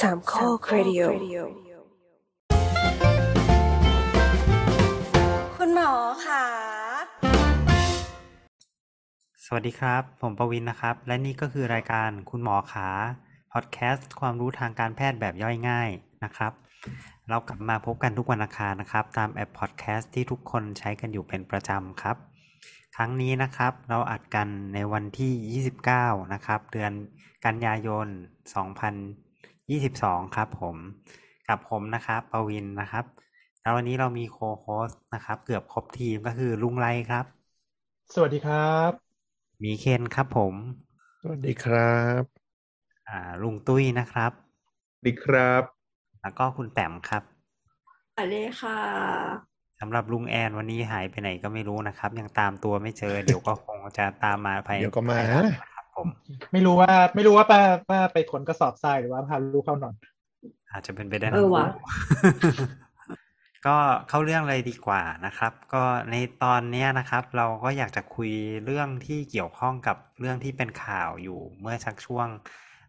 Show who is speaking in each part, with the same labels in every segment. Speaker 1: สามข้อครดิโอ
Speaker 2: คุณหมอค่ะ
Speaker 3: สวัสดีครับ ผมประวินนะครับ และนี่ก็คือรายการคุณหมอขาพอดแคสต์ความรู้ทางการแพทย์แบบย่อยง่ายนะครับ เรากลับมาพบกันทุกวันอังคารนะครับ ตามแอปพอดแคสต์ที่ทุกคนใช้กันอยู่เป็นประจำครับ ครั้งนี้นะครับ เราอัดกันในวันที่ 29 นะครับ เดือนกันยายน 2022 ครับผม กับผมนะครับประวินนะครับ แล้ววันนี้เรามีโคโฮสต์นะครับ เกือบครบทีมก็คือลุงไรครับ
Speaker 4: สวัสดีครับ
Speaker 3: มีเคนครับผม
Speaker 5: สวัสดีครับ
Speaker 3: อ่าลุงตุ้ยนะครับ
Speaker 5: สวัสดีครับ
Speaker 3: แล้วก็คุณแต้มครับ
Speaker 2: สวัสดีค่ะ
Speaker 3: สำหรับลุงแอนวันนี้หายไปไหนก็ไม่รู้นะครับ ยังตามตัวไม่เจอ เดี๋ยวก็คงจะตามมาภาย
Speaker 5: เดี๋ยวก็มา
Speaker 3: ภยหลังนะครับผม
Speaker 4: ไม่รู้ว่าไม่รู้ว่าป้าป้าไปขนกระสอบทรายหรือว่าพาลูกเข้านอน
Speaker 3: อาจจะเป็นไปได้
Speaker 2: เออว่ะ
Speaker 3: ทั้งคู่ ก็เข้าเรื่องเลยดีกว่านะครับ ก็ในตอนเนี้ยนะครับ เราก็อยากจะคุยเรื่องที่เกี่ยวข้องกับเรื่องที่เป็นข่าวอยู่เมื่อสักช่วง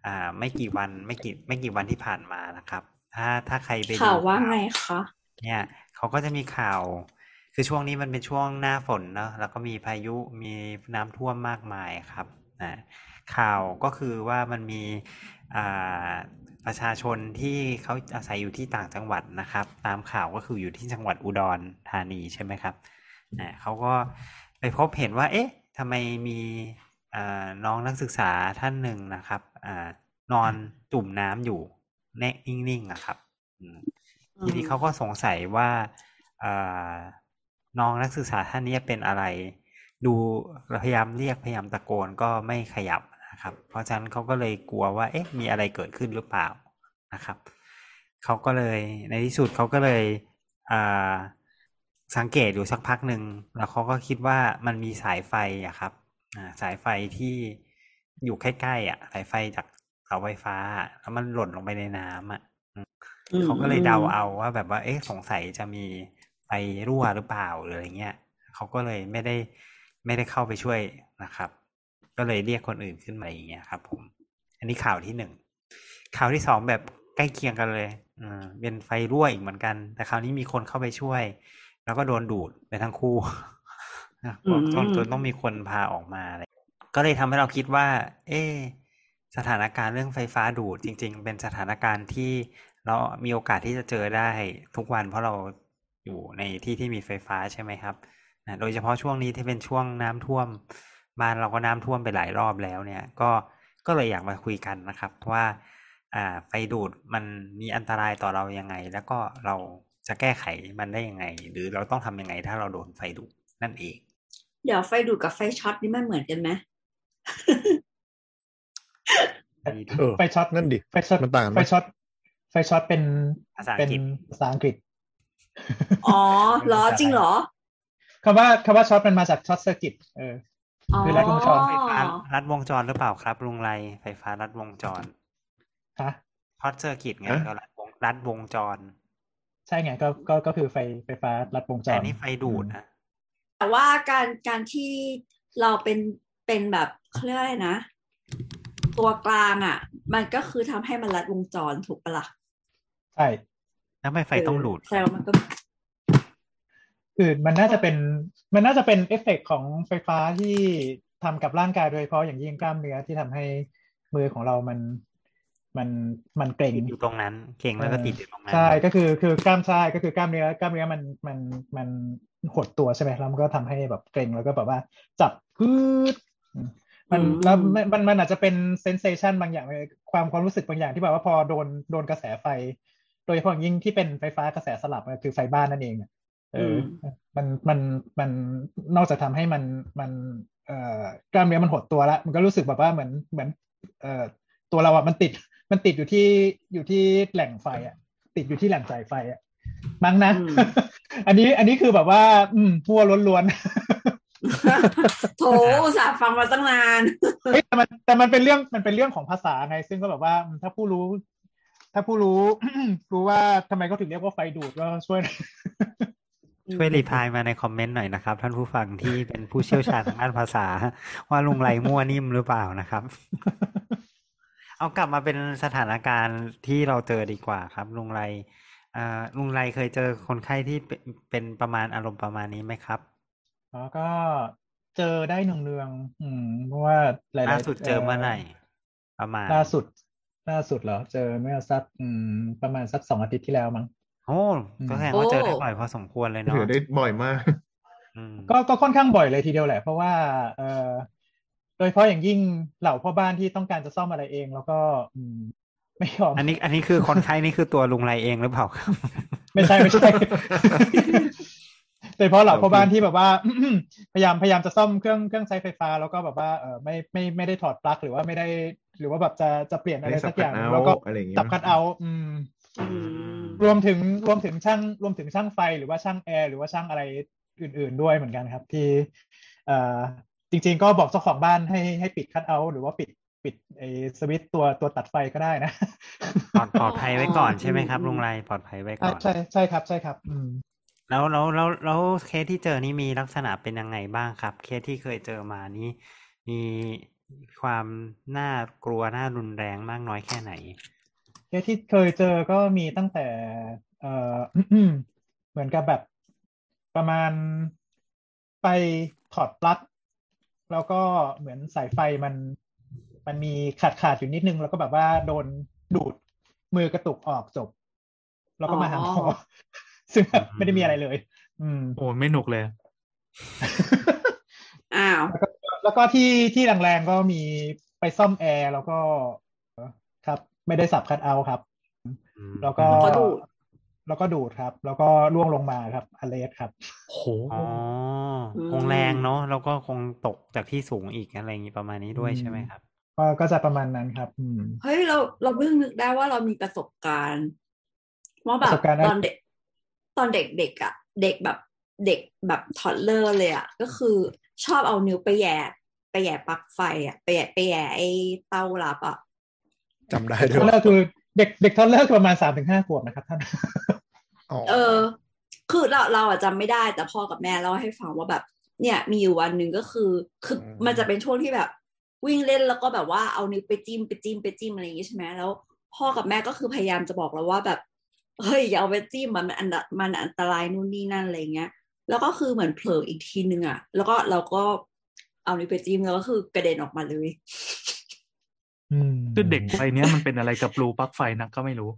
Speaker 3: อ่า ไม่กี่วันไม่กี่ไม่กี่วันที่ผ่านมานะครับ ถ้าถ้าใครไปดู
Speaker 2: ข่าวว่าไงคะ
Speaker 3: เนี่ยเขาก็จะมีข่าว คือช่วงนี้มันเป็นช่วงหน้าฝนเนอะแล้วก็มีพายุมีน้ำท่วมมากมายครับนะข่าวก็คือว่ามันมีอ่าประชาชนที่เขาอาศัยอยู่ที่ต่างจังหวัดนะครับ ตามข่าวก็คืออยู่ที่จังหวัดอุดรธานีใช่ไหมครับนะเขาก็ไปพบเห็นว่า เอ๊ะทำไมมีอ่าน้องนักศึกษาท่านหนึ่งนะครับอ่านอนจุ่มน้ำอยู่แน่นิ่งๆนะครับอืม
Speaker 2: อืม
Speaker 3: ทีนี้เขาก็สงสัยว่าเอ่อน้องนักศึกษาท่านนี้เป็นอะไร ดูพยายามเรียกพยายามตะโกนก็ไม่ขยับนะครับ เพราะฉะนั้นเขาก็เลยกลัวว่า เอ๊ะ มีอะไรเกิดขึ้นหรือเปล่านะครับเขาก็เลยในที่สุดเขาก็เลยอ่าสังเกตอยู่สักพักหนึ่งแล้วเขาก็คิดว่ามันมีสายไฟอะครับ อ่าสายไฟที่อยู่ใกล้ๆอ่ะ สายไฟจากเสาไฟฟ้าอะแล้วมันหล่นลงไปในน้ำอ่ะอืม
Speaker 2: อืม
Speaker 3: เขาก็เลยเดาเอาว่าแบบว่า เอ๊ะสงสัยจะมีไฟรั่วหรือเปล่าหรืออะไรเงี้ยเขาก็เลยไม่ได้ไม่ได้เข้าไปช่วยนะครับ ก็เลยเรียกคนอื่นขึ้นมาอย่างเงี้ยครับ ผม อันนี้ข่าวที่หนึ่งข่าวที่สองแบบใกล้เคียงกันเลยอืมเป็นไฟรั่วอีกเหมือนกัน แต่คราวนี้มีคนเข้าไปช่วย แล้วก็โดนดูดไปทั้งคู่ นะ
Speaker 2: อืม
Speaker 3: จนจนต้องมีคนพาออกมาอะไร ก็เลยทำให้เราคิดว่า เอะสถานการณ์เรื่องไฟฟ้าดูดจริง ๆ เป็นสถานการณ์ที่เรามีโอกาสที่จะเจอได้ทุกวัน เพราะเราอยู่ในที่ที่มีไฟฟ้าใช่ไหมครับนะโดยเฉพาะช่วงนี้ที่เป็นช่วงน้ำท่วมบ้านเราก็น้ำท่วมไปหลายรอบแล้วเนี่ย ก็ก็เลยอยากมาคุยกันนะครับว่า อ่าไฟดูดมันมีอันตรายต่อเรายังไง แล้วก็เราจะแก้ไขมันได้ยังไง หรือเราต้องทำยังไงถ้าเราโดนไฟดูดนั่นเอง
Speaker 2: เดี๋ยวไฟดูดกับไฟช็อตนี่มันเหมือนกันไหม
Speaker 3: มี
Speaker 5: เออ
Speaker 4: ไฟช็อต
Speaker 5: นั่นดิ
Speaker 4: ไฟช็อต
Speaker 5: มันต่างกันไหม
Speaker 4: ไฟช็อตไฟช็อตเป็น
Speaker 3: ภาษาอั
Speaker 4: เป็
Speaker 3: ง
Speaker 4: น
Speaker 3: กฤษ
Speaker 4: ภาษาอังกฤษ
Speaker 2: อ๋อเหรอจริงเหรอ
Speaker 4: คำว่าคำว่าช็อตมันมาจากช็อตเซอร์กิตเออ
Speaker 2: อ๋อ
Speaker 4: คือรัดวงจร
Speaker 3: ไฟฟ้ารัดวงจรหรือเปล่าครับลุงไรไฟฟ้ารัดวงจร
Speaker 4: ฮะ
Speaker 3: พอดเซอร์กิตไง
Speaker 5: ฮะ
Speaker 3: ก็รัดวงรัดวงจร
Speaker 4: ใช่ไงก็ก็ก็คือไฟไฟฟ้ารัดวงจ
Speaker 3: แต่
Speaker 4: ร
Speaker 3: นี่ไฟดูดนะ
Speaker 2: แต่ว่าการการที่เราเป็นเป็นแบบเขาเรียกอะไรนะ ตัวกลางอ่ะ มันก็คือทำให้มันรัดวงจรถูกปะล่ะ
Speaker 4: ใช่
Speaker 3: แล้วทำไม่ไฟต้องดูด
Speaker 2: แซวามันก็
Speaker 4: คือมันน่าจะเป็นมันน่าจะเป็นเอฟเฟกต์ของไฟฟ้าที่ทำกับร่างกายโดยเฉพาะอย่างยิ่งกล้ามเนื้อที่ทำให้มือของเรามันมันมันเกร็ง
Speaker 3: ติดอยู่ตรงนั้นเก่งแล้วก็
Speaker 4: เออ
Speaker 3: ติดอยู่ตรงนั้น
Speaker 4: ใช่ก็คือคือกล้ามใช่ก็คือกล้ามเนื้อกล้ามเนื้อมันมันมันหดตัวใช่ไหมแล้วมันก็ทำให้แบบเกร็งแล้วก็แบบว่า จับพืดอืมมัน
Speaker 2: อืม
Speaker 4: แล้วมันมันมันอาจจะเป็นเซนเซชันบางอย่างเลยความความรู้สึกบางอย่างที่แบบว่าพอโดนโดนกระแสไฟ โดยเฉพาะอย่างยิ่งที่เป็นไฟฟ้ากระแสสลับอะคือไฟบ้านนั่นเองอะเอออ มันมันมันนอกจากทำให้มันมันเอ่อกล้ามเนื้อมันหดตัวแล้ว มันก็รู้สึกแบบว่าเหมือนเหมือน เอ่อตัวเราอ่ะมันติดมันติดอยู่ที่อยู่ที่แหล่งไฟอ่ะ ติดอยู่ที่แหล่งจ่ายไฟอ่ะมั้งนะ
Speaker 2: อืม
Speaker 4: อันนี้อันนี้คือแบบว่า อืมพัวล้วน
Speaker 2: โถอุตส่าห์ฟังมาตั้งนาน
Speaker 4: ๆ เฮ้ยแต่มันแต่มันเป็นเรื่องมันเป็นเรื่องของภาษาไง ซึ่งก็แบบว่าอืมถ้าผู้รู้ ถ้าผู้รู้ รู้ว่าทำไมเขาถึงเรียกว่าไฟดูดก็ช่วย
Speaker 3: ช่วยรีพลายมาในคอมเมนต์หน่อยนะครับ ท่านผู้ฟังที่เป็นผู้ เชี่ยวชาญทางด้านภาษา ว่าลุงไรมั่วนิ่มหรือเปล่านะครับ เอากลับมาเป็นสถานการณ์ที่เราเจอดีกว่าครับ ลุงไรอ่าลุงไรเคยเจอคนไข้ที่เป็นเป็นประมาณอารมณ์ประมาณนี้ไหมครับ
Speaker 4: แล้วก็เจอได้เนืองๆอืมเพราะว่าหลายๆ
Speaker 3: ล่าสุดเจอเมื่อไหร่ประมาณ
Speaker 4: ล่าสุด ล่าสุดเหรอ เจอเมื่อสักอืมประมาณสักสองอาทิตย์ที่แล้วมั้ง
Speaker 3: โอ้ก็แสดงว่าเจอได้บ่อยพอสมควรเลยเนาะ
Speaker 5: ถือได้บ่อยมาก
Speaker 3: อืม
Speaker 4: ก็ก็ค่อนข้างบ่อยเลยทีเดียวแหละ เพราะว่าเออโดยเฉพาะอย่างยิ่งเหล่าพ่อบ้านที่ต้องการจะซ่อมอะไรเอง แล้วก็อืมไม่ยอม
Speaker 3: อันนี้อันนี้คือคนไข้นี่คือตัวลุงไรเองหรือเปล่าครับ
Speaker 4: ไม่ใช่ไม่ใช่ โดยเฉพาะเหล่าพ่อบ้านที่แบบว่า พยายามพยายามจะซ่อมเครื่องเครื่องใช้ไฟฟ้า แล้วก็แบบว่าเออไม่ไม่ไม่ได้ถอดปลั๊กหรือว่าไม่ได้ หรือว่าแบบจะจะเปลี่ยนอะไร
Speaker 5: ไม่สั
Speaker 4: สั
Speaker 5: บ
Speaker 4: กอย่าง
Speaker 5: คัทเอาท์
Speaker 4: แล้วก็
Speaker 5: อะไรอย่างเงี้ย
Speaker 4: จับคัดเอาท์อืม
Speaker 2: อืม
Speaker 4: รวมถึงรวมถึงช่างรวมถึงช่างไฟหรือว่าช่างแอร์หรือว่าช่างอะไรอื่น ๆด้วยเหมือนกันครับ ที่เอ่อจริง ๆ ก็บอกเจ้าของบ้านให้ให้ปิดคัทเอาท์หรือว่าปิดปิดไอ้สวิตช์ตัวตัวตัดไฟก็ได้นะ
Speaker 3: ปลอดปลอดภัยไว้ก่อนใช่ไหมครับลุงไรปลอดภัยไว้ก่อ
Speaker 4: อ่ะ
Speaker 3: น
Speaker 4: ใช่ใช่ครับใช่ครับ อืม
Speaker 3: แล้วแล้วแล้วแล้วเคสที่เจอนี่มีลักษณะเป็นยังไงบ้างครับ เคสที่เคยเจอมานี้มีความน่ากลัวน่ารุนแรงมากน้อยแค่ไหน
Speaker 4: เคสที่เคยเจอก็มีตั้งแต่ เอ่ อ เหมือนกับแบบประมาณไปถอดปลั๊กแล้วก็เหมือนสายไฟมัน มันมีขาดขาดอยู่นิดนึง แล้วก็แบบว่าโดนดูดมือกระตุกออกจบ แล้วก็มาหาหมออ ซึ่งแบบไม่ได้มีอะไรเลย อืม
Speaker 1: โอ้ไม่หนุกเลย
Speaker 2: อ้าว
Speaker 4: แล้วก็ที่ที่แรงๆก็มีไปซ่อมแอร์แล้วก็ครับ ไม่ได้สับคัดเอาท์ครับ
Speaker 3: อืม
Speaker 4: แล้วก็
Speaker 2: แล้วก็ดูด
Speaker 4: แล้วก็ดูดครับ แล้วก็ล่วงลงมาครับอเลสครับ
Speaker 1: โห
Speaker 3: อ๋ออ
Speaker 2: ม
Speaker 3: คงแรงเนาะแล้วก็คงตกจากที่สูงอีกอะไรอย่างนี้ประมาณนี้ด้วยใช่ไหมครับ
Speaker 4: ก็ก็จะประมาณนั้นครับ อืม
Speaker 2: เฮ้ยเราเราเพิ่งนึกได้ว่าเรามีประสบการณ์ว่าแบ
Speaker 4: ป
Speaker 2: บ
Speaker 4: ระสบการณ์อะไร
Speaker 2: ตอนเด็ก ตอนเด็กๆอ่ะ เด็กแบบเด็กแบบถอดเลอร์เลยอ่ะก็คือชอบเอานิ้วไปแหย่ไปแหย่ปลั๊กไฟอ่ะไปแหย่ไปแหย่ไอ้เต้ารับอ่ะ
Speaker 5: จำได้
Speaker 4: เด็กทอย ด
Speaker 5: ด้ว
Speaker 4: เลอร์คือเด็กเด็กทอดเลอร์คือประมาณสามถึงห้าขวบนะครับท่าน
Speaker 5: อ๋อ
Speaker 2: เออ คือเราเราอะจำไม่ได้แต่พ่อกับแม่เล่าให้ฟังว่าแบบ เนี่ยมีอยู่วันหนึ่งก็คือ คือมันจะเป็นช่วงที่แบบ วิ่งเล่นแล้วก็แบบว่าเอานิ้วไปจิ้มไปจิ้มไปจิ้มอะไรอย่างงี้ใช่ไหมแล้ว พ่อกับแม่ก็คือพยายามจะบอกเราว่าแบบเฮ้ยอย่าเอาไปจิ้มมันมันอันตมันอันตรายนู่นนี่นั่นอะไรอย่างเงี้ย แล้วก็คือเหมือนเผลออีกทีนึงอะแล้วก็เราก็เอานิ้วไปจิ้มแล้วก็คือกระเด็นออกมาเลย
Speaker 4: อืม
Speaker 1: คือเด็กไฟเนี้ยมันเป็นอะไรกับรูปลั๊กไฟนักก็ไม่รู้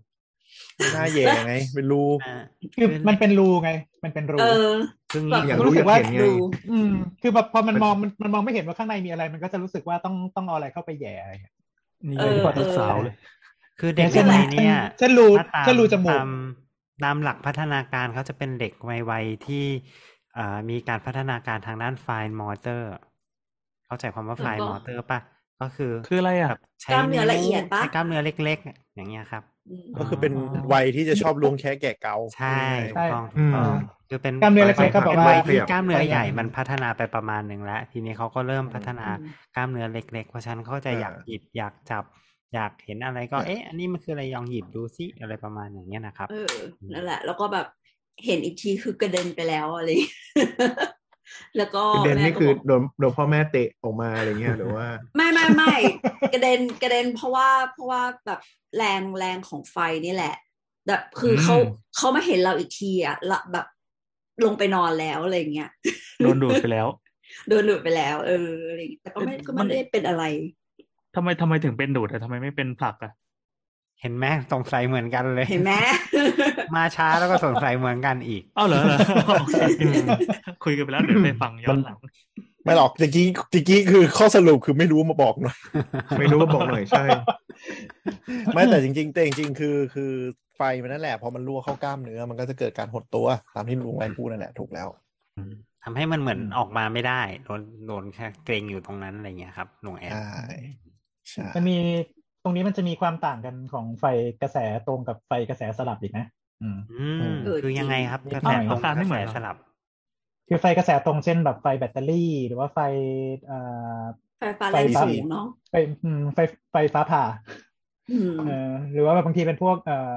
Speaker 5: หน้าแย่ไง เป็นรู
Speaker 3: อ่า
Speaker 4: คือมันเป็นรูไง มันเป็นรู
Speaker 2: เออ
Speaker 3: ซึ่ง
Speaker 2: แบบ
Speaker 5: อยากรู้
Speaker 4: รู้สึกว่า
Speaker 5: อยากเห็นไง
Speaker 2: ดู
Speaker 4: อืม คือแบบพอมันม
Speaker 5: มัน
Speaker 4: องมันมันมองไม่เห็นว่าข้างในมีอะไร มันก็จะรู้สึกว่าต้องต้องเอาอะไรเข้าไปแหย่อะไรอย่างเงี้ย
Speaker 1: นี่
Speaker 4: เออ
Speaker 1: กว่าลูกสาวเลย
Speaker 3: คือเด็กอะไรเนี่ย
Speaker 4: เช่นรู
Speaker 3: ถ้าตาม
Speaker 4: เช่นรูจมูก
Speaker 3: ตามตามหลักพัฒนาการเขาจะเป็นเด็กวัยวัยที่เอ่อมีการพัฒนาการทางด้านไฟน์มอเตอร์ เข้าใจความว่าไฟน์มอเตอร์ป่ะ ก็คือ
Speaker 1: คืออะไรอ่ะ
Speaker 3: ใช้
Speaker 2: กล้ามเนื้อละเอียดปะ
Speaker 3: ใช้กล้ามเนื้อเล็กๆ อย่างเงี้ยครับ
Speaker 2: อืม
Speaker 5: ก็คือเป็น
Speaker 1: อ๋อ
Speaker 5: วัยที่จะชอบล้วงแค่แกะเกา
Speaker 3: ใช่ถูกต้อง
Speaker 5: อื
Speaker 3: ถูก
Speaker 5: ม
Speaker 3: ต้องคือเป็น
Speaker 4: กล้ามเนื้อเล็กๆก็บอกว่า
Speaker 3: เป็นยที่กล้ามเนื้อ
Speaker 5: ขยับ
Speaker 3: ใหญ่มันพัฒนาไปประมาณหนึ่งแล้ว ทีนี้เขาก็เริ่มพัฒนา
Speaker 2: อืม
Speaker 3: กล้ามเนื้อเล็กๆ เพราะฉะนันเขาจะ
Speaker 5: เออ
Speaker 3: อ
Speaker 5: อ
Speaker 3: ยากหยิบอยากจับ อยากเห็นอะไรก็เอ๊ะอันนี้มันคืออะไรลองหยิบดูซิอะไรประมาณอย่างเงี้ยนะครับ
Speaker 2: เออ นั่นแหละ แล้วก็แบบเห็นอีกทีคือกระเด็นไปแล้วอะไร แล้วก็
Speaker 5: คือเดน
Speaker 2: แม่
Speaker 5: นี่
Speaker 2: ก็
Speaker 5: คื
Speaker 2: บ
Speaker 5: อ
Speaker 2: อก
Speaker 5: โดนโดนพ่อแม่เตะออกมาอะไรเงี้ยหรือว่า
Speaker 2: ไม่ไม่ไม่ กระเด็นกระเด็นเพราะว่าเพราะว่าแบบแรงแรงของไฟนี่แหละ แบบคืออ
Speaker 1: ม
Speaker 2: เขาเขามาเห็นเราอีกทีอ่ะละแบบลงไปนอนแล้วอะไรอย่างเงี้ย
Speaker 1: โดนดูดไปแล้ว
Speaker 2: โดนหลุดไปแล้ว เอออะไรอย่างเงี้ยแต่ก็ไม่ก็ไม่ได้เป็นอะไร
Speaker 1: ทำไมทำไมถึงเป็นดูดอ่ะทำไมไม่เป็นผลักอ่ะ
Speaker 3: เห็นไหม สงสัยเหมือนกันเลย
Speaker 2: เห็นไหม
Speaker 3: มาช้าแล้วก็สงสัยเหมือนกันอีก
Speaker 1: เอ้าเหรอเหรอโอเคคุยกันไปแล้วเดี๋ยวไปฟังย้อนหลัง
Speaker 5: ไม่หรอกตะกี้ตะกี้คือข้อสรุปคือไม่รู้มาบอกหน่อย ไม่รู้มาบอกหน่อยใช่ ไม่แต่จริงๆแต่จริงๆคือคือไฟมันนั่นแหละพอมันรั่วเข้ากล้ามเนื้อมันก็จะเกิดการหดตัวตามที่ลุงไวนพูดนั่นแหละถูกแล้ว
Speaker 3: ทำให้มันเหมือน
Speaker 5: อืม
Speaker 3: ออกมาไม่ได้โดนโดนแค่เกรงอยู่ตรงนั้นอะไรเงี้ยครับหน่วยแอด
Speaker 5: ใช่ใช่
Speaker 4: มันมีตรงนี้มันจะมีความต่างกันของไฟกระแสตรงกับไฟกระแสสลับอีกนะ อืม
Speaker 3: อืม
Speaker 2: เออ
Speaker 3: คือยังไงครับ
Speaker 2: จริ
Speaker 3: กระ
Speaker 2: ง
Speaker 3: แสตรง
Speaker 1: เอาการ
Speaker 3: ก
Speaker 1: ไม่
Speaker 3: ระ
Speaker 1: เหมื
Speaker 3: แส
Speaker 1: อนเหรอ
Speaker 3: สลับ
Speaker 4: คือไฟกระแสตรงเช่นแบบไฟแบตเตอรี่ หรือว่าไฟเอ่อ
Speaker 2: ไฟฟ้าแรง
Speaker 4: ไฟฟ้า
Speaker 2: สูงเนาะ
Speaker 4: ไฟอืมไฟไฟฟ้าผ่า
Speaker 2: อืม
Speaker 4: เออหรือว่าแบบบางทีเป็นพวกเอ่อ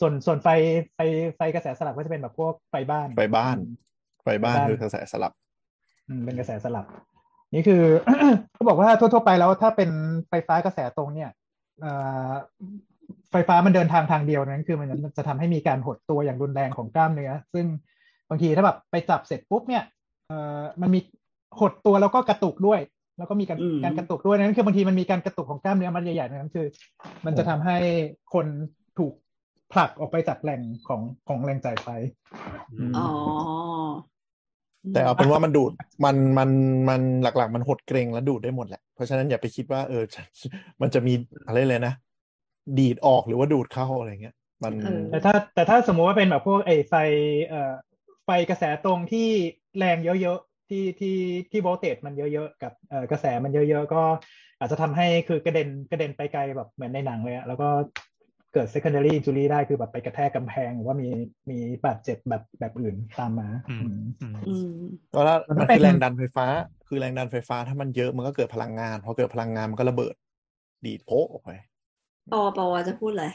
Speaker 4: ส่วนส่วนไฟไฟไฟกระแสสลับก็จะเป็นแบบพวกไฟบ้าน
Speaker 5: ไฟบ้านไฟบ้าน
Speaker 4: ไฟบ้าน
Speaker 5: คือกระแสสลับ
Speaker 4: อืมเป็นกระแส สลับ นี่คือ เขาบอกว่าทั่วๆไปแล้วถ้าเป็นไฟฟ้ากระแสตรงเนี่ย เอ่อไฟฟ้ามันเดินทางทางเดียวนั้นคือมันมันจะทำให้มีการหดตัวอย่างรุนแรงของกล้ามเนื้อ ซึ่งบางทีถ้าแบบไปจับเสร็จปุ๊บเนี่ยเอ่อมันมีหดตัวแล้วก็กระตุกด้วย แล้วก็มีการ
Speaker 2: อืม
Speaker 4: การกระตุกด้วยนั้นคือบางทีมันมีการกระตุกของกล้ามเนื้อมันใหญ่ๆนั้นคือ มันจะทำให้คนถูกผลักออกไปจากแหล่งของของแรงจ่ายไฟ
Speaker 2: อ๋อ
Speaker 5: แต่เอาเป็นว่ามันดูดมันมันมันหลักๆ มันหดเกรงและดูดได้หมดแหละ เพราะฉะนั้นอย่าไปคิดว่าเออ ฉันมันจะมีอะไรเลยนะ ดีดออกหรือว่าดูดเข้าอะไรเงี้ย มัน
Speaker 2: เออ
Speaker 4: แต่ถ้าแต่ถ้าสมมุติว่าเป็นแบบพวกไอ้ไฟเอ่อไฟกระแสตรงที่แรงเยอะๆที่ที่ที่โวลเตจมันเยอะๆกับเอ่อกระแสมันเยอะๆ ก็อาจจะทำให้คือกระเด็นกระเด็นไปไกลแบบเหมือนในหนังเลยอะแล้วก็เกิด secondary injury ได้คือแบบไปกระแทกกำแพง หรือว่ามีมีบาดเจ็บแบบแบบอื่นตามมา
Speaker 1: อืม
Speaker 4: อืม
Speaker 1: อืม
Speaker 2: อืม
Speaker 5: ก็แล้ว
Speaker 4: มันก็
Speaker 5: มัน
Speaker 4: เป็น
Speaker 5: คือแรงดันไฟฟ้า คือแรงดันไฟฟ้าถ้ามันเยอะมันก็เกิดพลังงาน พอเกิดพลังงานมันก็ระเบิด ดีดโพะออกไป
Speaker 2: ปอปอวาจะพูดเลย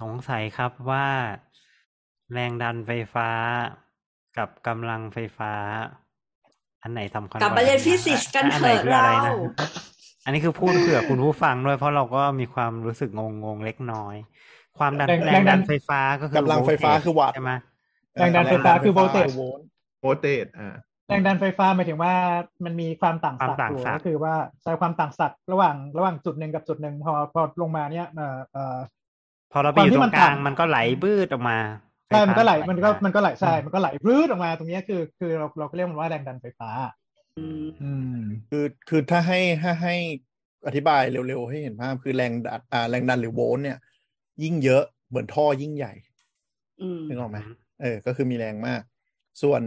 Speaker 3: สงสัยครับว่าแรงดันไฟฟ้ากับกำลังไฟฟ้า อันไหนสำคัญ
Speaker 2: กลับมาเรียน
Speaker 3: ว่
Speaker 2: ฟิสิกส์กัน
Speaker 3: อัไห
Speaker 2: เถอะ
Speaker 3: คืออะไรนะ
Speaker 2: เรา
Speaker 3: อันนี้คือพูดเผื่อคุณผู้ฟังด้วยเพราะเราก็มีความรู้สึกงงๆเล็กน้อย ความดัน
Speaker 4: แรง
Speaker 3: แรง
Speaker 4: แรงดั
Speaker 3: ดัน
Speaker 4: น
Speaker 3: ไฟฟ้าก็คือก
Speaker 5: ำลังไฟฟ้าคือวัตต์
Speaker 3: ใช่ไหม
Speaker 4: แรงดันไฟฟ้าคือโวลเตจ
Speaker 6: โพเตตอ่า
Speaker 4: แรงดันไฟฟ้าหมายถึงว่ามันมีความต่าง
Speaker 3: ความ
Speaker 4: ศักย์
Speaker 3: ต่าง
Speaker 4: อยู่
Speaker 3: ศักย์
Speaker 4: ก็คือว่าใช้ความต่างศักย์ระหว่างระหว่างจุดหนึ่งกับจุดหนึ่งพอพอลงมาเนี่ยเอ่อเอ่อ
Speaker 3: พอเราไป
Speaker 4: ควา
Speaker 3: อ
Speaker 4: ม
Speaker 3: ยู่
Speaker 4: ที่
Speaker 3: ตร
Speaker 4: มั
Speaker 3: ง
Speaker 4: น
Speaker 3: กลาง
Speaker 4: ต่ำ
Speaker 3: มันก็ไหลบืดออกมา
Speaker 4: ใช่มันก็ไหล
Speaker 3: ฟฟ้า
Speaker 4: มันก็
Speaker 3: า
Speaker 4: มันก็ไหล ใช่
Speaker 3: อืม
Speaker 4: มันก็ไหลรืดออกมา ตรงเนี้ยคือ คือเรา เราก็เรียกมันว่าแรงดันไฟฟ้า
Speaker 2: อืม
Speaker 4: อืม
Speaker 5: คือคือถ้าให้ถ้าให้อธิบายเร็วๆ ให้เห็นภาพคือแรงดันอ่าแรงดันหรือโวลต์เนี่ย ยิ่งเยอะเหมือนท่อยิ่งใหญ่
Speaker 2: อืม
Speaker 5: นึกออกไหมเออ ก็คือมีแรงมาก ส่วน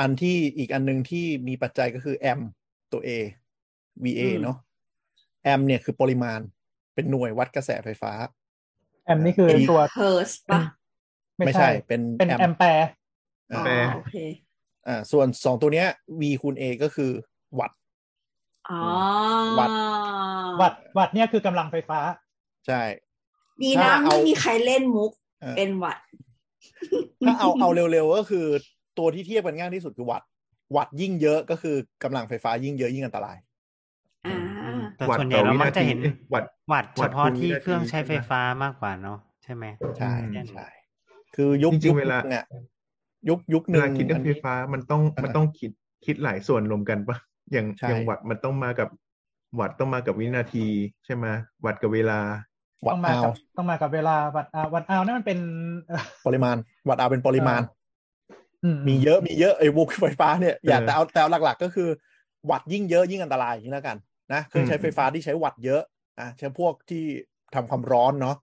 Speaker 5: อันที่อีกอันหนึ่งที่มีปัจจัยก็คือแอมตัว A VA
Speaker 2: อืม
Speaker 5: เนาะแอมเนี่ยคือปริมาณเป็นหน่วยวัดกระแสไฟฟ้า
Speaker 4: แอมนี่คือ
Speaker 5: เออ
Speaker 4: ตัว
Speaker 2: เฮิร์สปะ
Speaker 5: ไม่ใช่เป็น
Speaker 4: เป็น
Speaker 5: แอ
Speaker 4: แอม
Speaker 5: ม
Speaker 4: แปร์
Speaker 2: อ๋
Speaker 5: อ่า
Speaker 2: อ
Speaker 6: แปล
Speaker 2: โอเค
Speaker 5: อ่าส่วนสองตัวเนี้ย V คูณ A ก็คือวัตต์
Speaker 2: อ๋อ
Speaker 5: วัด
Speaker 4: วัตต์วัตต์เนี่ยคือกำลังไฟฟ้า
Speaker 5: ใช่
Speaker 2: ดีนะ
Speaker 5: ถ้าเอา
Speaker 2: ไม่มีใครเล่นมุก
Speaker 5: เออ
Speaker 2: เป็นหวัด
Speaker 5: ถ้าเอาเอาเร็วๆก็คือตัวที่เทียบกันง่ายที่สุดคือวัตต์วัตต์ยิ่งเยอะก็คือกำลังไฟฟ้ายิ่งเยอะยิ่งอันตราย
Speaker 2: อ่า
Speaker 3: แต่
Speaker 6: วัด
Speaker 3: ส่วนใหญ่เรามักจะเห็น
Speaker 6: ต่อวินาทีเอ๊ะวัด
Speaker 3: วัดเฉพาะที่
Speaker 6: วัด
Speaker 3: เค
Speaker 6: คูณวินาที
Speaker 3: รื่องใช้
Speaker 6: ใช่
Speaker 3: ไฟ
Speaker 6: ไหม
Speaker 3: ฟ้ามากกว่าเนาะใช่ไหม
Speaker 5: ใช่
Speaker 6: อืม
Speaker 5: ใช่ คือยุค
Speaker 6: จริ
Speaker 5: ยุ
Speaker 6: ง
Speaker 5: ค
Speaker 6: ๆเวลา
Speaker 5: เนี่ยยุคยุคห
Speaker 6: เว
Speaker 5: นึ่ง
Speaker 6: ลาคิดเรื่อง
Speaker 5: อัน
Speaker 6: ไฟ
Speaker 5: นี้
Speaker 6: ฟ้ามันต้อง
Speaker 5: อ่ามั
Speaker 6: มันต้องคิดคิดหลายส่วนรวมกันปะอย่าง
Speaker 5: ใช่
Speaker 6: อย่างวัดมันต้องมากับวัดต้องมากับวินาทีใช่ไหมวัดกับเวลา
Speaker 5: วั
Speaker 4: ต้อง
Speaker 5: ตต์
Speaker 4: มา
Speaker 5: เอา
Speaker 4: กับ ต้องมากับเวลา วัตต์อาวัตต์อานั่นมันเป็นเอ่อ
Speaker 5: ปริมาณ วัตต์เอาเป็นปริมาณ
Speaker 4: อื
Speaker 5: มีเยอะมีเยอะไอ้วุกไฟฟ้าเนี่ยอย่า
Speaker 6: เออ
Speaker 5: แต่เอาแต่เอาหลักๆ ก็คือ วัตต์ยิ่งเยอะยิ่งอันตรายอย่างนี้แล้วกันนะเครื่องใช้
Speaker 6: อืม
Speaker 5: ไฟฟ้าที่ใช้วัตต์เยอะอ่ะเช่นพวกที่ทำความร้อนเนาะ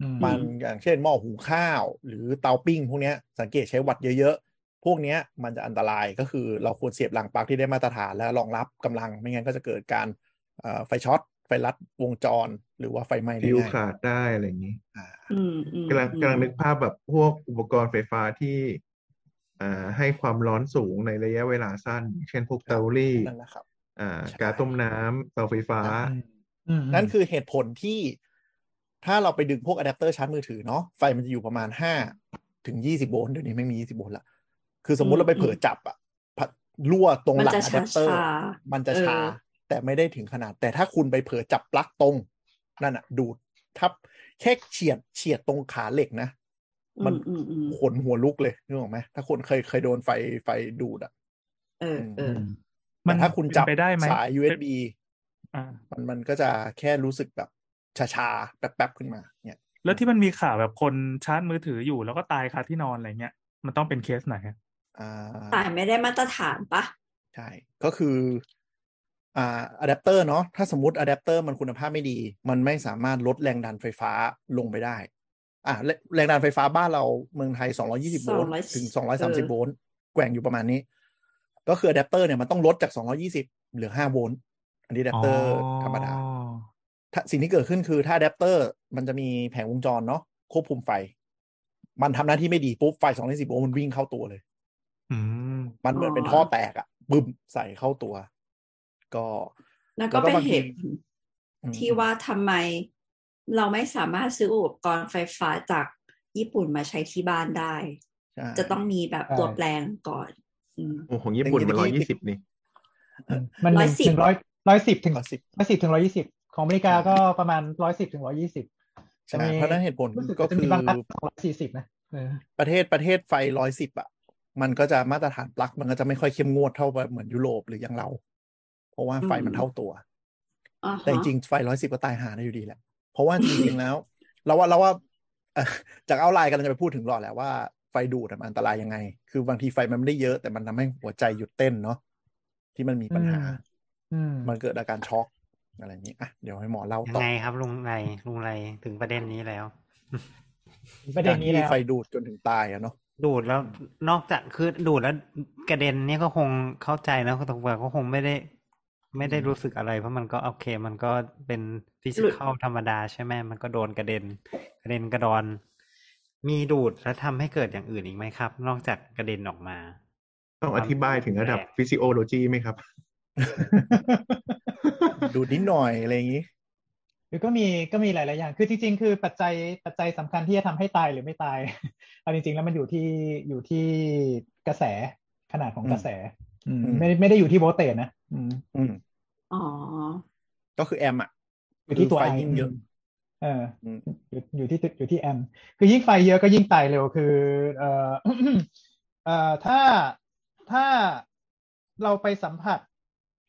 Speaker 4: อืม
Speaker 5: มันอย่างเช่นหม้อหุงข้าว หรือเตาปิ้ง พวกเนี้ยสังเกตใช้วัตต์เยอะๆ พวกเนี้ยมันจะอันตรายก็คือเราควรเสียบหลังปลั๊กที่ได้มาตรฐานและรองรับกำลังไม่งั้นก็จะเกิดการเอ่อไฟช็อตไฟลัดวงจรหรือว่าไฟไหม้ได้
Speaker 6: ฟิว
Speaker 5: ง่าย
Speaker 6: ขาดได้อะไรอย่างนี้
Speaker 5: อ่า
Speaker 2: อืมอืม
Speaker 6: กำลังกำลังนึกภาพแบบพวกอุปกรณ์ไฟฟ้าที่อ่าให้ความร้อนสูงในระยะเวลาสั้น เช่นพวกเตารีด
Speaker 5: นั่นแหละครับ
Speaker 6: อ่า
Speaker 5: ใช่
Speaker 6: กาซต้มน้ำเตาไฟฟ้า
Speaker 4: อืม
Speaker 5: นั่นคือเหตุผลที่ถ้าเราไปดึงพวกอะแดปเตอร์ชาร์จมือถือเนาะไฟมันจะอยู่ประมาณห้าถึงยี่สิบโวลต์เดี๋ยวนี้ไม่มียี่สิบโวลต์ละคือสมมติเราไปเผลอจับอะพัดรั่วตรง
Speaker 2: มัน
Speaker 5: หลัง
Speaker 2: จะ
Speaker 5: อะแด
Speaker 2: ช้า
Speaker 5: ปเตอร์
Speaker 2: ช้า
Speaker 5: มันจะชา
Speaker 2: เออ
Speaker 5: แต่ไม่ได้ถึงขนาด แต่ถ้าคุณไปเผลอจับปลั๊กตรง นั่นอะดูดทับแค่เฉียดเฉียดตรงขาเหล็กนะ
Speaker 2: ๆ
Speaker 5: มัน
Speaker 2: อืมอืม
Speaker 5: ขนหัวลุกเลยนึกออกไหมถ้าคนเคยเคยโดนไฟไฟดูดอะ
Speaker 2: เออเออ
Speaker 5: แต่ถ้าคุณจับ
Speaker 1: เป็นไปได้ไหม
Speaker 5: สาย USB
Speaker 1: อ่า
Speaker 5: มันมันก็จะแค่รู้สึกแบบชาชาๆแป๊บๆขึ้นมาเนี่ย
Speaker 1: แล้วที่มันมีข่าวแบบคนชาร์จมือถืออยู่แล้วก็ตายคาที่นอนอะไรเงี้ย มันต้องเป็นเคสไหนอะ
Speaker 5: อ่
Speaker 2: แต่
Speaker 5: า
Speaker 2: ไม่ได้มาตรฐานปะ
Speaker 5: ใช่ก็คืออ่าอะแดปเตอร์เนาะถ้าสมมติอะแดปเตอร์มันคุณภาพไม่ดี มันไม่สามารถลดแรงดันไฟฟ้าลงไปได้ อ่าแรงดันไฟฟ้าบ้านเราเมืองไทย 220 โวลต์
Speaker 2: 200
Speaker 5: ถึง
Speaker 2: เออ
Speaker 5: 230 โวลต์แกว่งอยู่ประมาณนี้ ก็คืออะแดปเตอร์เนี่ยมันต้องลดจาก 220 เหลือ 5 โวลต์อันนี้อะแดปเตอร์ธรรมดา
Speaker 1: อ๋อ
Speaker 5: ถ้าสิ่งที่เกิดขึ้นคือถ้าอะแดปเตอร์มันจะมีแผงวงจรเนาะควบคุมไฟ มันทำหน้าที่ไม่ดีปุ๊บไฟ 210 โวลต์มันวิ่งเข้าตัวเลย
Speaker 1: อืม
Speaker 5: มันเหมือน
Speaker 2: อ๋อ
Speaker 5: เป็นท่อแตกอะบึ้มใส่เข้าตัว ก็
Speaker 2: แล้วก็เป็น
Speaker 5: บาง
Speaker 2: เห
Speaker 5: ที
Speaker 2: ตุผล
Speaker 5: อืม
Speaker 2: ที่ว่าทำไมเราไม่สามารถซื้ออุปกรณ์ไฟฟ้าจากญี่ปุ่นมาใช้ที่บ้านได้
Speaker 5: ใช่
Speaker 2: จะต้องมีแบบ
Speaker 4: ใช่
Speaker 2: ตัวแปลงก่อน อืม
Speaker 6: โอ้ของญี่ปุ่น
Speaker 5: อย่าง
Speaker 6: มัน
Speaker 5: นี้
Speaker 6: ร้อย
Speaker 5: ที่
Speaker 6: ยี่สิบนี่
Speaker 4: มันหนึ่ง
Speaker 2: 110
Speaker 4: ถึงร้อยร้อยสิบถึง
Speaker 5: ร้อยสิบ
Speaker 4: ร้อยสิบถึงร้อยยี่สิบ ของอเมริกาก็ประมาณร้อยสิบถึงร้อยี่สิบ
Speaker 5: ใช่เพราะฉะนั้นเหตุผลก็
Speaker 4: จะ
Speaker 5: คื
Speaker 4: มี
Speaker 5: อ
Speaker 4: บางรัฐร้อยสี่สิบนะเออ
Speaker 5: ประเทศประเทศไฟร้อยสิบอ่ะ มันก็จะมาตรฐานปลั๊กมันก็จะไม่ค่อยเข้มงวดเท่าแบบเหมือนยุโรปหรืออย่างเรา เพราะว่าไฟมันเท่าตัว
Speaker 2: อ่าฮะ
Speaker 5: แต่จริงๆไฟร้อยสิบก็ตายหาได้อยู่ดีแหละ เพราะว่าจริงๆแล้ว เราว่าเราว่าเอ่อจากเอาไลน์กำลังจะไปพูดถึงหรอดแหละว่าไฟดูดอะมันอันตรายยังไง คือบางทีไฟมันไม่ได้เยอะแต่มันทำให้หัวใจหยุดเต้นเนาะที่มันมีปัญหา
Speaker 4: อืม
Speaker 5: มันเกิดอาการช็อกอะไรอย่างนี้อ่ะเดี๋ยวให้หมอเล่า
Speaker 3: ยัง
Speaker 5: ต่อ
Speaker 3: ไงครับลุงไรลุงไรถึงประเด็นนี้แล้ว
Speaker 4: ประเด็นนี้แล้
Speaker 5: จาก
Speaker 4: ว
Speaker 5: ที่ไฟดูดจนถึงตายอะเนาะ
Speaker 3: ดูดแล้วนอกจากคือดูดแล้วกระเด็นเนี่ยก็คงเข้าใจนะคุณตำรวจก็คงไม่ได้ ไม่ได้รู้สึกอะไร เพราะมันก็โอเค มันก็เป็นฟิสิกอลธรรมดาใช่ไหมมันก็โดนกระเด็น กระเด็นกระดอน มีดูดแล้วทำให้เกิดอย่างอื่นอีกไหมครับ นอกจากกระเด็นออกมา
Speaker 6: ต้องอธิบายถึงระดับฟิสิโอโลจีไหมครับ
Speaker 5: ดูดนิดหน่อยอะไรอย่างนี้
Speaker 4: หรือก็มีก็มีหลาย ๆ อย่าง คือจริง ๆ คือปัจจัยปัจจัยสำคัญที่จะทำให้ตายหรือไม่ตาย เอาจริง ๆ แล้วมันอยู่ที่อยู่ที่กระแสขนาดของกระแส อืม
Speaker 5: อืม
Speaker 4: ไม่ไม่ได้อยู่ที่โวลเตจนะอืม
Speaker 5: อืม
Speaker 2: อ๋อ
Speaker 5: ก็คือแอมอ่ะ
Speaker 4: อยู่ที่ตัว
Speaker 5: ไฟ
Speaker 4: ไอ
Speaker 5: ยิ่งเยอะ
Speaker 4: เอออ
Speaker 5: ม
Speaker 4: อยู่อยู่ที่อยู่ที่แอมป์คือยิ่งไฟเยอะก็ยิ่งตายเร็วคือ เอ่ อ เอ่อถ้าถ้าเราไปสัมผัส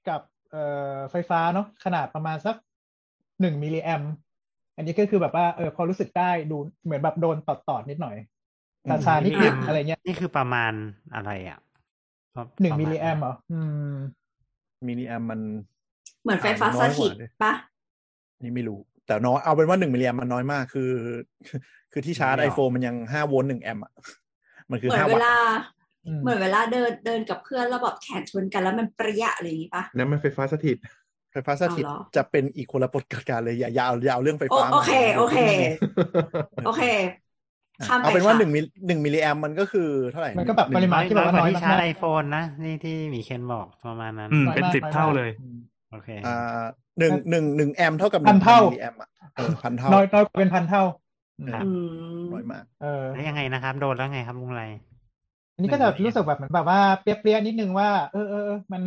Speaker 4: กับเอ่อไฟฟ้าเนาะขนาดประมาณสักหนึ่งมิลลิแอมป์อันนี้ก็คือแบบว่าเออพอรู้สึกได้ดูเหมือนแบบโดนตอดตอดๆนิดหน่อยตาชานิด
Speaker 3: อื
Speaker 4: นิด
Speaker 3: ม
Speaker 4: อะไรเงี้ย
Speaker 3: นี่คือประมาณอะไรอ่ะ
Speaker 4: หนึ่งมิลลิแอมป์เหรออืม
Speaker 5: มิลลิแอมมัน
Speaker 2: เหมือนไฟฟ้า
Speaker 5: อ่าน้
Speaker 2: สถิ
Speaker 5: อยกว่า
Speaker 2: ต
Speaker 5: ด้วย
Speaker 2: ปะ
Speaker 5: นี่ไม่รู้ แต่น้อยเอาเป็นว่าหนึ่งมิลลิแอมมันน้อยมากคือ คือที่ชาร์จไอโฟนมันยังห้าโวลต์หนึ่งแอมอ่ะ มันคือ
Speaker 2: เหมือ
Speaker 5: ห้าน
Speaker 2: เว
Speaker 5: วัต
Speaker 2: ลา
Speaker 5: ต์
Speaker 4: อืม
Speaker 2: เหมือนเวลาเดินเดินกับเพื่อนแล้วแบบแขนชนกันแล้วมันประหยะอะไรอย่างงี้ปะ
Speaker 6: นั้นมันไฟฟ้าสถิต
Speaker 5: ไฟฟ้าสถิต
Speaker 2: เอาเหรอ
Speaker 5: จะเป็นอีกคนละปรากฏการณ์เลยอย่าอยาเอาอยาเอาเรื่องไฟ
Speaker 2: โอ
Speaker 5: ฟ้า
Speaker 2: โอเค
Speaker 5: มา
Speaker 2: โอเค โอเค
Speaker 5: อ่ะ
Speaker 2: ข้ามไป
Speaker 5: เอาเป็นว่า
Speaker 2: ค่ะ
Speaker 5: หนึ่งมิลหนึ่งมิลลิแอมมันก็คือเท่าไหร่
Speaker 4: มันก็แบบปริมา
Speaker 3: น้อย
Speaker 4: ณที่แบ
Speaker 3: น้อบ ยกว่า
Speaker 4: ว่าน้อย
Speaker 3: ที่
Speaker 4: มา
Speaker 3: ชาร์
Speaker 4: ก
Speaker 3: จไอโฟนนะนี่ที่หมีเคนบอกประมาณนั้น
Speaker 1: อืม
Speaker 4: อยมาก
Speaker 1: เป็นสิบ
Speaker 4: อยมก
Speaker 1: เท่าเลย
Speaker 4: อืม
Speaker 3: โอเค
Speaker 5: อ่าหนึ่งหนึ่งหนึ่งแอมเท่ากับห
Speaker 4: พั
Speaker 5: นึ่
Speaker 4: น
Speaker 5: ง
Speaker 4: เท่า
Speaker 5: มิลลิแอมอ่ะเออพันเท่า
Speaker 4: น้อยน้อยกว่าเป็นพันเท่า
Speaker 3: ครับ
Speaker 2: อืม
Speaker 5: น้อยมาก
Speaker 4: เออ
Speaker 3: แล้วยังไงนะครับ โดนแล้วไงครับลุงไร
Speaker 4: อันนี้ก็จะ
Speaker 3: หนึ่งใน
Speaker 4: รู้สึกแบบเหมือนแบบว่าเปรี้ยๆนิดนึงว่าเออเออเออมัน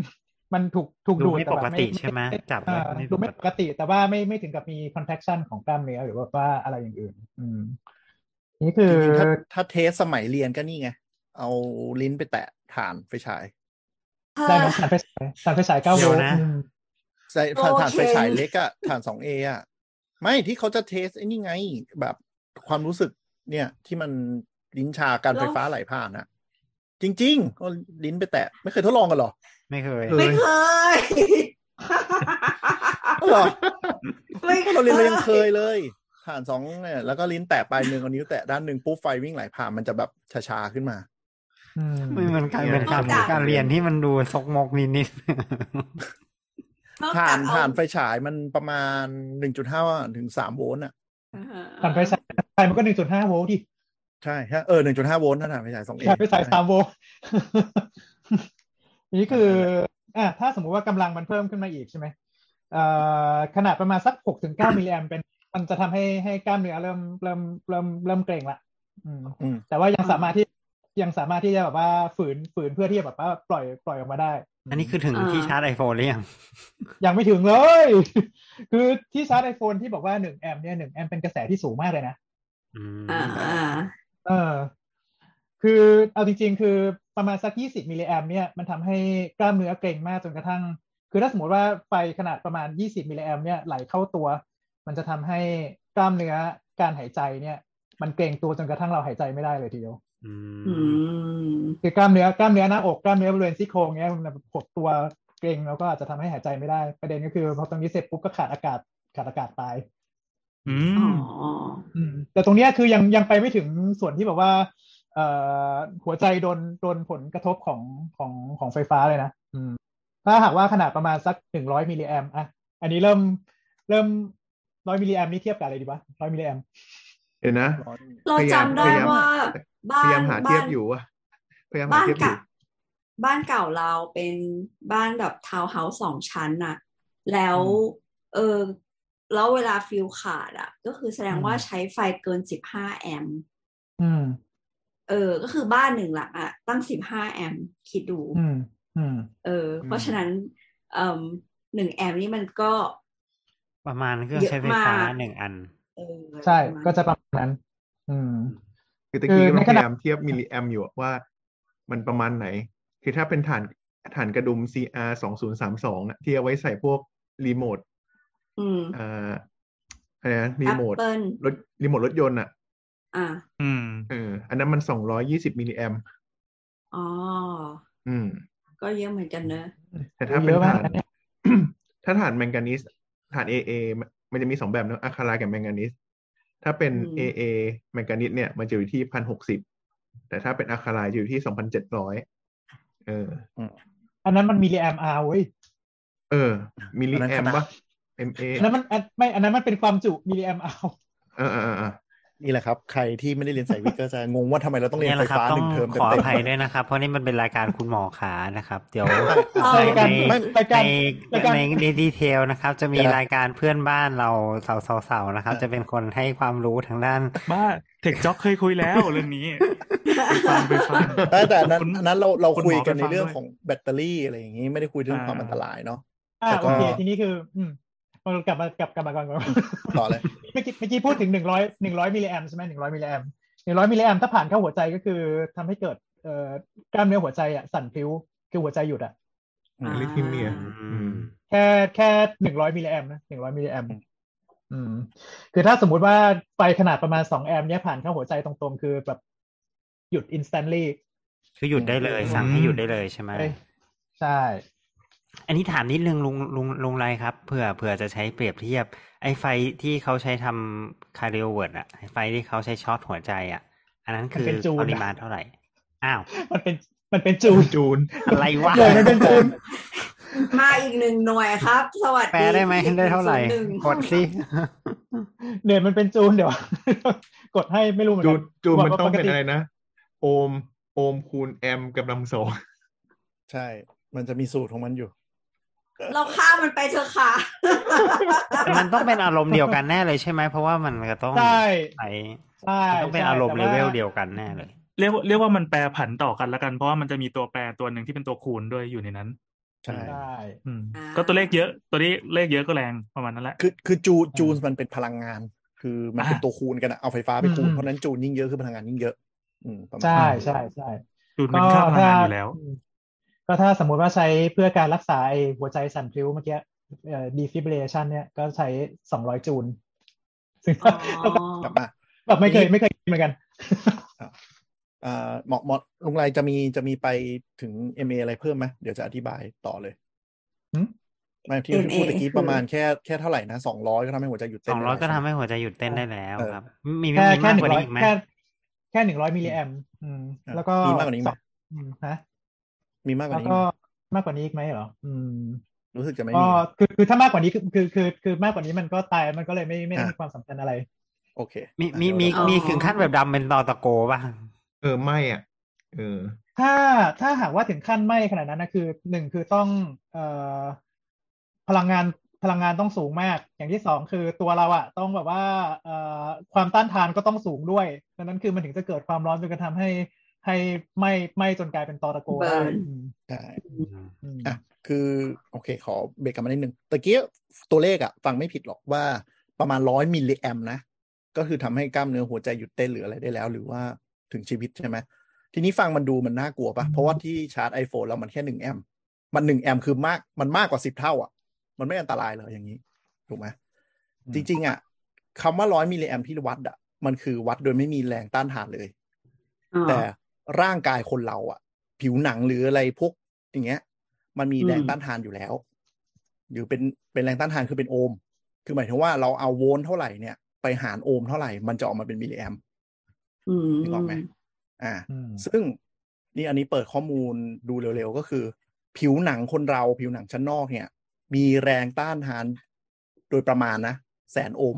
Speaker 4: มันถูกถูก
Speaker 3: ดู
Speaker 4: ดูด
Speaker 3: ไม่
Speaker 4: แต่
Speaker 3: ป
Speaker 4: แบบ
Speaker 3: กติใช่ไหมจับ
Speaker 4: เอ
Speaker 3: แล้ว
Speaker 4: อ
Speaker 3: ไม่
Speaker 4: ดู
Speaker 3: ปกติ
Speaker 4: ไม่ปกติ แต่ว่าไม่ไม่ถึงกับมี contraction ของกล้ามเนื้อหรือว่าว่าอะไรอย่างอื่น อืม นี่คื
Speaker 5: จ
Speaker 4: อ
Speaker 5: ริงๆถ้าถ้าเทสสมัยเรียนก็นี่ไง เอาลิ้นไปแตะฐานไฟฉาย
Speaker 4: ได้ไหมสารไฟฉายสารไฟฉายเก้า
Speaker 3: เดี๋
Speaker 4: โว
Speaker 3: ยว
Speaker 4: ลต์
Speaker 3: นะ
Speaker 4: อืม
Speaker 5: ใช่ฐาน
Speaker 2: โอเค
Speaker 5: ฐานไฟฉายเล็กอะฐานสองเออะไม่ที่เขาจะเทสไอ้นี่ไง แบบความรู้สึกเนี่ย ที่มันลิ้นชาการไฟฟ้าไหลผ่านอะจริงๆก็ลิ้นไปแตะ ไม่เคยทดลอง กันเหรอ
Speaker 3: ไม่เคย
Speaker 6: เออ
Speaker 2: ไม่เคย
Speaker 5: เหรอ
Speaker 2: ไม่
Speaker 5: เราเรียนเรายังเคยเลยฐานสองเนี่ยแล้วก็ลิ้นแตะปลายนึงเอานิ้วแตะด้านหนึ่งปุ๊บไฟวิ่งไหลผ่านมันจะแบบชาๆขึ้นมา
Speaker 4: อืม
Speaker 3: ไม่เหมือนกันเป็นการ
Speaker 6: นอกจาก
Speaker 3: การเรียนที่มันดูซกมกนิดนิด
Speaker 2: อกจ
Speaker 5: ฐาก น
Speaker 2: เอ
Speaker 5: ฐานไฟฉายมันประมาณหนึ่งจุดห้าถึงสามโวลต์อะ
Speaker 2: อ่าฮะ
Speaker 4: สารไฟฉายไฟมันก็หนึ่งจุดห้าโวลต์ดิ
Speaker 5: ใช่ฮะเออหนึ่งจุดห้าโวลต์ถ้าฐานไฟฉายสองเอ
Speaker 4: สารไฟฉายสามโวลต์ นี่ คืออ่ะถ้าสมมุติว่ากำลังมันเพิ่มขึ้นมาอีกใช่ไหมเอ่อขนาดประมาณสักหกถึงเก้ามิลลิแอมเป็น มันจะทำให้ให้กล้ามเนื้อเริ่มเริ่มเริ่มเริ่มเกร็งละอืม
Speaker 5: อืม
Speaker 4: แต่ว่ายังสามารถที่ยังสามารถที่จะแบบว่าฝืนฝืนเพื่อที่จะแบบว่าปล่อยปล่อยออกมาได้
Speaker 3: ๆอันนี้คือถึงที่ชาร์จไอโฟนหรือยัง
Speaker 4: ยังไม่ถึงเลย คือที่ชาร์จไอโฟนที่บอกว่าหนึ่งแอมป์เนี่ยหนึ่งแอมป์เป็นกระแสที่สูงมากเลยนะ
Speaker 3: อืม
Speaker 2: อ่าอ่า
Speaker 4: เออ คือเอาจริง ๆ คือประมาณสัก 20 มิลลิแอมเนี่ย มันทำให้กล้ามเนื้อเกร็งมากจนกระทั่ง คือถ้าสมมติว่าไฟขนาดประมาณ 20 มิลลิแอมเนี่ยไหลเข้าตัว มันจะทำให้กล้ามเนื้อการหายใจเนี่ย มันเกร็งตัวจนกระทั่งเราหายใจไม่ได้เลยทีเดียว
Speaker 3: อื
Speaker 2: อื
Speaker 3: ม
Speaker 2: ม
Speaker 4: คือกล้ามเนื้อกล้ามเนื้อหน้าอกกล้ามเนื้อบริเวณซี่โครงเนี้ยมันแบบหดตัวเกร็งแล้วก็อาจจะทำให้หายใจไม่ได้ ประเด็นก็คือพอตรงนี้เสร็จปุ๊บก็ขาดอากาศขาดอากาศตาย
Speaker 1: อื
Speaker 2: อ๋อ
Speaker 1: ม
Speaker 4: อืมแต่ตรงเนี้ยคือยังยังไปไม่ถึงส่วนที่แบบว่าเอ่อหัวใจโดนโดนผลกระทบของของของไฟฟ้าเลยนะอืมถ้าหากว่าขนาดประมาณสักหนึ่งร้อยมิลลิแอมอ่ะอันนี้เริ่มเริ่มร้อยมิลลิแอมนี่เทียบกับอะไรดีวะร้อยมิลลิแอม
Speaker 6: เห็นนะ
Speaker 2: เราจำได้
Speaker 6: พยายาม
Speaker 2: ว่าบ้า
Speaker 6: พยาน ยามหาเทียบอยู่อะพยายามหา
Speaker 2: บ้าน
Speaker 6: เทียบอ
Speaker 2: เก่า
Speaker 6: ยู่
Speaker 2: บ้านเก่าเราเป็นบ้านแบบทาวน์เฮาส์สองชั้นน่ะ แล้ว เออแล้วเวลาฟิวขาดอ่ะ ก็คือแสดงว่าใช้ไฟเกินสิบห้าแอมป์
Speaker 4: อืม
Speaker 2: เออ ก็คือบ้านหนึ่งหลังอะตั้งสิบห้าแอมป์คิดดู
Speaker 4: อืม อืม
Speaker 2: เออ เพราะฉะนั้นเอ่อหนึ่งแอมป์นี่มันก็
Speaker 3: ประมาณเครื่อง
Speaker 2: เยอะ
Speaker 3: ใช้ไฟฟ้าม
Speaker 2: าก
Speaker 3: หนึ่งอัน
Speaker 2: เออ
Speaker 4: ใช่
Speaker 2: ประมาณ
Speaker 4: ก็จะประมาณนั้น อืม
Speaker 6: คือตะกี้
Speaker 4: คือ
Speaker 6: เรา
Speaker 4: ใน
Speaker 6: พ
Speaker 4: ขณะ
Speaker 6: ยายามเทียบมิลลิแอมอยู่อะว่า มันประมาณไหน คือถ้าเป็นฐานฐานกระดุม CR สองศูนย์สามสองที่เอาไว้ใส่พวกรีโมท
Speaker 2: อืม
Speaker 6: อ่าอะไรนะรี
Speaker 2: แอป
Speaker 6: โมท
Speaker 2: เปิล
Speaker 6: รถรีโมทรถยนต์อ่ะ
Speaker 2: อ่ะ
Speaker 1: อืม
Speaker 6: เอออันนั้นมันสองร้อยี่สิบมิลลิแอม
Speaker 2: อ๋อ
Speaker 6: อืม
Speaker 2: ก็เยอะเหมือนกันเนอะ
Speaker 6: แต่ถ้าเป็น
Speaker 4: เยอะมา
Speaker 6: ฐาก น
Speaker 4: นะเนี่ย
Speaker 6: ถ้าฐานแมงกานีสฐาน AA มันมันจะมีสองแบบนะอะคารากับแมงกานีสถ้าเป็น
Speaker 2: อืม
Speaker 6: AA แมงกานีสเนี่ย มันจะอยู่ที่พันหกสิบแต่ถ้าเป็นอะคาราจะอยู่ที่สองพันเจ็ดร้อยเออ
Speaker 4: อันนั้นมันมิลลิแอมอาร์เว้ย
Speaker 6: เออ มิลลิแอ
Speaker 3: อัน
Speaker 6: ม
Speaker 3: นั้นก็ได้
Speaker 6: ปะ MA
Speaker 4: อันนั้นมันอันไม่อันนั้นมันเป็นความจุมิลลิแอมอาร์
Speaker 6: เออเออเออเออ
Speaker 5: นี่แหละครับ ใครที่ไม่ได้เรียนสายวิทย์ก็จะงงว่าทำไมเราต้องเรียน
Speaker 3: แห
Speaker 5: ไฟ
Speaker 3: ละครับ
Speaker 5: ฟ้า
Speaker 3: ต้อง
Speaker 5: หนึ่งเทอม
Speaker 3: ขอ
Speaker 5: เต็
Speaker 3: อ
Speaker 5: ม
Speaker 3: ภัยด้วยนะครับ เพราะนี่มันเป็นรายการคุณหมอขานะครับ เดี๋ยวใน
Speaker 2: รายการ
Speaker 3: ใน
Speaker 2: ไม่
Speaker 4: รายการ รายการ
Speaker 3: ในในดีเทลนะครับ จะมีรายการเพื่อนบ้านเราสาวๆๆนะครับ จะเป็นคนให้ความรู้ทางด้าน
Speaker 1: บ้าเทคจ็อกเคยคุยแล้วเรื่องนี้ ไปฟังไปฟัง
Speaker 5: ๆแต่แต่อันนั้น
Speaker 1: คุณ
Speaker 5: อันนั้นเราเรา
Speaker 1: คุณหมอ
Speaker 5: คุยกันใน
Speaker 1: ไปฟัง
Speaker 5: เรื่อง
Speaker 1: ด้วย
Speaker 5: ของแบตเตอรี่อะไรอย่างนี้ไม่ได้คุยเรื่อง
Speaker 1: อ่า
Speaker 5: ความอันตรายเนาะ
Speaker 4: อ่า
Speaker 5: แล้วก็
Speaker 4: โอเคทีนี้คือ อืมเรากลับมากลับกลับมาก่อนก่อน
Speaker 5: ต่อเลย
Speaker 4: เมื่อกี้เมื่อกี้พูดถึงหนึ่งร้อยหนึ่งร้อยมิลลิแอมใช่ไหมหนึ่งร้อยมิลลิแอมหนึ่งร้อยมิลลิแอมถ้าผ่านเข้าหัวใจก็คือทำให้เกิดเอ่อกล้ามเนื้อหัวใจอ่ะสั่นพลิ้วคือหัวใจหยุดอ่ะ
Speaker 2: อ่า
Speaker 6: ลิทิเมีย
Speaker 4: แค่แค่หนึ่งร้อยมิลลิแอมนะหนึ่งร้อยมิลลิแอมอืม คือถ้าสมมุติว่าไฟขนาดประมาณสองแอมป์เนี่ยผ่านเข้าหัวใจตรงๆ คือแบบหยุด instantly
Speaker 3: คือหยุดได้เลยสั่งให้หยุดได้เลยใช่ไหม
Speaker 4: เลยใช่
Speaker 3: อันนี้ถามนิดนึงลุงลุงลุงไรครับเผื่อเผื่อจะใช้เปรียบเทียบ ไอ้ไฟที่เขาใช้ทำคาร์ดิโอเวิร์ดอะไอ้ไฟที่เขาใช้ช็อตหัวใจอะอันนั้นคือปริมาณเท่าไหร่ อ้าว
Speaker 4: มันเป็นมันเป็นจูน
Speaker 6: จูน
Speaker 3: อะไรวะ
Speaker 4: เลยมันเป็นจูน
Speaker 2: มาอีกหนึ่งหน่วยครับ สวัสดี
Speaker 3: แปลได้ไหม
Speaker 2: พี่
Speaker 3: ได้เท่าไหร่
Speaker 2: ศูนย์นึ่ง
Speaker 3: กดสิ
Speaker 4: เดี๋ยวมันเป็นจูนเดี๋ยว กดให้ไม่รู้เหมือนกั
Speaker 6: จู
Speaker 4: น น
Speaker 6: จูนมัน
Speaker 4: บอกว่า
Speaker 6: ต้อง
Speaker 4: ป
Speaker 6: เป็
Speaker 4: ก
Speaker 6: น
Speaker 4: ติ
Speaker 6: อะไรนะ โอม โอมคูณแอมกำลังสอง
Speaker 5: ใช่ มันจะมีสูตรของมันอยู่
Speaker 2: เราข้ามมันไปเถอะค่ะ
Speaker 3: มันต้องเป็นอารมณ์เดียวกันแน่เลยใช่ไหม เพราะว่ามันก็ต้อง
Speaker 4: ใช่
Speaker 3: ใช้
Speaker 4: ใช่
Speaker 3: มันต้องเป็นอารมณ์เล
Speaker 4: แต่า
Speaker 3: เวลเดียวกันแน่เลย
Speaker 1: เรียกว่าเรียกว่ามันแปรผันต่อกันละกัน เพราะว่ามันจะมีตัวแปรตัวหนึ่งที่เป็นตัวคูณด้วยอยู่ในนั้น
Speaker 5: ใช่
Speaker 4: ใช่
Speaker 1: อืม
Speaker 2: อ่า
Speaker 1: ก็ตัวเลขเยอะ ตัวนี้เลขเยอะก็แรงประมาณนั้นแหละ
Speaker 5: คือคือจูจูนมันเป็นพลังงาน คือมันเป็น
Speaker 1: อ่า
Speaker 5: ตัวคูณกันอะเอาไฟฟ้าไปคูณ
Speaker 4: อืม
Speaker 5: เพราะฉะนั้นจูนยิ่งเยอะคือพลังงานยิ่งเยอะ อืมประมาณ
Speaker 4: ใช่
Speaker 5: นั้น
Speaker 4: ใช่ใช่
Speaker 1: จูนเป็นค่าพลังงานอยู่แล้ว
Speaker 4: ก็ถ้าสมมุติว่าใช้เพื่อการรักษาไอ้หัวใจสั่นพลิ้วเมื่อกี้เอ่อ defibrillation เนี่ยก็ใช้สองร้อยจูลซึ่ง
Speaker 2: อ๋อ
Speaker 5: กลับมา
Speaker 4: แบบไม่เคยไม่เคยเหมือนกัน
Speaker 5: เอ่อหมอหมอลุงไรจะมีจะมีไปถึง MA อะไรเพิ่มไหมเดี๋ยวจะอธิบายต่อเลย
Speaker 4: หึ
Speaker 5: ไมาที่ที่
Speaker 2: MA
Speaker 5: พูดตะกี้
Speaker 2: คือ
Speaker 5: ประมาณแค่แค่เท่าไหร่นะสองร้อยก็ทำให้หัวใจหยุด
Speaker 3: ส
Speaker 5: เต้น
Speaker 3: องร้อย
Speaker 5: ได้
Speaker 3: ก็ทำ
Speaker 5: ใช่ไม
Speaker 3: ให้หัวใจหยุดเต้นได้แล้วครับ มีมี
Speaker 4: แค่
Speaker 3: มีมาก
Speaker 4: แค่หนึ่
Speaker 3: กว่างนี้
Speaker 4: ร้อย
Speaker 3: อีกไหม
Speaker 4: แค่แค่หนึ่งร้อยมิลลิแอมอืม
Speaker 5: อ่ะ
Speaker 4: แล้วก็
Speaker 5: มีมากกว่านี้ไหม
Speaker 4: อืมฮะ
Speaker 5: มีมากกว่า
Speaker 4: แล้ว
Speaker 5: นี้
Speaker 4: ก็มากกว่านี้อีกไหมเหรออืม
Speaker 5: รู้สึกจะไม่
Speaker 4: ก็
Speaker 5: มี
Speaker 4: คือคือถ้ามากกว่านี้คือคือคือคือมากกว่านี้มันก็ตายมันก็เลยไม่ไม่ได้มีความสำคัญอะไร
Speaker 5: โอเค
Speaker 3: มีมีมี
Speaker 5: อ่ะ
Speaker 3: มีถึงขั้นแบบดำเป็นตอตะโกป่ะ
Speaker 6: เออ ไม่อ่ะ เออ
Speaker 4: ถ้าถ้าหากว่าถึงขั้นไหม้ขนาดนั้นนะคือหนึ่งคือต้องเอ่อพลังงานพลังงานต้องสูงมาก อย่างที่สองคือตัวเราอะต้องแบบว่าเอ่อความต้านทานก็ต้องสูงด้วยดังนั้นคือมันถึงจะเกิดความร้อนจนกระทำให้ให้ไหม้ไหม้จนกลายเป็นตอตะโกได้
Speaker 2: Burn
Speaker 4: อืม
Speaker 5: ใช่
Speaker 4: อืม
Speaker 5: อ่ะคือโอเค ขอเบรกกลันมานิดนึงตะกี้ตัวเลขอะฟังไม่ผิดหรอกว่าประมาณร้อยมิลลิแอมนะ ก็คือทำให้กล้ามเนื้อหัวใจหยุดเต้นหรืออะไรได้แล้ว หรือว่าถึงชีวิตใช่ไหมทีนี้ฟังมันดูมันน่ากลัวปะเพราะว่าที่ชาร์จ iPhone เรามันแค่หนึ่งแอมป์มันหนึ่งแอมป์คือมากมันมากกว่าสิบเท่าอ่ะ มันไม่อันตรายเลยอย่างนี้ ถูกไหม
Speaker 3: อืม
Speaker 5: จริง ๆ อ่ะคำว่าร้อยมิลลิแอมป์ที่วัดอ่ะมันคือวัดโดยไม่มีแรงต้านทานเลย
Speaker 2: อ๋อ
Speaker 5: แต่ร่างกายคนเราอ่ะ ผิวหนังหรืออะไรพวกอย่างเงี้ย มันมี
Speaker 2: อืม
Speaker 5: แรงต้านทานอยู่แล้ว หรือเป็นเป็นแรงต้านทานคือเป็นโอห์มคือหมายถึงว่าเราเอาโวลต์เท่าไหร่เนี่ย ไปหารโอห์มเท่าไหร่มันจะออกมาเป็นมิลลิแอมป์
Speaker 2: อืม
Speaker 5: นึกออกไหมอ่า
Speaker 4: อืม
Speaker 5: ซึ่งนี่อันนี้เปิดข้อมูลดูเร็วๆ ก็คือ ผิวหนังคนเราผิวหนังชั้นนอกเนี่ย มีแรงต้านทานโดยประมาณนะ แสนโอห์ม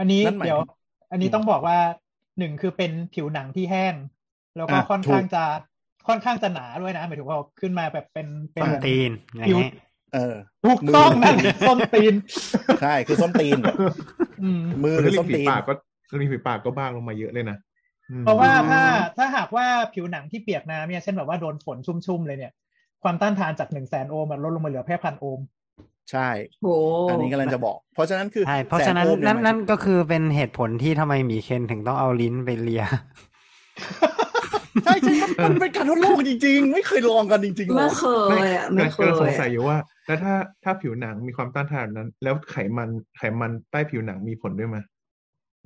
Speaker 4: อันนี้
Speaker 5: นั่นหมาย
Speaker 4: เดี๋ยว
Speaker 5: ถึง
Speaker 4: อันนี้ต้องบอกว่าหนึ่งคือเป็นผิวหนังที่แห้ง แล้วก็
Speaker 5: อ่ะ
Speaker 4: ค่อนข้าง
Speaker 5: ถูก
Speaker 4: จะค่อนข้างจะหนาด้วยนะหมายถึงว่าขึ้นมาแบบเป็นเป็น
Speaker 3: ต้นตีนไง
Speaker 4: ผิว
Speaker 3: ฮะ
Speaker 5: เออ
Speaker 4: ถูกต้องนั่น
Speaker 5: มือ
Speaker 4: ส้นตีน
Speaker 5: ใช่ คือส้นตีน
Speaker 4: อืม
Speaker 5: มือหรือ
Speaker 6: ริ
Speaker 5: ส้น
Speaker 6: มฝี
Speaker 5: ตีน
Speaker 6: ปากก็ริมฝีปากก็บ้างลงมาเยอะเลยนะอืม
Speaker 4: เพราะว่าถ้าถ้าหากว่าผิวหนังที่เปียกน้ำเนี่ยเช่นแบบว่าโดนฝนชุ่มๆเลยเนี่ย ความต้านทานจากหนึ่งแสนโอห์มอะลดลงมาเหลือแค่พันโอห์ม
Speaker 5: ใช่
Speaker 2: โห
Speaker 5: อันนี้กำลังจะบอก เพราะฉะนั้นคือ
Speaker 3: ใช่เพราะฉะนั้น
Speaker 5: แสงโอบเย
Speaker 3: นั่น
Speaker 5: มั
Speaker 3: นั่นก็คือเป็นเหตุผลที่ทำไมหมีเคนถึงต้องเอาลิ้นไปเลีย
Speaker 5: ใช่ใช่ครับมันเป็นการทดลองจริง ๆ ไม่เคยลองกันจริงๆหร
Speaker 2: ไม่
Speaker 5: อก
Speaker 2: เคยอ่ะ
Speaker 6: ไม่
Speaker 2: ไม่
Speaker 6: เค
Speaker 2: เค
Speaker 6: ย
Speaker 2: ย
Speaker 6: สงสัยอยู่ว่า แล้วถ้าถ้าผิวหนังมีความต้านทานแบบนั้น แล้วไขมันไขมันใต้ผิวหนังมีผลด้วยไหม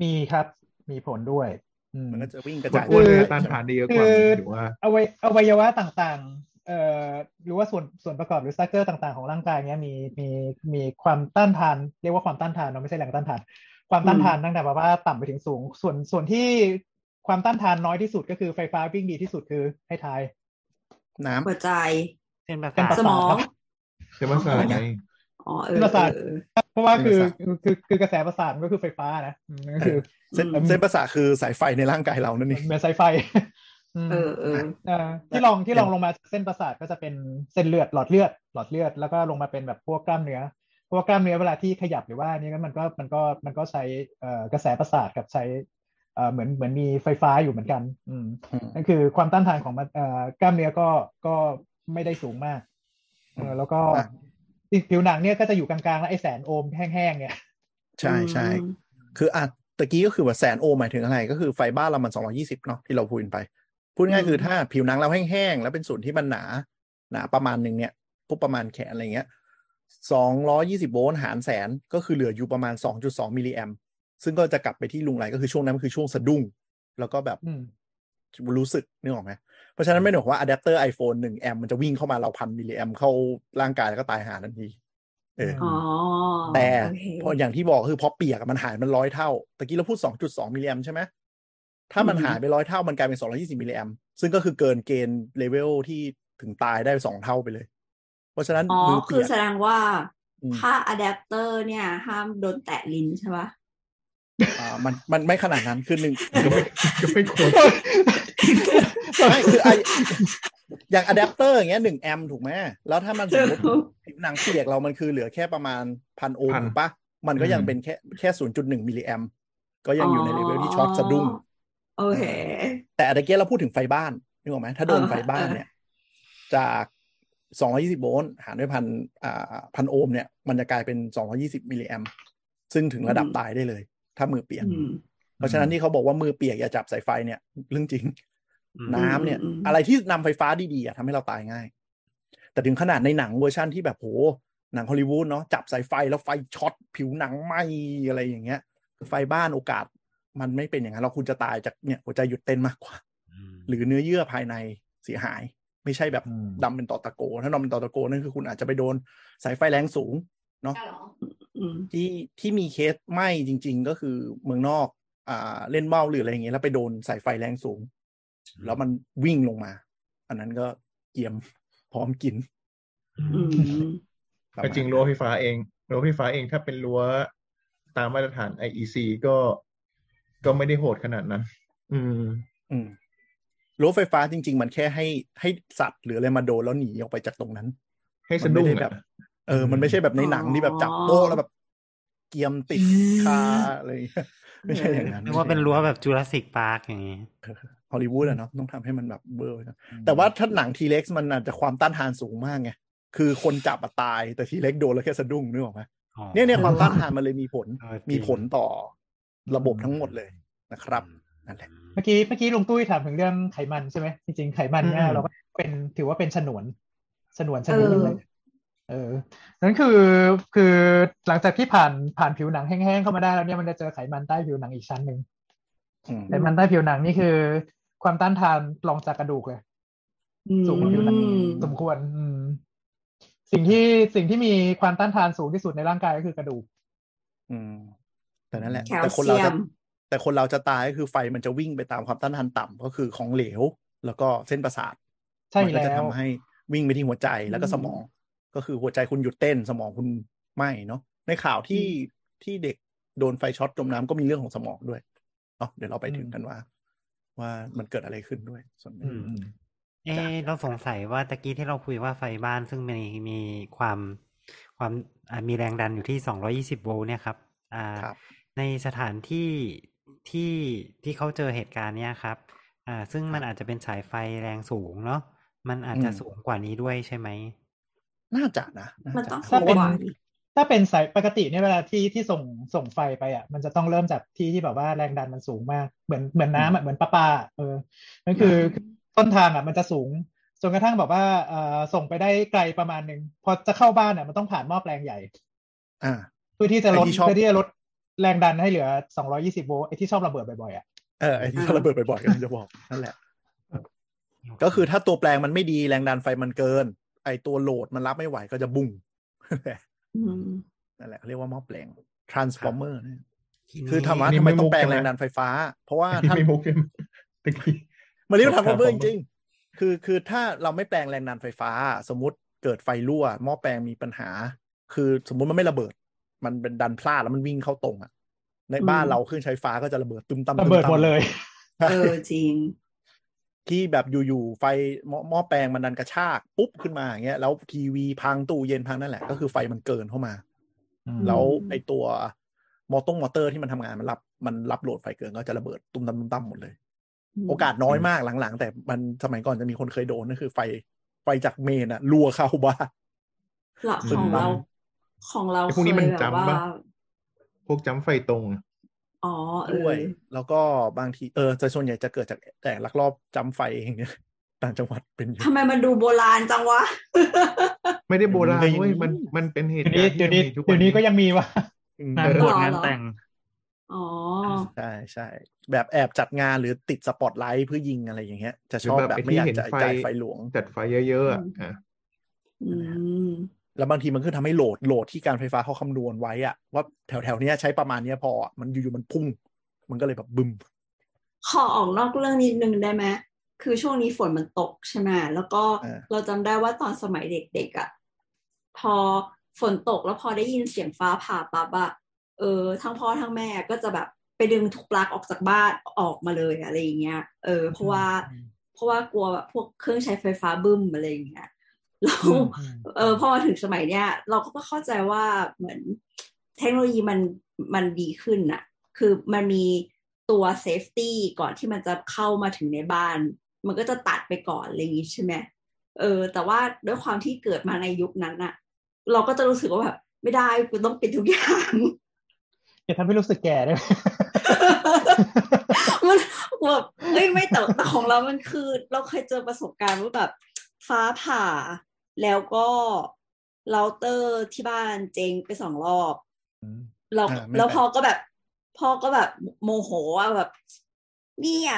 Speaker 4: มีครับ มีผลด้วยอืม
Speaker 5: มันก็จะวิ่งกระ
Speaker 6: คน
Speaker 5: จาย
Speaker 6: อ้วน
Speaker 4: คื
Speaker 6: เล
Speaker 4: อ
Speaker 6: ยต้านทานได้เยอะกว่าไหมหรือว่า
Speaker 4: อวัยอวัยวะต่างๆ เอ่อ หรือว่าส่วนส่วนประกอบหรือสตรัคเจอร์ต่างๆของร่างกายเนี้ยมีมีมีความต้านทาน เรียกว่าความต้านทานเนาะไม่ใช่แรงต้านทาน ความต้านทานตั้งแต่แบบว่าต่ำไปถึงสูง ส่วนส่วนที่ความต้านทานน้อยที่สุดก็คือไฟฟ้าวิ่งดีที่สุดคือให้ทาย
Speaker 5: น้ำ
Speaker 2: หัวใจ
Speaker 3: เส้นประ
Speaker 4: เส้น
Speaker 3: สาท
Speaker 4: ประ
Speaker 2: ส
Speaker 4: สาท
Speaker 2: มอง
Speaker 6: จะมาสายไง
Speaker 2: อ๋อเออ
Speaker 4: ประสาท
Speaker 2: เออ
Speaker 4: เพราะว่าคือ
Speaker 5: เส้นประสาท
Speaker 4: คือคือคือกระแสประสาทมันก็คือไฟฟ้านะอืมก็คือ
Speaker 5: เส้นเส้นประสาทคือสายไฟในร่างกายเรานั่นเอง
Speaker 4: เหมือนสายไฟ ม
Speaker 2: เออเออ
Speaker 4: เอ่อที่ลองที่ลองลงมาเส้นประสาทก็จะเป็นเส้นเลือดหลอดเลือดหลอดเลือดแล้วก็ลงมาเป็นแบบพวกกล้ามเนื้อเพราะวากกล้ามเนื้อเวลาที่ขยับหรือว่านี่ก็มันก็มันก็มันก็ใช้เอ่อกระแสประสาทกับใช้เอ่อเหมือนเหมือนมีไฟฟ้าอยู่เหมือนกัน อืมนั่นคือความต้านทานของมันเอ่อกล้ามเนื้อก็ก็ไม่ได้สูงมากเออแล้วก็ผิวหนังเนี่ยก็จะอยู่กลางๆแล้วไอ้แสนโอห์มแห้งๆเนี่ย
Speaker 5: ใช่ใช่คืออ่ะตะกี้ก็คือว่าแสนโอหมายถึงอะไร ก็คือไฟบ้านเรามัน 220 เนาะที่เราพูดไป พูดง่าย
Speaker 2: อืม
Speaker 5: คือถ้าผิวหนังเราแห้งๆ แล้วเป็นส่วนที่มันหนา หนาประมาณหนึ่งเนี่ยพวกประมาณแขนอะไรเงี้ย 220 โวลต์หารแสนก็คือเหลืออยู่ประมาณ 2.2 มิลลิแอมซึ่งก็จะกลับไปที่ลุงไรก็คือช่วงนั้นมันคือช่วงสะดุ้ง แล้วก็แบบ
Speaker 4: อืม
Speaker 5: รู้สึกนึกออกไหมเพราะฉะนั้นไม่ได้บอกว่าอะแดปเตอร์ iPhone 1แอมมันจะวิ่งเข้ามาเราพันมิลลิแอมเข้าร่างกายแล้วก็ตายหาทันที เออ
Speaker 2: อ๋อ
Speaker 5: แต่
Speaker 2: โอเค
Speaker 5: พออย่างที่บอกคือพอเปียกอะมันหายมันร้อยเท่าตะกี้เราพูด 2.2 มิลลิแอมใช่ไหมถ้ามัน
Speaker 2: อืม
Speaker 5: หายไปร้อยเท่ามันกลายเป็น 220 มิลลิแอมซึ่งก็คือเกินเกณฑ์เลเวลที่ถึงตายได้สองเท่าไปเลย เพราะฉะนั้น
Speaker 2: อ๋อ
Speaker 5: มือ
Speaker 2: คื
Speaker 5: เปี
Speaker 2: อย
Speaker 5: ก
Speaker 2: แสดงว่า
Speaker 5: อืม
Speaker 2: ถ้าอะแดปเตอร์เนี่ย ห้ามโดนแตะลิ้นใช่ปะ
Speaker 5: อ่ามันมันไม่ขนาดนั้นคือหนึ่ง
Speaker 6: ก็ไม่ก็ไม่ควร
Speaker 5: ไม่คือไออย่างอะแดปเตอร์อย่างเงี้ยหนึ่งแอมถูกไหมแล้วถ้ามันสมมติ ผิวหนังเปียกเรามันคือเหลือแค่ประมาณพันโอห์ม
Speaker 6: พัน
Speaker 5: ปะมันก็ยัง
Speaker 6: อืม
Speaker 5: เป็นแค่แค่ศูนย์จุดหนึ่งมิลลิแอมก็ยังอยู่ในเลเวลที่ช็อตสะดุ้ง
Speaker 2: โอเค
Speaker 5: แต่ตะเกียเราพูดถึงไฟบ้านนึกออกไหมถ้าโดน
Speaker 2: เออ
Speaker 5: ไฟบ้าน
Speaker 2: เออ
Speaker 5: เนี่ย จาก 220 โวลต์หารด้วยพันอ่าพันโอห์มเนี่ย มันจะกลายเป็น 220 มิลลิแอมซึ่งถึงระดับตายได้เลย ถ้ามือเปียก
Speaker 2: อืม
Speaker 5: เพราะฉะนั้นที่เขาบอกว่ามือเปียกอย่าจับสายไฟเนี่ย เรื่องจริง
Speaker 3: อืม
Speaker 5: น้ำเนี่ย
Speaker 2: อืมอืม
Speaker 5: อะไรที่นำไฟฟ้าดีๆอะทำให้เราตายง่าย แต่ถึงขนาดในหนังเวอร์ชั่นที่แบบโหหนังฮอลลีวูดเนาะจับสายไฟแล้วไฟช็อตผิวหนังไหมอะไรอย่างเงี้ย ไฟบ้านโอกาส มันไม่เป็นอย่างนั้นเราคุณจะตายจากเนี่ยหัวใจหยุดเต้นมากกว่า หรือเนื้อเยื่อภายในเสียหาย ไม่ใช่แบบ
Speaker 4: อืม
Speaker 5: ดำเป็นตอตะโก ถ้าดำเป็นตอตะโกนั่นคือคุณอาจจะไปโดนสายไฟแรงสูง
Speaker 2: อืม
Speaker 5: ที่ที่มีเคสไหมจริง ๆ ก็คือเมืองนอก อ่าเล่นเมาหรืออะไรอย่างเงี้ยแล้วไปโดนสายไฟแรงสูง แล้วมันวิ่งลงมา อันนั้นก็เกรียมพร้อมกิน
Speaker 2: อืม
Speaker 5: ปะมาณ
Speaker 6: แต่จริงรั้วไฟฟ้าเองรั้วไฟฟ้าเองถ้าเป็นรั้วตามมาตรฐาน IEC ก็ก็ไม่ได้โหดขนาดนั้น อืม
Speaker 5: อืมรั้วไฟฟ้าจริง ๆ มันแค่ให้ให้สัตว์หรืออะไรมาโดนแล้วหนีออกไปจากตรงนั้น
Speaker 6: ให้สะดุ้ง
Speaker 5: มันไม่ได้แบ
Speaker 6: อะ
Speaker 5: บ เออ มันไม่ใช่แบบในหนังที่แบบจับโป๊ะแล้วแบบเกรียมติดคาอะไรอย่างเงี้ยไม่ใช่อย่างนั้น
Speaker 3: นึกว่าเป็นรั้วแบบจูราสสิกพาร์คอย่างนี้
Speaker 5: ฮอลลีวูดอะเนาะต้องทำให้มันแบบเบอร์ไว้ก่อนแต่ว่าถ้าหนังทีเล็กมันอาจจะความต้านทานสูงมากไง คือคนจับอะตาย แต่ทีเล็กโดนแล้วแค่สะดุ้งนึกออกไหม
Speaker 3: อ๋อ
Speaker 5: เนี่ยเนี่ยความ
Speaker 2: เออ
Speaker 5: ต้านทานมันเลยมีผล
Speaker 3: เออจริง
Speaker 5: มีผลต่อระบบทั้งหมดเลยนะครับ นั่นแหละ
Speaker 4: เมื่อกี้เมื่อกี้ลุงตุ้ยถามถึงเรื่องไขมันใช่ไหมจริงๆไขมันเนี่ย
Speaker 6: อืม
Speaker 4: เราก็เป็นถือว่าเป็นฉนวนฉนวนชนิดหนึงเล
Speaker 2: เอ
Speaker 4: ย
Speaker 2: อ
Speaker 4: เออนั่นคือคือหลังจากที่ผ่านผ่านผิวหนังแห้งๆเข้ามาได้แล้วเนี่ยมันจะเจอไขมันใต้ผิวหนังอีกชั้นหนึ่ง
Speaker 5: อืม
Speaker 4: ไขมันใต้ผิวหนังนี่คือ ความต้านทานรองจากกระดูกเลย
Speaker 2: อืม
Speaker 4: สูงกว่าผิวหนังสมควรอืมสิ่งที่สิ่งที่มีความต้านทานสูงที่สุดในร่างกายก็คือกระดูก
Speaker 5: อืมแต่นั่นแหละ
Speaker 2: แคล
Speaker 5: แต่คน
Speaker 2: เซี
Speaker 5: เรา
Speaker 2: ย
Speaker 5: จะ
Speaker 2: ม
Speaker 5: แต่คนเราจะตายก็คือไฟมันจะวิ่งไปตามความต้านทานต่ำก็คือของเหลว แล้วก็เส้นประสาท
Speaker 4: ใช่
Speaker 5: มัก็
Speaker 4: แล้
Speaker 5: จะทำ
Speaker 4: ว
Speaker 5: ให้วิ่งไปที่หัวใจแล้วก็สมอง ก็คือหัวใจคุณหยุดเต้นสมองคุณไม่เนาะในข่าวที่ที่เด็กโดนไฟช็อตจมน้ำก็มีเรื่องของสมองด้วยเนาะเดี๋ยวเราไปถึงกันว่า ว่ามันเกิดอะไรขึ้นด้วยส่วนหนึ่ง
Speaker 3: อืม เอ๊ะเราสงสัยว่าตะกี้ที่เราคุยว่าไฟบ้านซึ่งมีมีความความอ่ามีแรงดันอยู่ที่ 220 โวลต์เนี่ยครับอ่า
Speaker 5: ครับ
Speaker 3: ในสถานที่ที่ที่เขาเจอเหตุการณ์เนี่ยครับอ่าซึ่งมันอาจจะเป็นสายไฟแรงสูงเนาะมันอาจจะสูงกว่านี้ด้วยใช่ไหม
Speaker 5: น่าจะนะาจะ
Speaker 2: มันต้อง
Speaker 4: ถ้า
Speaker 2: สูง
Speaker 4: เป็น
Speaker 2: กว่า
Speaker 4: ถ้าเป็นสายปกติเนี่ยเวลาที่ที่ส่งส่งไฟไปอ่ะ มันจะต้องเริ่มจากที่ที่แบบว่าแรงดันมันสูงมากเหมือนเหมือนน้ำอ่ะเหมือนปลาปลาอะเออนั่นคือคือต้นทางอ่ะ มันจะสูงจนกระทั่งแบบว่าเอ่อส่งไปได้ไกลประมาณหนึ่งพอจะเข้าบ้านอ่ะมันต้องผ่านหม้อแปลงใหญ่
Speaker 5: อ่า
Speaker 4: เพื่อที่จะลด
Speaker 5: ไอ้ที่ชอบ
Speaker 4: เพื่อที่จะลดแรงดันให้เหลือ 220 โวลต์ไอ้ที่ชอบระเบิดบ่อยๆอ่ะ
Speaker 5: เออไอ้ที่เขาระเบิดบ่อยๆกันจะบอกนั่นแหละ ก็คือถ้าตัวแปลงมันไม่ดีแรงดันไฟมันเกิน ไอตัวโหลดมันรับไม่ไหวก็จะบุ้ง
Speaker 2: อืม
Speaker 5: นั่นแหละเรียกว่าหม้อแปลง transformer เนี่ย
Speaker 3: ทีนี้
Speaker 5: คือธรรมะ
Speaker 6: นี่
Speaker 5: ทำไม
Speaker 6: ไม่
Speaker 5: ต้อ
Speaker 6: มุ
Speaker 5: ง
Speaker 6: ก
Speaker 5: แปลง
Speaker 6: ใช่ไหม
Speaker 5: แรงดันไฟฟ้า เพราะว่า
Speaker 6: ที่
Speaker 5: ท่าน
Speaker 6: ไม่มุกใช่ไหมตะกี้
Speaker 5: มันเรียกว่าทำ cover
Speaker 6: Transformer
Speaker 5: จริงๆ คือคือถ้าเราไม่แปลงแรงดันไฟฟ้า สมมติเกิดไฟรั่วหม้อแปลงมีปัญหา คือสมมติมันไม่ระเบิด มันเป็นดันพลาดแล้วมันวิ่งเข้าตรงอะในบ้านเราเครื่องใช้ฟ้าก็จะระเบิดตึมตำตึมตำ
Speaker 4: ระเบิดหมดเลย
Speaker 5: ใช่
Speaker 2: เออจริง
Speaker 5: ที่แบบอยู่ๆไฟหม้อหม้อแปลงมันดันกระชากปุ๊บขึ้นมาอย่างเงี้ยแล้วทีวีพังตู้เย็นพังนั่นแหละ ก็คือไฟมันเกินเข้ามา แล้วไอตัวมอตงมอเตอร์ที่มันทำงานมันรับมันรับโหลดไฟเกินก็จะระเบิดตุ้มตั้มตุ้มตั้มหมดเลย โอกาสน้อยมากหลังๆ แต่มันสมัยก่อนจะมีคนเคยโดนนั่นคือไฟไฟจากเมนอะรัวเข้าบ้าน
Speaker 2: หลักของเราของเรา
Speaker 6: ไอ้
Speaker 2: เค
Speaker 6: พ
Speaker 2: ว
Speaker 6: กนี้
Speaker 2: ย
Speaker 6: มัน
Speaker 2: แบบ
Speaker 6: จำ
Speaker 2: ว่า
Speaker 6: ปะ พวกจำไฟตรงอะ
Speaker 2: อ๋อเอ
Speaker 5: ด้วย
Speaker 2: อ
Speaker 5: แล้วก็บางทีเออแต่ส่วนใหญ่จะเกิดจากแต่ลักลอบจำไฟเองเนี่ยต่างจังหวัดเป็นเยอะ
Speaker 2: ทำไมมันดูโบราณจังวะ
Speaker 6: ไม่ได้โบราณ
Speaker 5: ไม่
Speaker 6: เว้ยมันมันเป็นเหตุ
Speaker 4: เดี๋ยว
Speaker 6: กา
Speaker 4: นี้
Speaker 6: รณ์
Speaker 4: เดี๋ยวนี้
Speaker 6: ที่มีทุกวั
Speaker 4: เดี๋ยวนี้ก็ยังมีว่ะ
Speaker 5: อืม
Speaker 1: งาน
Speaker 5: เออบ
Speaker 1: วช
Speaker 2: หรอ
Speaker 1: งานแต่ง
Speaker 2: อ๋อ
Speaker 5: ใช่ใช่แบบแอบจัดงานหรือติดสปอตไลท์เพื่อยิงอะไรอย่างเงี้ย จะ
Speaker 6: ห
Speaker 5: ช
Speaker 6: รือ
Speaker 5: อบ
Speaker 6: แบบ
Speaker 5: แบบ
Speaker 6: ไอ้
Speaker 5: ไม่
Speaker 6: ที่
Speaker 5: อยาก
Speaker 6: เห็น
Speaker 5: จะ
Speaker 6: ไฟ
Speaker 5: จ่ายไฟหลวง
Speaker 6: จัดไฟเยอะๆอะอ่ะ
Speaker 2: อืม
Speaker 5: แล้วบางทีมันคือทำให้โหลดโหลดที่การไฟฟ้าเขาคำนวณไว้อะว่าแถวแถวๆเนี้ยใช้ประมาณเนี้ยพออะมันอยู่ๆมันพุ่ง มันก็เลยแบบบึม
Speaker 2: ขอออกนอกเรื่องนิดนึงได้ไหมคือช่วงนี้ฝนมันตกใช่ไหมแล้วก็
Speaker 5: เออ
Speaker 2: เราจำได้ว่าตอนสมัยเด็กๆอะ่ะ พอฝนตกแล้วพอได้ยินเสียงฟ้าผ่าปั๊บอะเออ ทั้งพ่อทั้งแม่ก็จะแบบไปดึงทุกปลั๊กออกจากบ้านออกมาเลยอะไรอย่างเงี้ย เออ เพราะว่า เพราะว่ากลัวแบบพวกเครื่องใช้ไฟฟ้าบึ้มอะไรอย่างเงี้ยแล้ว เออพอมาถึงสมัยเนี้ยเราก็เข้าใจว่าเหมือนเทคโนโลยีมันมันดีขึ้นน่ะ คือมันมีตัวเซฟตี้ก่อนที่มันจะเข้ามาถึงในบ้าน มันก็จะตัดไปก่อนอะไรอย่างงี้ใช่ไหมเออ แต่ว่าด้วยความที่เกิดมาในยุคนั้นน่ะ เราก็จะรู้สึกว่าแบบไม่ได้กูต้องปิดทุกอย่าง
Speaker 4: อย่าทำให้รู้สึกแก่ได้ไหม
Speaker 2: มันแบบเอ้ยไม่แต่แต่ของเรา มันคือ เราเคยเจอประสบการณ์ว่าแบบฟ้าผ่า แล้วก็เราเตอร์ที่บ้านเจ๊งไปสองรอบ เรา
Speaker 5: อ่าไม่
Speaker 2: แล้ว
Speaker 5: แปลก
Speaker 2: พ่อก็แบบ พ่อก็แบบโมโหว่าแบบ เนี่ย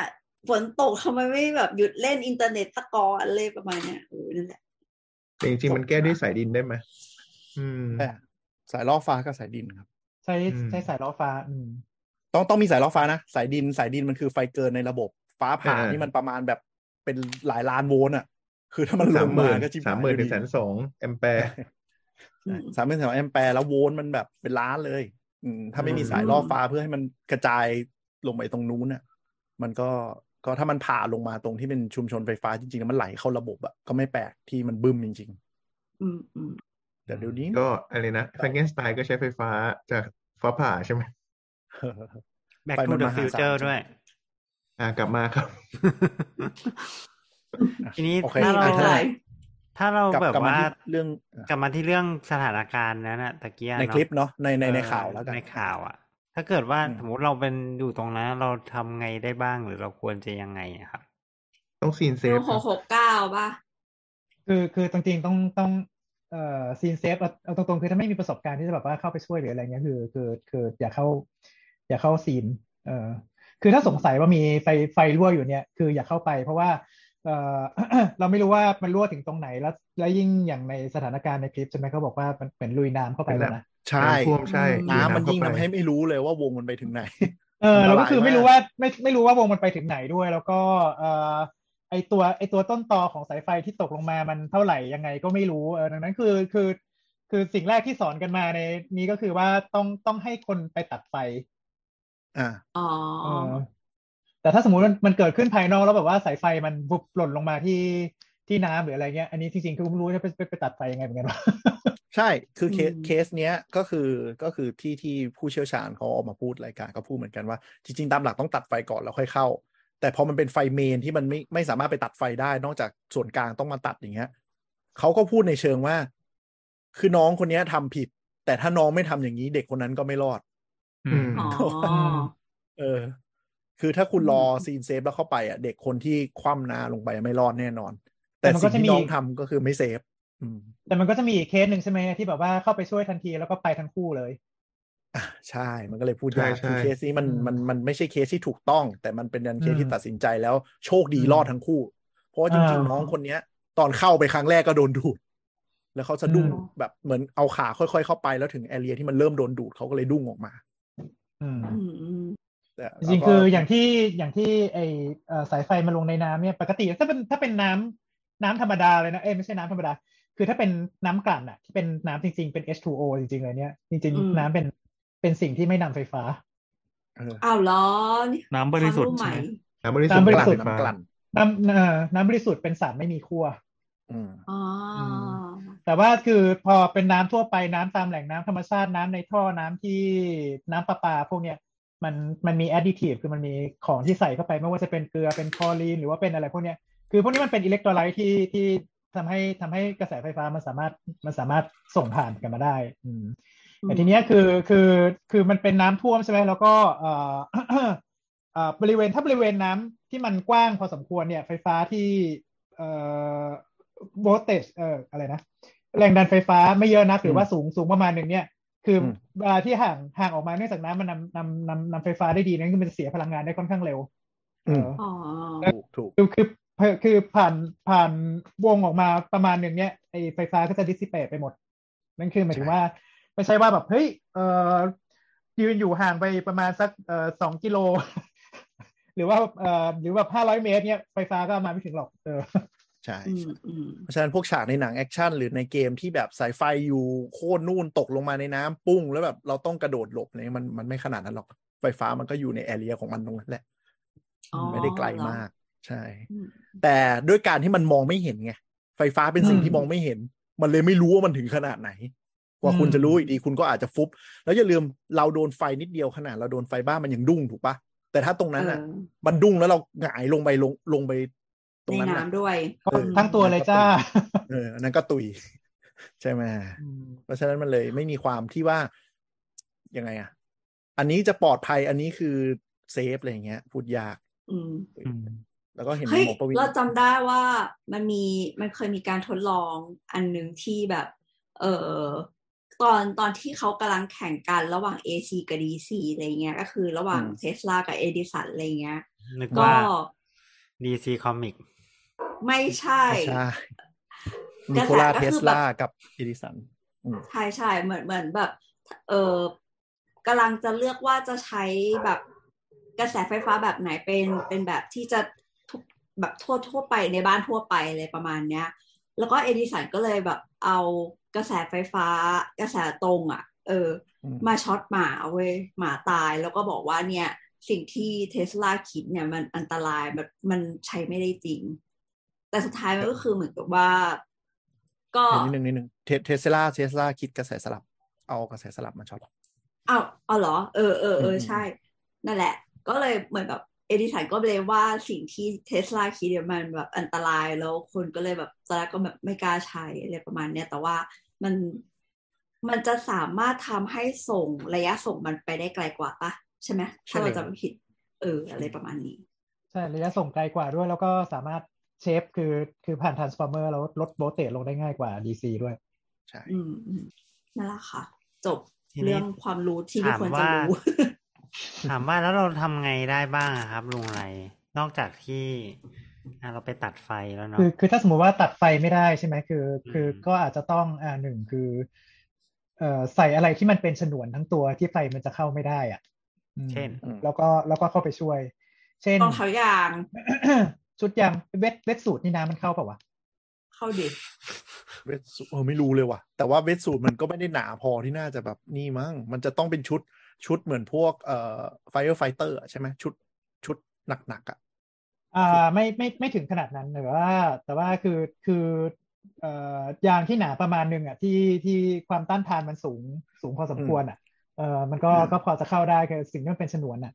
Speaker 2: ฝนตกทำไมไม่แบบหยุดเล่นอินเทอร์เน็ตตะกอนเลยประมาณเนี้ยเออนั่นแหละ
Speaker 6: แต่จริงๆมันแก้ด้วยสายดินได้ไหมอืม
Speaker 5: แต่สายล่อฟ้ากับสายดินครับ
Speaker 4: ใช้
Speaker 6: อืม
Speaker 4: ใช้สายล้อฟ้า อืม
Speaker 5: ต้องต้องมีสายล่อฟ้านะ สายดินสายดินมันคือไฟเกินในระบบฟ้าผ่า
Speaker 6: เออ
Speaker 5: นี่มันประมาณแบบเป็นหลายล้านโวลต์อ่ะ คือถ้ามันล
Speaker 6: สาง มหมื่น
Speaker 5: ก็จิ้ม
Speaker 6: สามหมื่นถึงแสนสองแอมแปร์
Speaker 5: สามหมื่นสองแอมแปร์แล้วโวลต์มันแบบเป็นล้านเลย อืมถ้าไม่มีสายล่อฟ้าเพื่อให้มันกระจายลงไปตรงนู้นอ่ะ มันก็ก็ถ้ามันผ่าลงมาตรงที่เป็นชุมชนไฟฟ้าจริงๆแล้วมันไหลเข้าระบบอ่ะก็ไม่แปลกที่มันบึ้มจริง
Speaker 2: อืมอืม
Speaker 5: ๆแต่เดี๋ยวนี้
Speaker 6: ก็อะไรนะแฟรงเกนสไตน์ก็ใช้ไฟฟ้าจากฟ้าผ่าใช่ไหม
Speaker 3: แบ็ก
Speaker 5: ไป
Speaker 3: ทู
Speaker 5: มัน
Speaker 3: เด
Speaker 5: ม
Speaker 3: อะ
Speaker 5: หาศาล
Speaker 3: ฟิวเจอร์
Speaker 5: จริง
Speaker 3: ด้วย
Speaker 6: อ่ากลับมาครับ
Speaker 3: ทีนี้
Speaker 5: โอเค
Speaker 3: ถ้าเรา
Speaker 5: ไป
Speaker 2: อะ
Speaker 5: เท่า
Speaker 2: ไร
Speaker 5: ห
Speaker 3: ถ้าเรา
Speaker 5: กลับ
Speaker 3: แบบ
Speaker 5: กลับมา
Speaker 3: ว่า
Speaker 5: ที่เรื่อง
Speaker 3: กลับมาที่เรื่องสถานการณ์นั้นอะตะกี้อะ
Speaker 5: ใน
Speaker 3: เาะ
Speaker 5: คลิปเนาะในในในข่าว
Speaker 3: เออ
Speaker 5: แล้วกัน
Speaker 3: ในข่าวอะถ้าเกิดว่า
Speaker 5: อืม
Speaker 3: สมมติเราเป็นอยู่ตรงนั้นเราทำไงได้บ้างหรือเราควรจะยังไงอะครับ
Speaker 6: ต้องซีนเซ
Speaker 2: ดู
Speaker 6: ฟ
Speaker 2: หกหกเก้าป่ะ
Speaker 4: คือคือจริงๆต้องต้องเอ่อซีนเซฟเอาเอาตรงๆคือถ้าไม่มีประสบการณ์ที่จะแบบว่าเข้าไปช่วยหรืออะไรเงี้ยคือคือคืออย่าเข้า อย่าเข้าซีนเอ่อคือถ้าสงสัยว่ามีไฟไฟรั่วอยู่เนี่ยคืออย่าเข้าไปเพราะว่าเอ่อ เราไม่รู้ว่ามันรั่วถึงตรงไหนแล้ว แล้วยิ่งอย่างในสถานการณ์ในคลิปใช่ไหมเขาบอกว่ามันเหมือนลุยน้ำเข้าไปแล้วนะ
Speaker 5: ใช่
Speaker 6: น้ำท่วมใช่
Speaker 2: อืม
Speaker 5: น้ำมัน
Speaker 6: เข้า
Speaker 5: ยิ่ง
Speaker 6: ไป
Speaker 5: ทำให้ไม่รู้เลยว่าวงมันไปถึงไหน
Speaker 4: เออ
Speaker 5: อันต
Speaker 4: เรา
Speaker 5: ราย
Speaker 4: ก็คือไม่
Speaker 5: มาก
Speaker 4: รู้ว่าไม่ไม่รู้ว่าวงมันไปถึงไหนด้วย แล้วก็เออไอตัวไอตัวต้นตอของสายไฟที่ตกลงมามันเท่าไหร่ยังไงก็ไม่รู้เออดังนั้นคือคือ คือสิ่งแรกที่สอนกันมาในนี้ก็คือว่าต้องต้องให้คนไปตัดไฟ
Speaker 5: อ่า
Speaker 2: อ๋อ
Speaker 4: เออแต่ถ้าสมมติมันมันเกิดขึ้นภายนอกแล้วแบบว่าสายไฟมันบุบหล่นลงมาที่ที่น้ำหรืออะไรเงี้ยอันนี้จริงๆคือไม่รู้จะไปไปไปตัดไฟยังไงเหมือนกันวะ
Speaker 5: ใช่ คือเคส
Speaker 2: อืม
Speaker 5: เคสเนี้ยก็คือก็คือที่ที่ผู้เชี่ยวชาญเขาออกมาพูดรายการก็พูดเหมือนกันว่า จริงๆ ตามหลักต้องตัดไฟก่อนแล้วค่อยเข้า แต่พอมันเป็นไฟเมนที่มันไม่ไม่สามารถไปตัดไฟได้ นอกจากส่วนกลางต้องมาตัดอย่างเงี้ยเขาก็พูดในเชิงว่า คือน้องคนเนี้ยทำผิด แ แต่ถ้าน้องไม่ทำอย่างนี้เด็กคนนั้นก็ไม่รอด
Speaker 1: อืม
Speaker 2: อ๋อ
Speaker 5: เออ คือถ้าคุณ
Speaker 2: อืม
Speaker 5: รอซีนเซฟแล้วเข้าไปอ่ะ เด็กคนที่คว่ำหน้าลงไปไม่รอดแน่นอน
Speaker 4: แต่
Speaker 5: แต่
Speaker 4: มันก็
Speaker 5: สิ่ง
Speaker 4: จะมี
Speaker 5: ที่น้องทำก็คือไม่เซฟ อืม
Speaker 4: แต่มันก็จะมีอีกเคสหนึ่งใช่ไหมที่แบบว่าเข้าไปช่วยทันทีแล้วก็ไปทั้งคู่เลย
Speaker 5: อ่ะใช่ มันก็เลยพูด
Speaker 6: ใช่
Speaker 5: ยาก
Speaker 6: ใช่
Speaker 5: คือเคสนี้มัน
Speaker 4: อืม
Speaker 5: มันมันไม่ใช่เคสที่ถูกต้อง แต่มันเป็นเคสที่
Speaker 4: อืม
Speaker 5: ตัดสินใจแล้วโชคดี
Speaker 4: อืม
Speaker 5: รอดทั้งคู่ เพราะว่าจริง
Speaker 4: อ่า
Speaker 5: ๆน้องคนเนี้ย ตอนเข้าไปครั้งแรกก็โดนดูด แล้วเขาสะดุ้ง
Speaker 4: อืม
Speaker 5: แบบเหมือนเอาขาค่อยๆเข้าไปแล้วถึงแอเรียที่มันเริ่มโดนดูดเขาก็เลยดุ้งออกมา
Speaker 4: อืม
Speaker 2: อืมอืม
Speaker 5: แต่
Speaker 4: จริงๆ
Speaker 5: เราก็
Speaker 4: คืออย่างที่อย่างที่ไอเอ่อสายไฟมาลงในน้ำเนี่ยปกติถ้าเป็นถ้าเป็นน้ำน้ำธรรมดาเลยนะเอ้ยไม่ใช่น้ำธรรมดา คือถ้าเป็นน้ำกลั่นอะที่เป็นน้ำจริง ๆ เป็น H2O จริงๆเลยเนี่ยจริง
Speaker 2: อืม
Speaker 4: ๆ น้ำเป็นเป็นสิ่งที่ไม่นำไฟฟ้า
Speaker 5: เออ
Speaker 2: อ้าวเหรอนี่
Speaker 1: น้ำบริสุทธิ์
Speaker 2: ความให
Speaker 1: ใช่
Speaker 2: ม่
Speaker 1: ไหม
Speaker 6: น้ำบริสุ
Speaker 4: น้ำ
Speaker 6: ท
Speaker 4: บริสุท
Speaker 6: ธิ์กลั่น
Speaker 4: ธิ์
Speaker 6: ไฟฟ้า
Speaker 5: กลั่น
Speaker 4: น้ำเอ่อน้ำบริสุทธิ์เป็นสารไม่มีขั้ว
Speaker 5: อืม
Speaker 2: อ๋ออ
Speaker 4: ม แต่ว่าคือพอเป็นน้ำทั่วไปน้ำตามแหล่งน้ำธรรมชาติน้ำในท่อน้ำที่น้ำประปาพวกเนี้ยมันมันมีแอดดิทีฟคือมันมีของที่ใส่เข้าไปไม่ว่าจะเป็นเกลือเป็นคลอรีน หรือว่าเป็นอะไรพวกเนี้ยคือพวกนี้มันเป็นอิเล็กโทรไลท์ที่ที่ทำให้ทำให้กระแสไฟฟ้ามันสามารถมันสามารถส่งผ่านกันมาได้อืม แต่ทีเนี้ยคือคือคือมันเป็นน้ำท่วมใช่ไหมแล้วก็เอ่อ เอ่อบริเวณถ้าบริเวณน้ำที่มันกว้างพอสมควรเนี่ยไฟฟ้าที่เอ่อโวลเตจเอ่ออะไรนะ แรงดันไฟฟ้าไม่เยอะนักหรือว่าสูงสูงประมาณหนึ่งเนี่ย คืออ
Speaker 5: ม
Speaker 4: เวลาที่ห่างห่างออกมาเนื่องจากน้ำมันนำนำนำนำไฟฟ้าได้ดีนั่นคือมันจะเสียพลังงานได้ค่อนข้างเร็วเอออ
Speaker 2: อ๋อ
Speaker 5: ถูกถูก
Speaker 4: คือคือคือผ่านผ่านวงออกมาประมาณหนึ่งเนี้ยไอไฟฟ้าก็จะดิส i ิเ t ตไปหมด นั่นคือหมายถึงว่า ไม่ใช่ว่าแบบ เฮ้ยเออยืนอยู่ห่างไปประมาณสักเออสองกิโล หรือว่าเออหรือแบบห้าร้อยเมตรเนี้ยไฟฟ้าก็มาไม่ถึงหรอกเออ
Speaker 5: ใช่
Speaker 2: อืม
Speaker 5: ใช่
Speaker 2: อืม
Speaker 5: เพราะฉะนั้นพวกฉากในหนังแอคชั่นหรือในเกมที่แบบสายไฟอยู่โค่นนู่นตกลงมาในน้ำปุ้ง แล้วแบบเราต้องกระโดดหลบเนี่ยมันมันไม่ขนาดนั้นหรอก ไฟฟ้ามันก็อยู่ในแอเรียของมันตรงนั้นแหละ
Speaker 2: อ๋อ
Speaker 5: ไม่ได้ไกลมาก
Speaker 2: เหรอ
Speaker 5: ใช่
Speaker 2: อืม
Speaker 5: แต่ด้วยการที่มันมองไม่เห็นไง ไฟฟ้าเป็นสิ่ง
Speaker 4: อืม
Speaker 5: ที่มองไม่เห็น มันเลยไม่รู้ว่ามันถึงขนาดไหน กว่าคุณ
Speaker 4: อืม
Speaker 5: จะรู้อีกทีคุณก็อาจจะฟุบ แล้วอย่าลืมเราโดนไฟนิดเดียวขนาดเราโดนไฟบ้านมันยังดุ้งถูกปะแต่ถ้าตรงนั้นอ่ะ
Speaker 2: เออ
Speaker 5: มันดุ้งแล้วเราหงายลงไปลงลงไปตร
Speaker 2: ใน
Speaker 5: งนั้นอะ
Speaker 2: น้ำด้วย
Speaker 5: เออ
Speaker 4: ทั้งตัวเลยจ้า
Speaker 5: เอออันนั้นก็ตุย ใช่ไหม เพราะฉะนั้นมันเลยไม่มีความที่ว่ายังไงอ่ะ อันนี้จะปลอดภัยอันนี้คือเซฟอะไรอย่างเงี้ย พูดยาก
Speaker 2: อืม
Speaker 1: อืม
Speaker 5: แล้วก็เห็น
Speaker 2: เฮ้ย
Speaker 5: หมอประวิน
Speaker 2: เราจำได้ว่ามันมีมันเคยมีการทดลองอันหนึ่งที่แบบ เออตอนตอนที่เขากำลังแข่งกันระหว่าง AC กับ DC อะไรเงี้ย ก็คือระหว่างเทสลากับเอดิสันอะไรเงี้ย
Speaker 3: นึก
Speaker 2: ก็
Speaker 3: ว่า DC Comic
Speaker 2: ไม่ใช่
Speaker 5: ไม่ใช่นิโคลาเทสลากับอิดิสัน
Speaker 2: ใช่ใช่เหมือนเหมือนแบบ เออกำลังจะเลือกว่าจะใช้แบบกระแสไฟฟ้าแบบไหนเป็นเป็นแบบที่จะทุกแบบทั่วทั่วไปในบ้านทั่วไปเลยประมาณเนี้ย แล้วก็เอดิสันก็เลยแบบเอากระแสไฟฟ้ากระแสตรงอ่ะ เออ
Speaker 5: อืม
Speaker 2: มาช็อตหมาเว้ยหมาตายแล้วก็บอกว่าเนี่ย สิ่งที่เทสลาคิดเนี่ยมันอันตรายมันมันใช้ไม่ได้จริง แต่สุดท้ายมันก็คือเหมือนกับว่า ก็
Speaker 5: เดี๋ยวนิดนึงนิดนึงเทสลาเทสลาคิดกระแสสลับ เอากระแสสลับมาช็อต
Speaker 2: อ้าวเอาเหรอ เออเออเออ
Speaker 5: อืม
Speaker 2: ใช่ นั่นแหละ ก็เลยเหมือนแบบเอดิสันก็เลยว่าสิ่งที่เทสลาคิดเนี่ยมันแบบอันตรายแล้วคนก็เลยแบบตอนแรกก็แบบไม่กล้าใช้อะไรประมาณเนี้ยแต่ว่ามันมันจะสามารถทำให้ส่งระยะส่งมันไปได้ไกลกว่าปะใช่ไหมถ้าเราจะไม่ผิด เออ อะไรประมาณนี้
Speaker 4: ใช่ระยะส่งไกลกว่าด้วย แล้วก็สามารถเชฟคือคือผ่านทรานส์ฟอร์เมอร์แล้วลดโวลเตจลงได้ง่ายกว่า DC ด้วย
Speaker 5: ใช่
Speaker 2: อืมอืมนั่นแหละค่ะ จบ
Speaker 3: ทีนี้
Speaker 2: เรื่องความรู้ที่ไม่
Speaker 3: ถาม
Speaker 2: ควรจะ
Speaker 3: ว่า
Speaker 2: รู้
Speaker 3: ถามว่าแล้วเราทำไงได้บ้างอะครับลุงไร นอกจากที่อ่ะเราไปตัดไฟแล้วเนาะ
Speaker 4: คือคือถ้าสมมุติว่าตัดไฟไม่ได้ใช่ไหมคือคือ
Speaker 3: อืม
Speaker 4: ก็อาจจะต้องอ่าหนึ่งคือเอ่อใส่อะไรที่มันเป็นฉนวนทั้งตัวที่ไฟมันจะเข้าไม่ได้อ่ะอืม
Speaker 3: เช่น
Speaker 4: แล้วก็แล้วก็เข้าไปช่วย เช่น
Speaker 2: รองเท้ายาง
Speaker 4: ชุดยางเวทเวทสูตรนี่น้ำมันเข้าเปล่าวะ
Speaker 2: เข้าเด็ก
Speaker 5: เวทสูทเออไม่รู้เลยว่ะ แต่ว่าเวทสูทมันก็ไม่ได้หนาพอที่น่าจะแบบนี่มั้งมันจะต้องเป็นชุดชุดเหมือนพวกเอ่อไฟเฟเตอร์ใช่ไหมชุดชุดหนักๆอ่ะ
Speaker 4: อ่าไม่ไม่ไม่ถึงขนาดนั้นแต่ว่า แต่ว่าคือคือเอ่อยางที่หนาประมาณหนึ่งอ่ะที่ที่ความต้านทานมันสูงสูงพอสมควรอ่ะ เออมันก็
Speaker 5: อืม
Speaker 4: ก็พอจะเข้าได้คือสิ่งที่มันเป็นฉนวนอ่ะ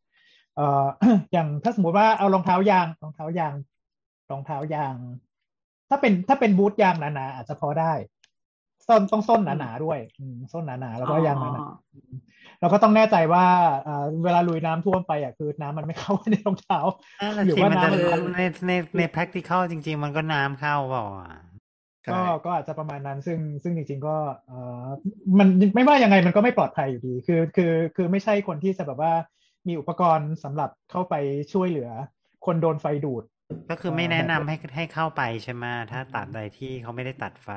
Speaker 4: เอ่ อ อย่างถ้าสมมติว่าเอารองเท้ายางรองเท้ายางรองเท้ายาง ถ้าเป็นถ้าเป็นบูทยางหนาๆอาจจะพอได้ ส้นต้องส้นหนาๆด้วยอืมส้นหนาๆแล้วก็ยางห
Speaker 2: อ๋
Speaker 4: นา
Speaker 2: อ
Speaker 4: ๆแล้วก็ต้องแน่ใจว่าเอ่อเวลาลุยน้ำท่วมไปอ่ะคือน้ำมันไม่เข้าไปในรองเท้า
Speaker 3: นั่นแหละ
Speaker 4: หรือ
Speaker 3: สิ
Speaker 4: ว่า
Speaker 3: มันจะ
Speaker 4: น้ำมัน
Speaker 3: ในในใน practical จริง ๆ มันก็น้ำเข้าเปล่าอ่ะ
Speaker 6: ใช่
Speaker 4: ก็ก็อาจจะประมาณนั้นซึ่งซึ่งจริง ๆ ก็เออมันไม่ว่ายังไงมันก็ไม่ปลอดภัยอยู่ดี คือคือคือไม่ใช่คนที่จะแบบว่ามีอุปกรณ์สำหรับเข้าไปช่วยเหลือ คนโดนไฟดูด
Speaker 3: ก็คือไม่แนะนำให้ให้เข้าไปใช่ไหมถ้าตัดใดที่เขาไม่ได้ตัดไฟ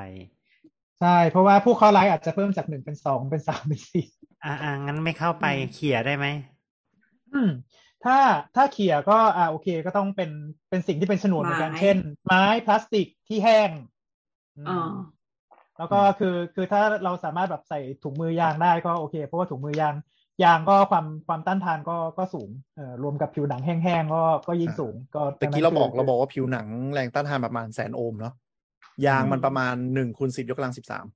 Speaker 4: ใช่ เพราะว่าผู้เคราะห์ร้ายอาจจะเพิ่มจากหนึ่งเป็นสองเป็นสามเป็นสี่
Speaker 3: อ่ะอ่ะงั้นไม่เข้าไปเขี่ยได้ไหม
Speaker 4: อืมถ้าถ้าเขี่ยก็อ่าโอเค ก็ต้องเป็นเป็นสิ่งที่เป็นฉนวนเหมือนกัน
Speaker 2: ไม้
Speaker 4: เช่น ไม้พลาสติกที่แห้งม
Speaker 2: อ๋อ
Speaker 4: แล้วก็คือคือถ้าเราสามารถแบบใส่ถุงมือยางได้ก็โอเค เพราะว่าถุงมือยางยางก็ความความต้านทานก็ก็สูงเอ่อรวมกับผิวหนังแห้งๆก็ก็ยิ่งสูง ก็
Speaker 5: ตะกี้เราบอกเราบอกว่าผิวหนังแรงต้านทานประมาณแสนโอห์มเนาะยางมันประมาณหนึ่งคูณสิบยกกำลังสิบสาม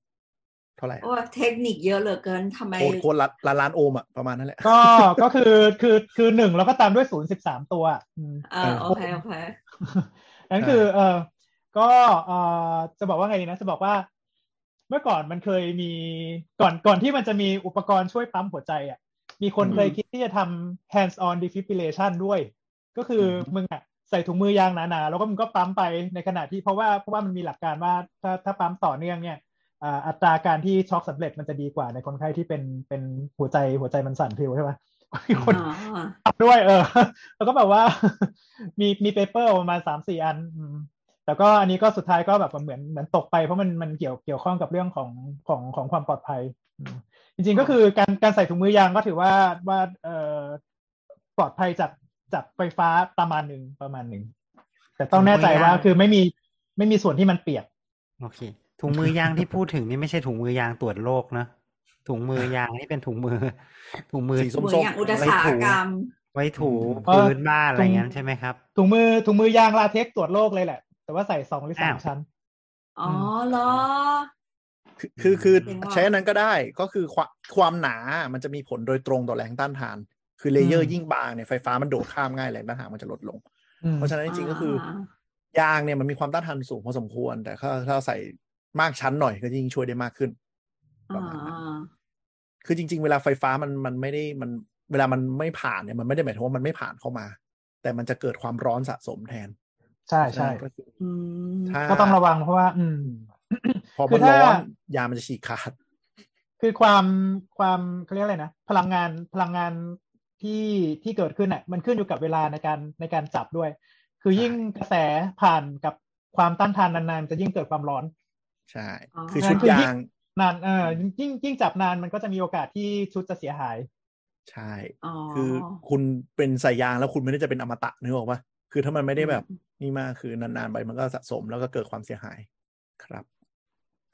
Speaker 5: เท่าไหร่อะ
Speaker 2: โอ้ยเทคนิคเยอะเหลือเกินทำไม
Speaker 5: โคตรโคตรละละล้านโอห์มอะประมาณนั้นแหละ
Speaker 4: ก็ก็คือคือคือหนึ่งแล้วก็ตามด้วยศูนย์สิบสามตัวอืม
Speaker 2: เออโอเคโอเค
Speaker 4: นั่นคือเออก็เออจะบอกว่าไงดีนะ จะบอกว่า เมื่อก่อนมันเคยมีก่อนก่อนที่มันจะมีอุปกรณ์ช่วยปั๊มหัวใจอ่ะ มีคน
Speaker 2: อืม
Speaker 4: เคยคิดที่จะทำ hands on defibrillation ด้วย ก็คืออมึงอ่ะใส่ถุงมือยางหนาๆ แล้วก็มึงก็ปั๊มไปในขณะที่เพราะว่าเพราะว่ามันมีหลักการว่าถ้าถ้าปั๊มต่อเนื่องเนี่ยอ่าอัตราการที่ช็อกสำเร็จมันจะดีกว่าในคนไข้ที่เป็นเป็นหัวใจหัวใจมันสั่นเพลียวใช่ไหม คน
Speaker 2: อ๋อ
Speaker 4: ด้วยเอ อ แล้วก็แบบว่า มีมีเปเปอร์ประมาณสามสี่อันอืมแต่ก็อันนี้ก็สุดท้ายก็แบบเหมือนเหมือนตกไปเพราะมันมันเกี่ยวเกี่ยวข้องกับเรื่องของของของความปลอดภัยอืมจริงๆก็คือการการใส่ถุงมือยางก็ถือว่าว่าเออปลอดภัยจากจากไฟฟ้าประมาณหนึ่งประมาณหนึ่งแต่ต้องแน่ใจว่าคือไม่มีไม่มีส่วนที่มันเปียก
Speaker 3: โอเค ถุงมือยางที่พูดถึงนี่ไม่ใช่ถุงมือยางตรวจโรคนะถุงมือยางนี่เป็นถุงมือ ถุงมือ
Speaker 5: สีส้
Speaker 2: เหมือนอย่างอุตสาหกรรม
Speaker 3: ไว้ถู
Speaker 4: เออ
Speaker 3: พื้นบ้านอะไรอย่างนั้นใช่ไหมครับ
Speaker 4: ถุงมือถุงมือยางลาเท็กซ์ตรวจโรคเลยแหละ แต่ว่าใส่สองหรือสาม
Speaker 3: อ้าว
Speaker 4: ชั้น
Speaker 2: อ๋อเหรอ
Speaker 5: คือคือ
Speaker 2: จริงว่ะ
Speaker 5: ใช้อันนั้นก็ได้ก็คือความความหนามันจะมีผลโดยตรงต่อแรงต้านทาน คือเลเยอ
Speaker 4: อื
Speaker 5: ร์
Speaker 4: ม
Speaker 5: ยิ่งบางเนี่ยไฟฟ้ามันโดดข้ามง่ายแรงต้านทานมันจะลดลง
Speaker 4: อืม
Speaker 5: เพราะฉะนั้นจริงๆก็คือ ยางเนี่ยมันมีความต้านทานสูงพอสมควร แต่ถ้าถ้าใส่มากชั้นหน่อยก็ยิ่งช่วยได้มากขึ้นป
Speaker 2: อ่า
Speaker 5: ระมาณนั้น
Speaker 2: อ่า
Speaker 5: คือจริง ๆ เวลาไฟฟ้ามันมันไม่ได้มันเวลามันไม่ผ่านเนี่ยมันไม่ได้หมายถึงว่ามันไม่ผ่านเข้ามา แต่มันจะเกิดความร้อนสะสมแทน
Speaker 4: ใช่ใช่
Speaker 5: ก็คือ
Speaker 2: อืม
Speaker 5: ถ้า
Speaker 4: ก็ต้องระวังเพราะว่า อืม
Speaker 5: พอ
Speaker 4: คื
Speaker 5: มั
Speaker 4: อน ถ้า
Speaker 5: ร้อนยามันจะฉีกขาด
Speaker 4: คือความความเขาเรียกอะไรนะพลังงานพลังงานที่ที่เกิดขึ้นอ่ะมันขึ้นอยู่กับเวลาในการในการจับด้วย คือยิ่งกระแสผ่านกับความต้านทานนานๆ จะยิ่งเกิดความร้อน
Speaker 5: ใช่ คือ
Speaker 4: อ
Speaker 5: ชุดยาง
Speaker 4: นานเออยิ่งยิ่งจับนานมันก็จะมีโอกาสที่ชุดจะเสียหาย
Speaker 5: ใช่
Speaker 2: อ๋อ
Speaker 5: คือคุณเป็นสายยางแล้วคุณไม่ได้จะเป็นอมตะนึกออกปะคือถ้ามันไม่ได้แบบนี่มากคือนานๆไปมันก็สะสมแล้วก็เกิดความเสียหายครับ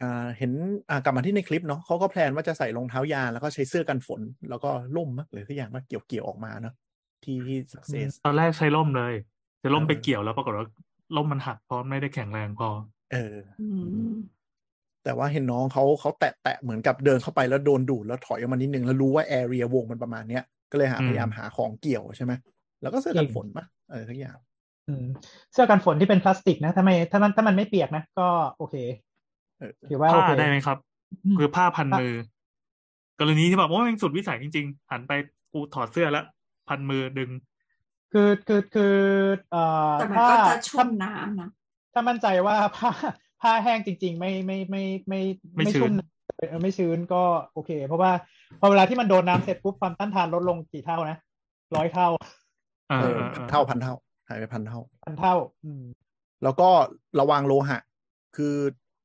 Speaker 5: อ่าเห็นอ่ากลับมาที่ในคลิปเนาะเขาก็แพลนว่าจะใส่รองเท้ายางแล้วก็ใช้เสื้อกันฝน แล้วก็ล่มมั้งหรือทุกอย่างว่าเกี่ยวเกี่ยวๆออกมาเนาะที่ที่สักเซส
Speaker 1: ตอนแรกใช้ล่มเลยจะล่มไป
Speaker 5: เออ
Speaker 1: เกี่ยวแล้วปรากฏว่าล่มมันหักเพราะไม่ได้แข็งแรงพอ
Speaker 5: เออ
Speaker 2: อืม
Speaker 5: แต่ว่าเห็นน้องเขาเขาแตะแตะเหมือนกับเดินเข้าไปแล้วโดนดูดแล้วถอยออกมานิดนึงแล้วรู้ว่าแอเรียวงมันประมาณเนี้ยก็เลยหา
Speaker 1: อืม
Speaker 5: พยายามหาของเกี่ยวใช่ไหมแล้วก็เสื้อกันฝนปะเออทุกอย่าง
Speaker 4: อืมเสื้อกันฝนที่เป็นพลาสติกนะถ้าไม่ถ้ามันถ้ามันไม่เปียกนะก็โอเค
Speaker 5: เออ
Speaker 4: ถือว่าโอ
Speaker 1: ผ้า
Speaker 4: เค
Speaker 1: ได้ไหมครับ คือผ้าพันมือ กรณีที่แบบว่าแม่งสุดวิสัยจริง ๆ หันไปกูถอดเสื้อแล้วพันมือดึง
Speaker 4: คือคือคือเอ่อ
Speaker 2: แต่มัน
Speaker 4: ถ้า
Speaker 2: ก็จะชุ่
Speaker 4: ถ้าม
Speaker 2: น้ำนะ
Speaker 4: ถ้ามั่นใจว่า ผ้าผ้าแห้งจริง ๆ ไม่ไม่ไม่ไม่
Speaker 1: ไม่ชื้น
Speaker 4: ชุ่มเออไม่ชื้นก็โอเค เพราะว่าพอเวลาที่มันโดนน้ำเสร็จปุ๊บความต้านทานลดลงกี่เท่านะร้อยเท่า
Speaker 1: เออ
Speaker 5: เออ
Speaker 1: เออ
Speaker 5: พัน
Speaker 1: เออ
Speaker 5: เท่าพันเท่าหายไปพันเท่า
Speaker 4: พันเท่า อืม
Speaker 5: แล้วก็ระวังโลหะ คือ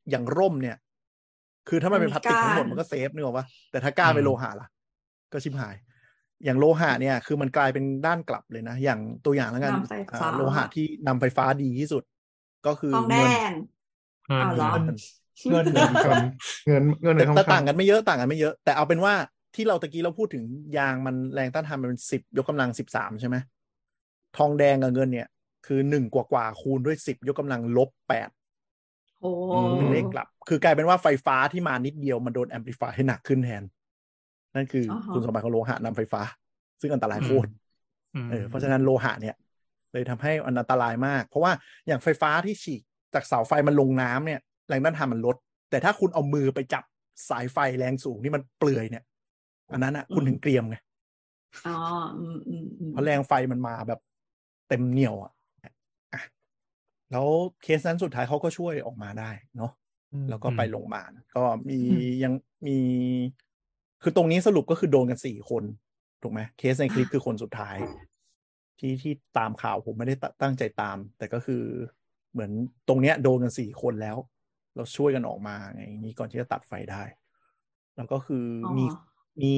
Speaker 5: อย่างร่มเนี่ย คือถ้ามันเป็นพลาสติกทั้งหมด
Speaker 2: มันมีก้าน
Speaker 5: มันก็เซฟนึกออกปะแต่ถ้าก้าวไปโลหะล่ะ ก็ชิบหาย อย่างโลหะเนี่ย คือมันกลายเป็นด้านกลับเลยนะ อย่างตัวอย่างแล้วกัน
Speaker 2: นำไฟฟ้า
Speaker 5: อ่าโลหะที่นำไฟฟ้าดีที่สุด ก็คือ
Speaker 2: ทองแด
Speaker 5: เงิน
Speaker 2: ง
Speaker 1: เออ
Speaker 2: เอาเหรอ
Speaker 5: เงิน
Speaker 4: เงิน
Speaker 6: เงินคำเงินเงินหรือทอง
Speaker 5: แต่ต่าง
Speaker 6: คำ
Speaker 5: กันไม่เยอะต่างกันไม่เยอะ แต่เอาเป็นว่าที่เราตะกี้เราพูดถึงยางมันแรงต้านทานมันเป็นสิบยกกำลังสิบสามใช่ไหมทองแดงกับเงินเนี่ย คือหนึ่งกว่ากว่าๆคูณด้วยสิบยกกำลังลบแปด
Speaker 2: โอ้
Speaker 5: เป็นเลขกลับ คือกลายเป็นว่าไฟฟ้าที่มานิดเดียวมันโดนแอมพลิฟายให้หนักขึ้นแทน นั่นคืออา
Speaker 2: ฮะ
Speaker 5: คุณสมบัติของโลหะนำไฟฟ้า ซึ่งอันตรายโคตร
Speaker 1: อืม
Speaker 5: เออเพราะฉะนั้นโลหะเนี่ย เลยทำให้อันตรายมาก เพราะว่าอย่างไฟฟ้าที่ฉีกจากเสาไฟมันลงน้ำเนี่ย แรงด้านทานมันลด แต่ถ้าคุณเอามือไปจับสายไฟแรงสูงนี่มันเปลือยเนี่ย อันนั้นอ่ะ คุณถึงเกรียมไง
Speaker 2: อ๋ออืมอืมอืม
Speaker 5: เพราะแรงไฟมันมาแบบเต็มเหนียวอ่ะอ่ะ แล้วเคสนั้นสุดท้ายเขาก็ช่วยออกมาได้เนาะ แล้วก็ไปโรงพยาบาลก็มี
Speaker 4: อืม
Speaker 5: ยังมี คือตรงนี้สรุปก็คือโดนกันสี่คน ถูกไหมเคสในคลิปคือคนสุดท้าย ที่ที่ตามข่าวผมไม่ได้ตตั้งใจตาม แต่ก็คือเหมือนตรงเนี้ยโดนกันสี่คนแล้ว เราช่วยกันออกมาไงอย่างนี้ก่อนที่จะตัดไฟได้ แล้วก็คือ
Speaker 2: อ๋อ
Speaker 5: มี มี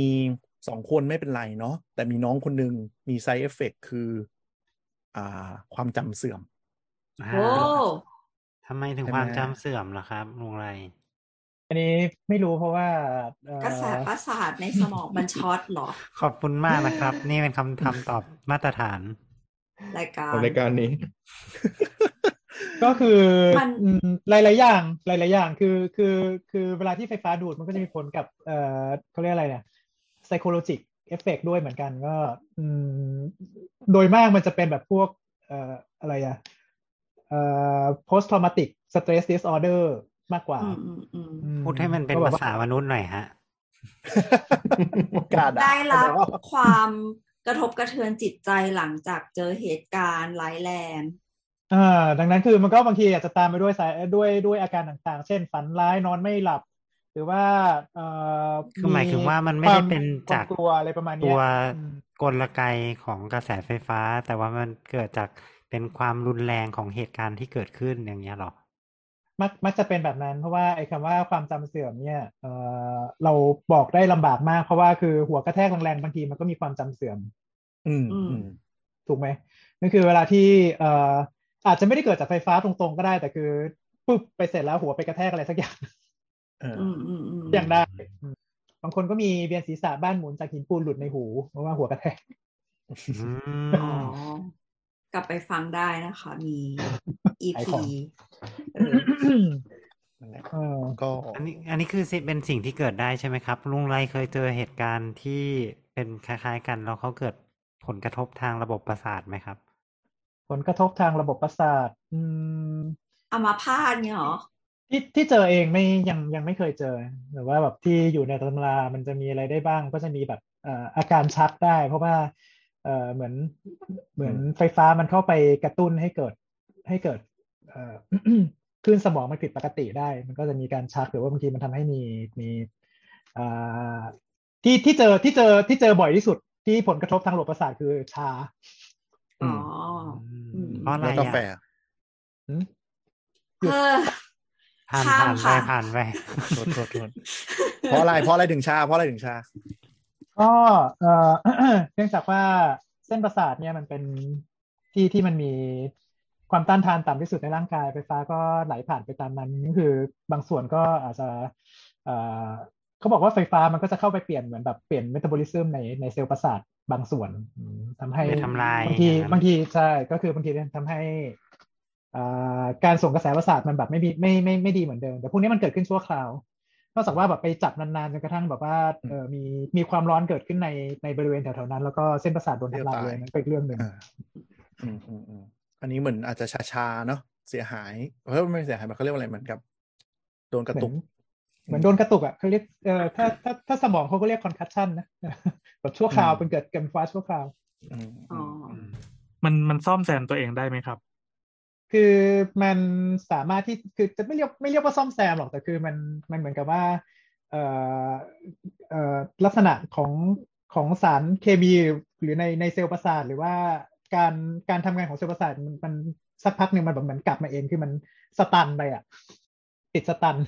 Speaker 5: สองคนไม่เป็นไรเนาะแต่มีน้องคนหนึ่งมีไซเอฟเฟกคือ อ่า ความจำเสื่อม
Speaker 3: อ่า
Speaker 2: โอ้
Speaker 3: ทำไมถึง
Speaker 5: ใช่ไหม
Speaker 3: ความจำเสื่อมล่ะครับลุงไร
Speaker 4: อันนี้ไม่รู้เพราะว่าเอ่อก
Speaker 2: ระแสประสาทในสมองมันช็อตเหรอ
Speaker 3: ขอบคุณมากนะครับ นี่เป็นคำคำตอบมาตรฐาน
Speaker 2: รายการ
Speaker 6: ของรายการนี้
Speaker 4: ก็คือ
Speaker 2: มัน
Speaker 4: อืมหลายๆอย่างหลายๆอย่างคือคือคือเวลาที่ไฟฟ้าดูดมันก็จะมีผลกับเอ่อเขาเรียกอะไรเนี่ย psychologic effect ด้วยเหมือนกันก็อืมโดยมากมันจะเป็นแบบพวกเอ่ออะไรอะเอ่อ post traumatic stress disorder มากกว่า
Speaker 2: อืมอืมอืม
Speaker 4: อื
Speaker 3: พูดให้มันเป็น
Speaker 4: ก็แบ
Speaker 3: ภา
Speaker 4: บว่
Speaker 3: ษามนุษย์หน่อยฮะ
Speaker 5: กล้าา
Speaker 2: ได้รับ
Speaker 5: แต่ว่า
Speaker 2: ความกระทบกระเทือนจิตใจหลังจากเจอเหตุการณ์ร้ายแรง
Speaker 4: อ่าดังนั้นคือมันก็บางทีอาจจะตามไปด้วยสายด้วยด้วยอาการต่างๆ เช่นฝันร้ายนอนไม่หลับ หรือว่าเอ่อ
Speaker 3: คือหมายถึงว่ามันไม่ได้
Speaker 4: คว
Speaker 3: เป็นจาก
Speaker 4: ควมกลัวอะไรประมาณเนี้ย
Speaker 3: ตัว
Speaker 4: อืม
Speaker 3: กลไกของกระแสไฟฟ้า แต่ว่ามันเกิดจากเป็นความรุนแรงของเหตุการณ์ที่เกิดขึ้นอย่างเงี้ยหรอ
Speaker 4: มักมักจะเป็นแบบนั้นเพราะว่าไอ้คำว่าความจำเสื่อมเนี่ยเอ่อเราบอกได้ลำบากมาก เพราะว่าคือหัวกระแทกแรงๆบางทีมันก็มีความจำเสื่อม
Speaker 5: อืมอืม
Speaker 4: ถูกไหมนั่นคือเวลาที่เอ่ออาจจะไม่ได้เกิดจากไฟฟ้าตรงๆก็ได้ แต่คือปุ๊บไปเสร็จแล้วหัวไปกระแทกอะไรสักอย่าง
Speaker 5: เออ
Speaker 2: อืมอืมอืม
Speaker 4: อย่างได้อืมบางคนก็มีเวียนศีรษะบ้านหมุนจากหินปูนหลุดในหูเพราะว่าหัวกระแทก
Speaker 3: อื
Speaker 2: อ๋อ
Speaker 3: ม
Speaker 2: กลับไปฟังได้นะคะ มี
Speaker 4: ขา
Speaker 2: EP
Speaker 4: ยของ
Speaker 2: เออ
Speaker 5: นั่นแหละ
Speaker 4: เออ
Speaker 5: ก็
Speaker 3: อันนี้อันนี้คือสิเป็นสิ่งที่เกิดได้ใช่ไหมครับลุงไรเคยเจอเหตุการณ์ที่เป็นคล้ายๆกันแล้วเขาเกิดผลกระทบทางระบบประสาทไหมครับ
Speaker 4: ผลกระทบทางระบบประสาทอืม
Speaker 2: อามาพาดเนี่ยเหรอ
Speaker 4: ที่ที่เจอเองไม่ยังยังไม่เคยเจอหรือว่าแบบที่อยู่ในตำรามันจะมีอะไรได้บ้าง ก็จะมีแบบเอ่ออาการชักได้ เพราะว่าเอ่อเหมือนเหมือนไฟฟ้ามันเข้าไปกระตุ้นให้เกิดให้เกิดเอ่อ คลื่นสมองมันผิดปกติได้ มันก็จะมีการชักหรือว่าบางทีมันทำให้มีมีเอ่อที่ที่เจอที่เจอที่เจอบ่อยที่สุดที่ผลกระทบทางระบบประสาทคือชา
Speaker 2: อ๋อ อืม
Speaker 3: เพราะอะไร
Speaker 5: แล้ว
Speaker 3: อ่ะ
Speaker 5: กาแฟ
Speaker 2: เออ
Speaker 3: ผ่าน
Speaker 2: ข้าม
Speaker 3: ผ่านไป
Speaker 2: ค่ะ
Speaker 3: ผ่านไป
Speaker 5: โทษโทษโทษ เพราะอะไรเพราะอะไรถึงชา เพราะอะไรถึงชา
Speaker 4: ก็เอ่ อ เนื่องจากว่าเส้นประสาทเนี่ยมันเป็นที่ที่มันมีความต้านทานต่ำที่สุดในร่างกายไฟฟ้าก็ไหลผ่านไปตามนั้นก็คือบางส่วนก็อาจจะเอ่อเขาบอกว่าไฟฟ้ามันก็จะเข้าไปเปลี่ยนเหมือนแบบเปลี่ยนเมตาบอลิซึมในในเซลล์ประสาทบางส่วนอืมทำให้
Speaker 3: ไปทำลาย
Speaker 4: บางที
Speaker 3: อย่างนั้น
Speaker 4: บางทีใช่ก็คือบางทีทำให้เอ่อการส่งกระแสประสาทมันแบบไม่มีไม่ไม่ไม่ดีเหมือนเดิม แต่พวกนี้มันเกิดขึ้นชั่วคราว นอกจากว่าแบบไปจับนานๆจนกระทั่งแบบว่าเออมีมีความร้อนเกิดขึ้นในในบริเวณแถวๆนั้น แล้วก็เส้นประสาทโดนทำลายเลยนั่นเป็นเรื่องหนึ่ง
Speaker 5: อ่าอืมอืมอืมอันนี้เหมือนอาจจะชาชาๆเนาะเสียหายเพราะไม่เสียหายมันเขาเรียกว่าอะไรเหมือนกับ โดนกระ
Speaker 4: เหมื
Speaker 5: ตุ
Speaker 4: อน
Speaker 5: ก
Speaker 4: เหมือนโดนกระตุกอ่ะเขาเรียกเออถ้าถ้าถ้าสมองเขาก็เรียก concussion นะ แบบชั่วคราว
Speaker 5: อืม
Speaker 4: เป็นเกิดกันฟ้าชั่วคราว
Speaker 5: อืม
Speaker 2: อ๋
Speaker 5: อื
Speaker 2: อ
Speaker 5: ม
Speaker 1: มันมันซ่อมแซมตัวเองได้ไหมครับ
Speaker 4: คือมันสามารถที่คือจะไม่เรียกไม่เรียกว่าซ่อมแซมหรอกแต่คือมันมันเหมือนกับว่าเอ่อเอ่อลักษณะของของสารเคมีหรือในในเซลล์ประสาท หรือว่าการการทำงานของเซลล์ประสาทมันมันสักพักหนึ่งมันแบบเหมือนกลับมาเองคือมันสตันไปอ่ะ ติดสตัน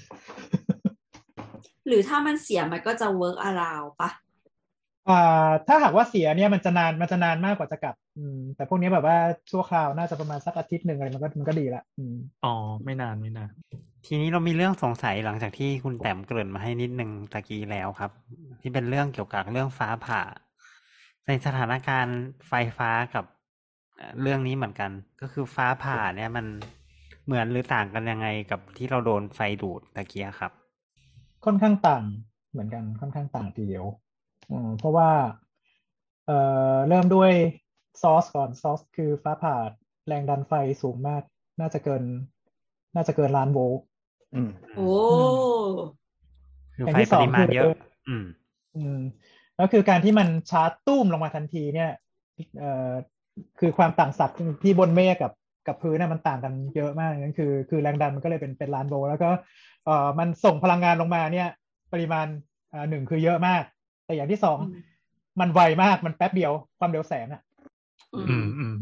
Speaker 2: หรือถ้ามันเสียมันก็จะ work around ปะ
Speaker 4: อ่าถ้าหากว่าเสียเนี่ยมันจะนานมันจะนานมากกว่าจะกลับอืมแต่พวกนี้แบบว่าชั่วคราวน่าจะประมาณสักอาทิตย์หนึ่งอะไรมันก็มันก็ดีละอืม
Speaker 1: อ๋อ ไม่นานไม่นาน
Speaker 3: ทีนี้เรามีเรื่องสงสัยหลังจากที่คุณแต้มเกริ่นมาให้นิดนึงตะกี้แล้วครับ ที่เป็นเรื่องเกี่ยวกับเรื่องฟ้าผ่า ในสถานการณ์ไฟฟ้ากับเอ่อเรื่องนี้เหมือนกัน ก็คือฟ้าผ่าเนี่ยมันเหมือนหรือต่างกันยังไงกับที่เราโดนไฟดูดตะกี้ครับ
Speaker 4: ค่อนข้างต่างเหมือนกันค่อนข้างต่างทีเดียวอืมเพราะว่าเอ่อเริ่มด้วยซอสก่อนซอสคือฟ้าผ่าแรงดันไฟสูงมาก น่าจะเกิน น่าจะเกินล้านโวลต์
Speaker 5: อืม
Speaker 2: โอ้
Speaker 3: คือ
Speaker 4: อย่าง
Speaker 3: ไฟ
Speaker 4: ที่ส
Speaker 3: ป
Speaker 4: อง
Speaker 3: ริมาณ
Speaker 4: คือ
Speaker 3: เยอะ อืม
Speaker 4: อืมแล้วคือการที่มันชาร์จตุ้มลงมาทันทีเนี่ยเอ่อคือความต่างศักย์ที่บนเมฆกับกับพื้นน่ะมันต่างกันเยอะมากนั่นคือคือแรงดันมันก็เลยเป็นเป็นล้านโวลต์แล้วก็เอ่อมันส่งพลังงานลงมาเนี่ย ปริมาณอ่าหนึ่งคือเยอะมาก แต่อย่างที่สอง
Speaker 2: อืม
Speaker 4: มันไวมากมันแป๊บเดียวความเร็วแสงอ่ะ
Speaker 2: อื
Speaker 1: อื
Speaker 2: ม
Speaker 1: มอืม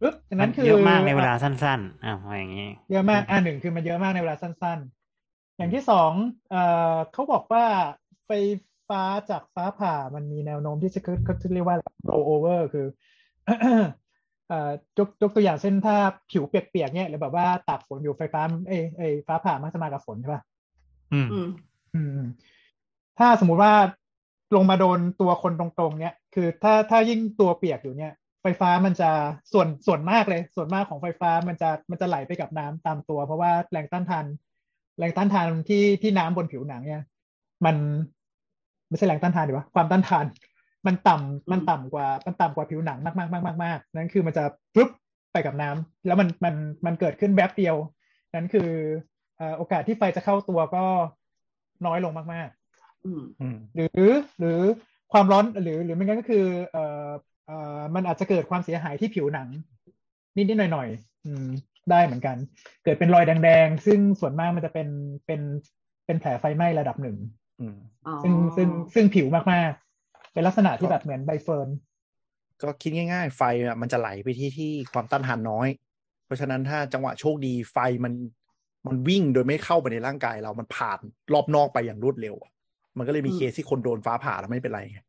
Speaker 4: ปึ๊บดัง
Speaker 3: มั
Speaker 4: นั้นนคือ
Speaker 3: เยอะมากในเวลาสั้นๆ อ่ะว่าอย่างนี้
Speaker 4: เยอะมาก อ่าหนึ่งคือมันเยอะมากในเวลาสั้นๆ อย่างที่สองเอ่อเขาบอกว่าไฟฟ้าจากฟ้าผ่ามันมีแนวโน้มที่จะเกิดเขาเรียกว่า blow over คือ เอ่อยกยกตัวอย่างเช่นถ้าผิวเปียกๆเนี่ยหรือแบบว่าตากฝนอยู่ไฟฟ้าเอยเอยฟ้าผ่ามักจะมากับฝนใช่ป่ะ
Speaker 1: อืม
Speaker 2: อืม
Speaker 4: อืมถ้าสมมุติว่าลงมาโดนตัวคนตรงๆ เนี่ย คือถ้าถ้ายิ่งตัวเปียกอยู่เนี่ย ไฟฟ้ามันจะส่วนส่วนมากเลย ส่วนมากของไฟฟ้ามันจะมันจะไหลไปกับน้ำตามตัว เพราะว่าแรงต้านทานแรงต้านทานที่ที่น้ำบนผิวหนังเนี่ย มันไม่ใช่แรงต้านทานดีวะความต้านทาน มันต่ำมันต่ำกว่ามันต่ำกว่าผิวหนังมากมากมากมากมากนั่นคือมันจะปุ๊บไปกับน้ำแล้วมันมันมันเกิดขึ้นแวบบเดียว นั่นคือเอ่อโอกาสที่ไฟจะเข้าตัวก็น้อยลงมาก ๆ
Speaker 2: อืม
Speaker 5: อืม
Speaker 4: หรือหรือความร้อนหรือหรือไม่งั้นก็คือเอ่อเอ่อมันอาจจะเกิดความเสียหายที่ผิวหนัง นิดนิดหน่อยหน่อยๆอืมได้เหมือนกัน เกิดเป็นรอยแดงๆ ซึ่งส่วนมากมันจะเป็นเป็นเป็นแผลไฟไหม้ระดับหนึ่ง
Speaker 5: อืม
Speaker 2: อ๋อ
Speaker 4: ซึ่งซึ่งซึ่งผิวมากๆ เป็นลักษณะที่แบบเหมือนใบเฟิร์น
Speaker 5: ก็คิดง่ายๆ ไฟอะมันจะไหลไปที่ที่ความต้านทานน้อย เพราะฉะนั้นถ้าจังหวะโชคดีไฟมันมันวิ่งโดยไม่เข้าไปในร่างกายเรามันผ่านรอบนอกไปอย่างรวดเร็วอะมันก็เลยมีเคสที่คนโดนฟ้าผ่าแล้วไม่เป็นไรไง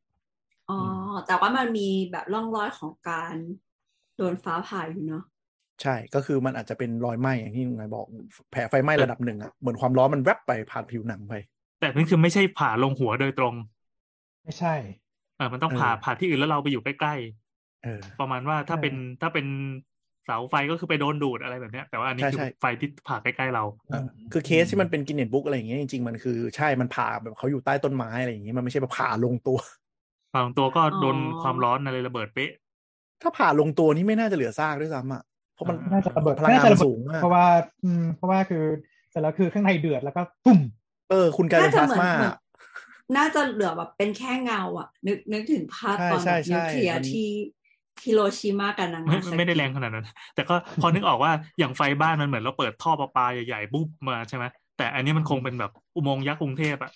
Speaker 2: อ๋อ แต่ว่ามันมีแบบร่องรอยของการโดนฟ้าผ่าอยู่เนาะ
Speaker 5: ใช่ก็คือมันอาจจะเป็นรอยไหม้อย่างที่นายบอกแผลไฟไหม้ระดับหนึ่งอะเหมือนความร้อนมันแวบไปผ่านผิวหนังไป
Speaker 1: แต่นั่นคือไม่ใช่ผ่าลงหัวโดยตรง
Speaker 4: ไม่ใช่
Speaker 1: เออมันต้องผ่า
Speaker 5: เออ
Speaker 1: ผ่าที่อื่นแล้วเราไปอยู่ใกล้
Speaker 5: เออ
Speaker 1: ๆประมาณว่าถ้า
Speaker 4: เออ
Speaker 1: เป็นถ้าเป็นเสาไฟก็คือไปโดนดูดอะไรแบบเนี้ย แต่ว่าอันนี้
Speaker 5: ใช่
Speaker 1: คือ
Speaker 5: ใช่
Speaker 1: ไฟที่ผ่าใกล้ๆเรา
Speaker 5: เออคือเคสที่มันเป็นกินเน็ตบุ๊กอะไรอย่างเงี้ยจริงๆมันคือใช่มันผ่าแบบเขาอยู่ใต้ต้นไม้อะไรอย่างเงี้ยมันไม่ใช่แบบผ่าลงตัว
Speaker 1: บางตัวก็โดน
Speaker 2: อ๋อ
Speaker 1: ความร้อนอะไรระเบิดเป๊ะ
Speaker 5: ถ้าผ่าลงตัวนี่ไม่น่าจะเหลือซากด้วยซ้ำอะเพราะมัน
Speaker 1: อ่
Speaker 4: น่าจะระเบิด
Speaker 5: พลังงาน
Speaker 4: จะ
Speaker 5: มั
Speaker 4: ระเบิ
Speaker 5: น
Speaker 4: ด
Speaker 5: สูงมาก
Speaker 4: เพราะว่าอืมเพราะว่าคือเสร็จแล้วคือข้างในเดือดแล้วก็ตุ่ม
Speaker 5: เออคุณกลายเป็นพลาสมา
Speaker 2: เหมือนน่าจะเหลือแบบเป็นแค่เงาอะนึกนึกถึงภาพ
Speaker 5: ใช่
Speaker 2: ตอน
Speaker 5: ใช่
Speaker 2: แบบ
Speaker 5: ใช่
Speaker 2: นิวเคลียร์
Speaker 5: มัน
Speaker 2: ที่ฮิโรชิมากับนาง
Speaker 1: ไม่
Speaker 2: ซากิ
Speaker 1: ไม่ได้แรงขนาดนั้น แต่ก็พอนึกออกว่าอย่างไฟบ้านมันเหมือนเราเปิดท่อประปาใหญ่ๆบุ๊บมาใช่ไหมแต่อันนี้มันคงเป็นแบบอุโมงค์ยักษ์กรุงเทพอะ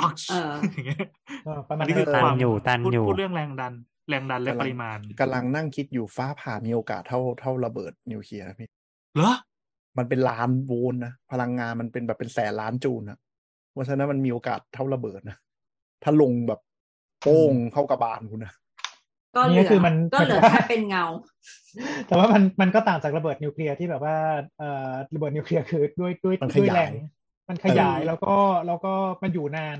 Speaker 1: อ๊อก
Speaker 2: เออ
Speaker 1: อย่างเงี้ย
Speaker 4: เออประมาณ
Speaker 1: อันนี้คือ
Speaker 4: เอ
Speaker 1: ค
Speaker 4: อ
Speaker 1: วาม
Speaker 3: ตันอยู่ตัน
Speaker 1: พูด
Speaker 3: อยู่
Speaker 1: พูดเรื่องแรงดัน แรงดันและปริมาณ
Speaker 5: กำลังนั่งคิดอยู่ฟ้าผ่ามีโอกาสเท่าเท่าระเบิดนิวเคลียร์นะพี่
Speaker 1: เหรอ
Speaker 5: มันเป็นล้านโวลต์นะ พลังงานมันเป็นแบบเป็นแสนล้านจูลนะเพราะฉะนั้นมันมีโอกาสเท่าระเบิดนะ ถ้าลงแบบโป้งเข้ากระบาลคุณนะ
Speaker 2: ก็เห
Speaker 4: นี่
Speaker 2: ลื
Speaker 4: ก็คือมัน
Speaker 2: ก็เหลือแค่เป็นเงา
Speaker 4: แต่ว่ามันมันก็ต่างจากระเบิดนิวเคลียร์ที่แบบว่าเอ่อระเบิดนิวเคลียร์คือด้วยด้วย
Speaker 5: มันข
Speaker 4: ด้วย
Speaker 5: ยาย
Speaker 4: แรงมันขยาย
Speaker 2: เออ
Speaker 4: แล้วก็แล้วก็มันอยู่นาน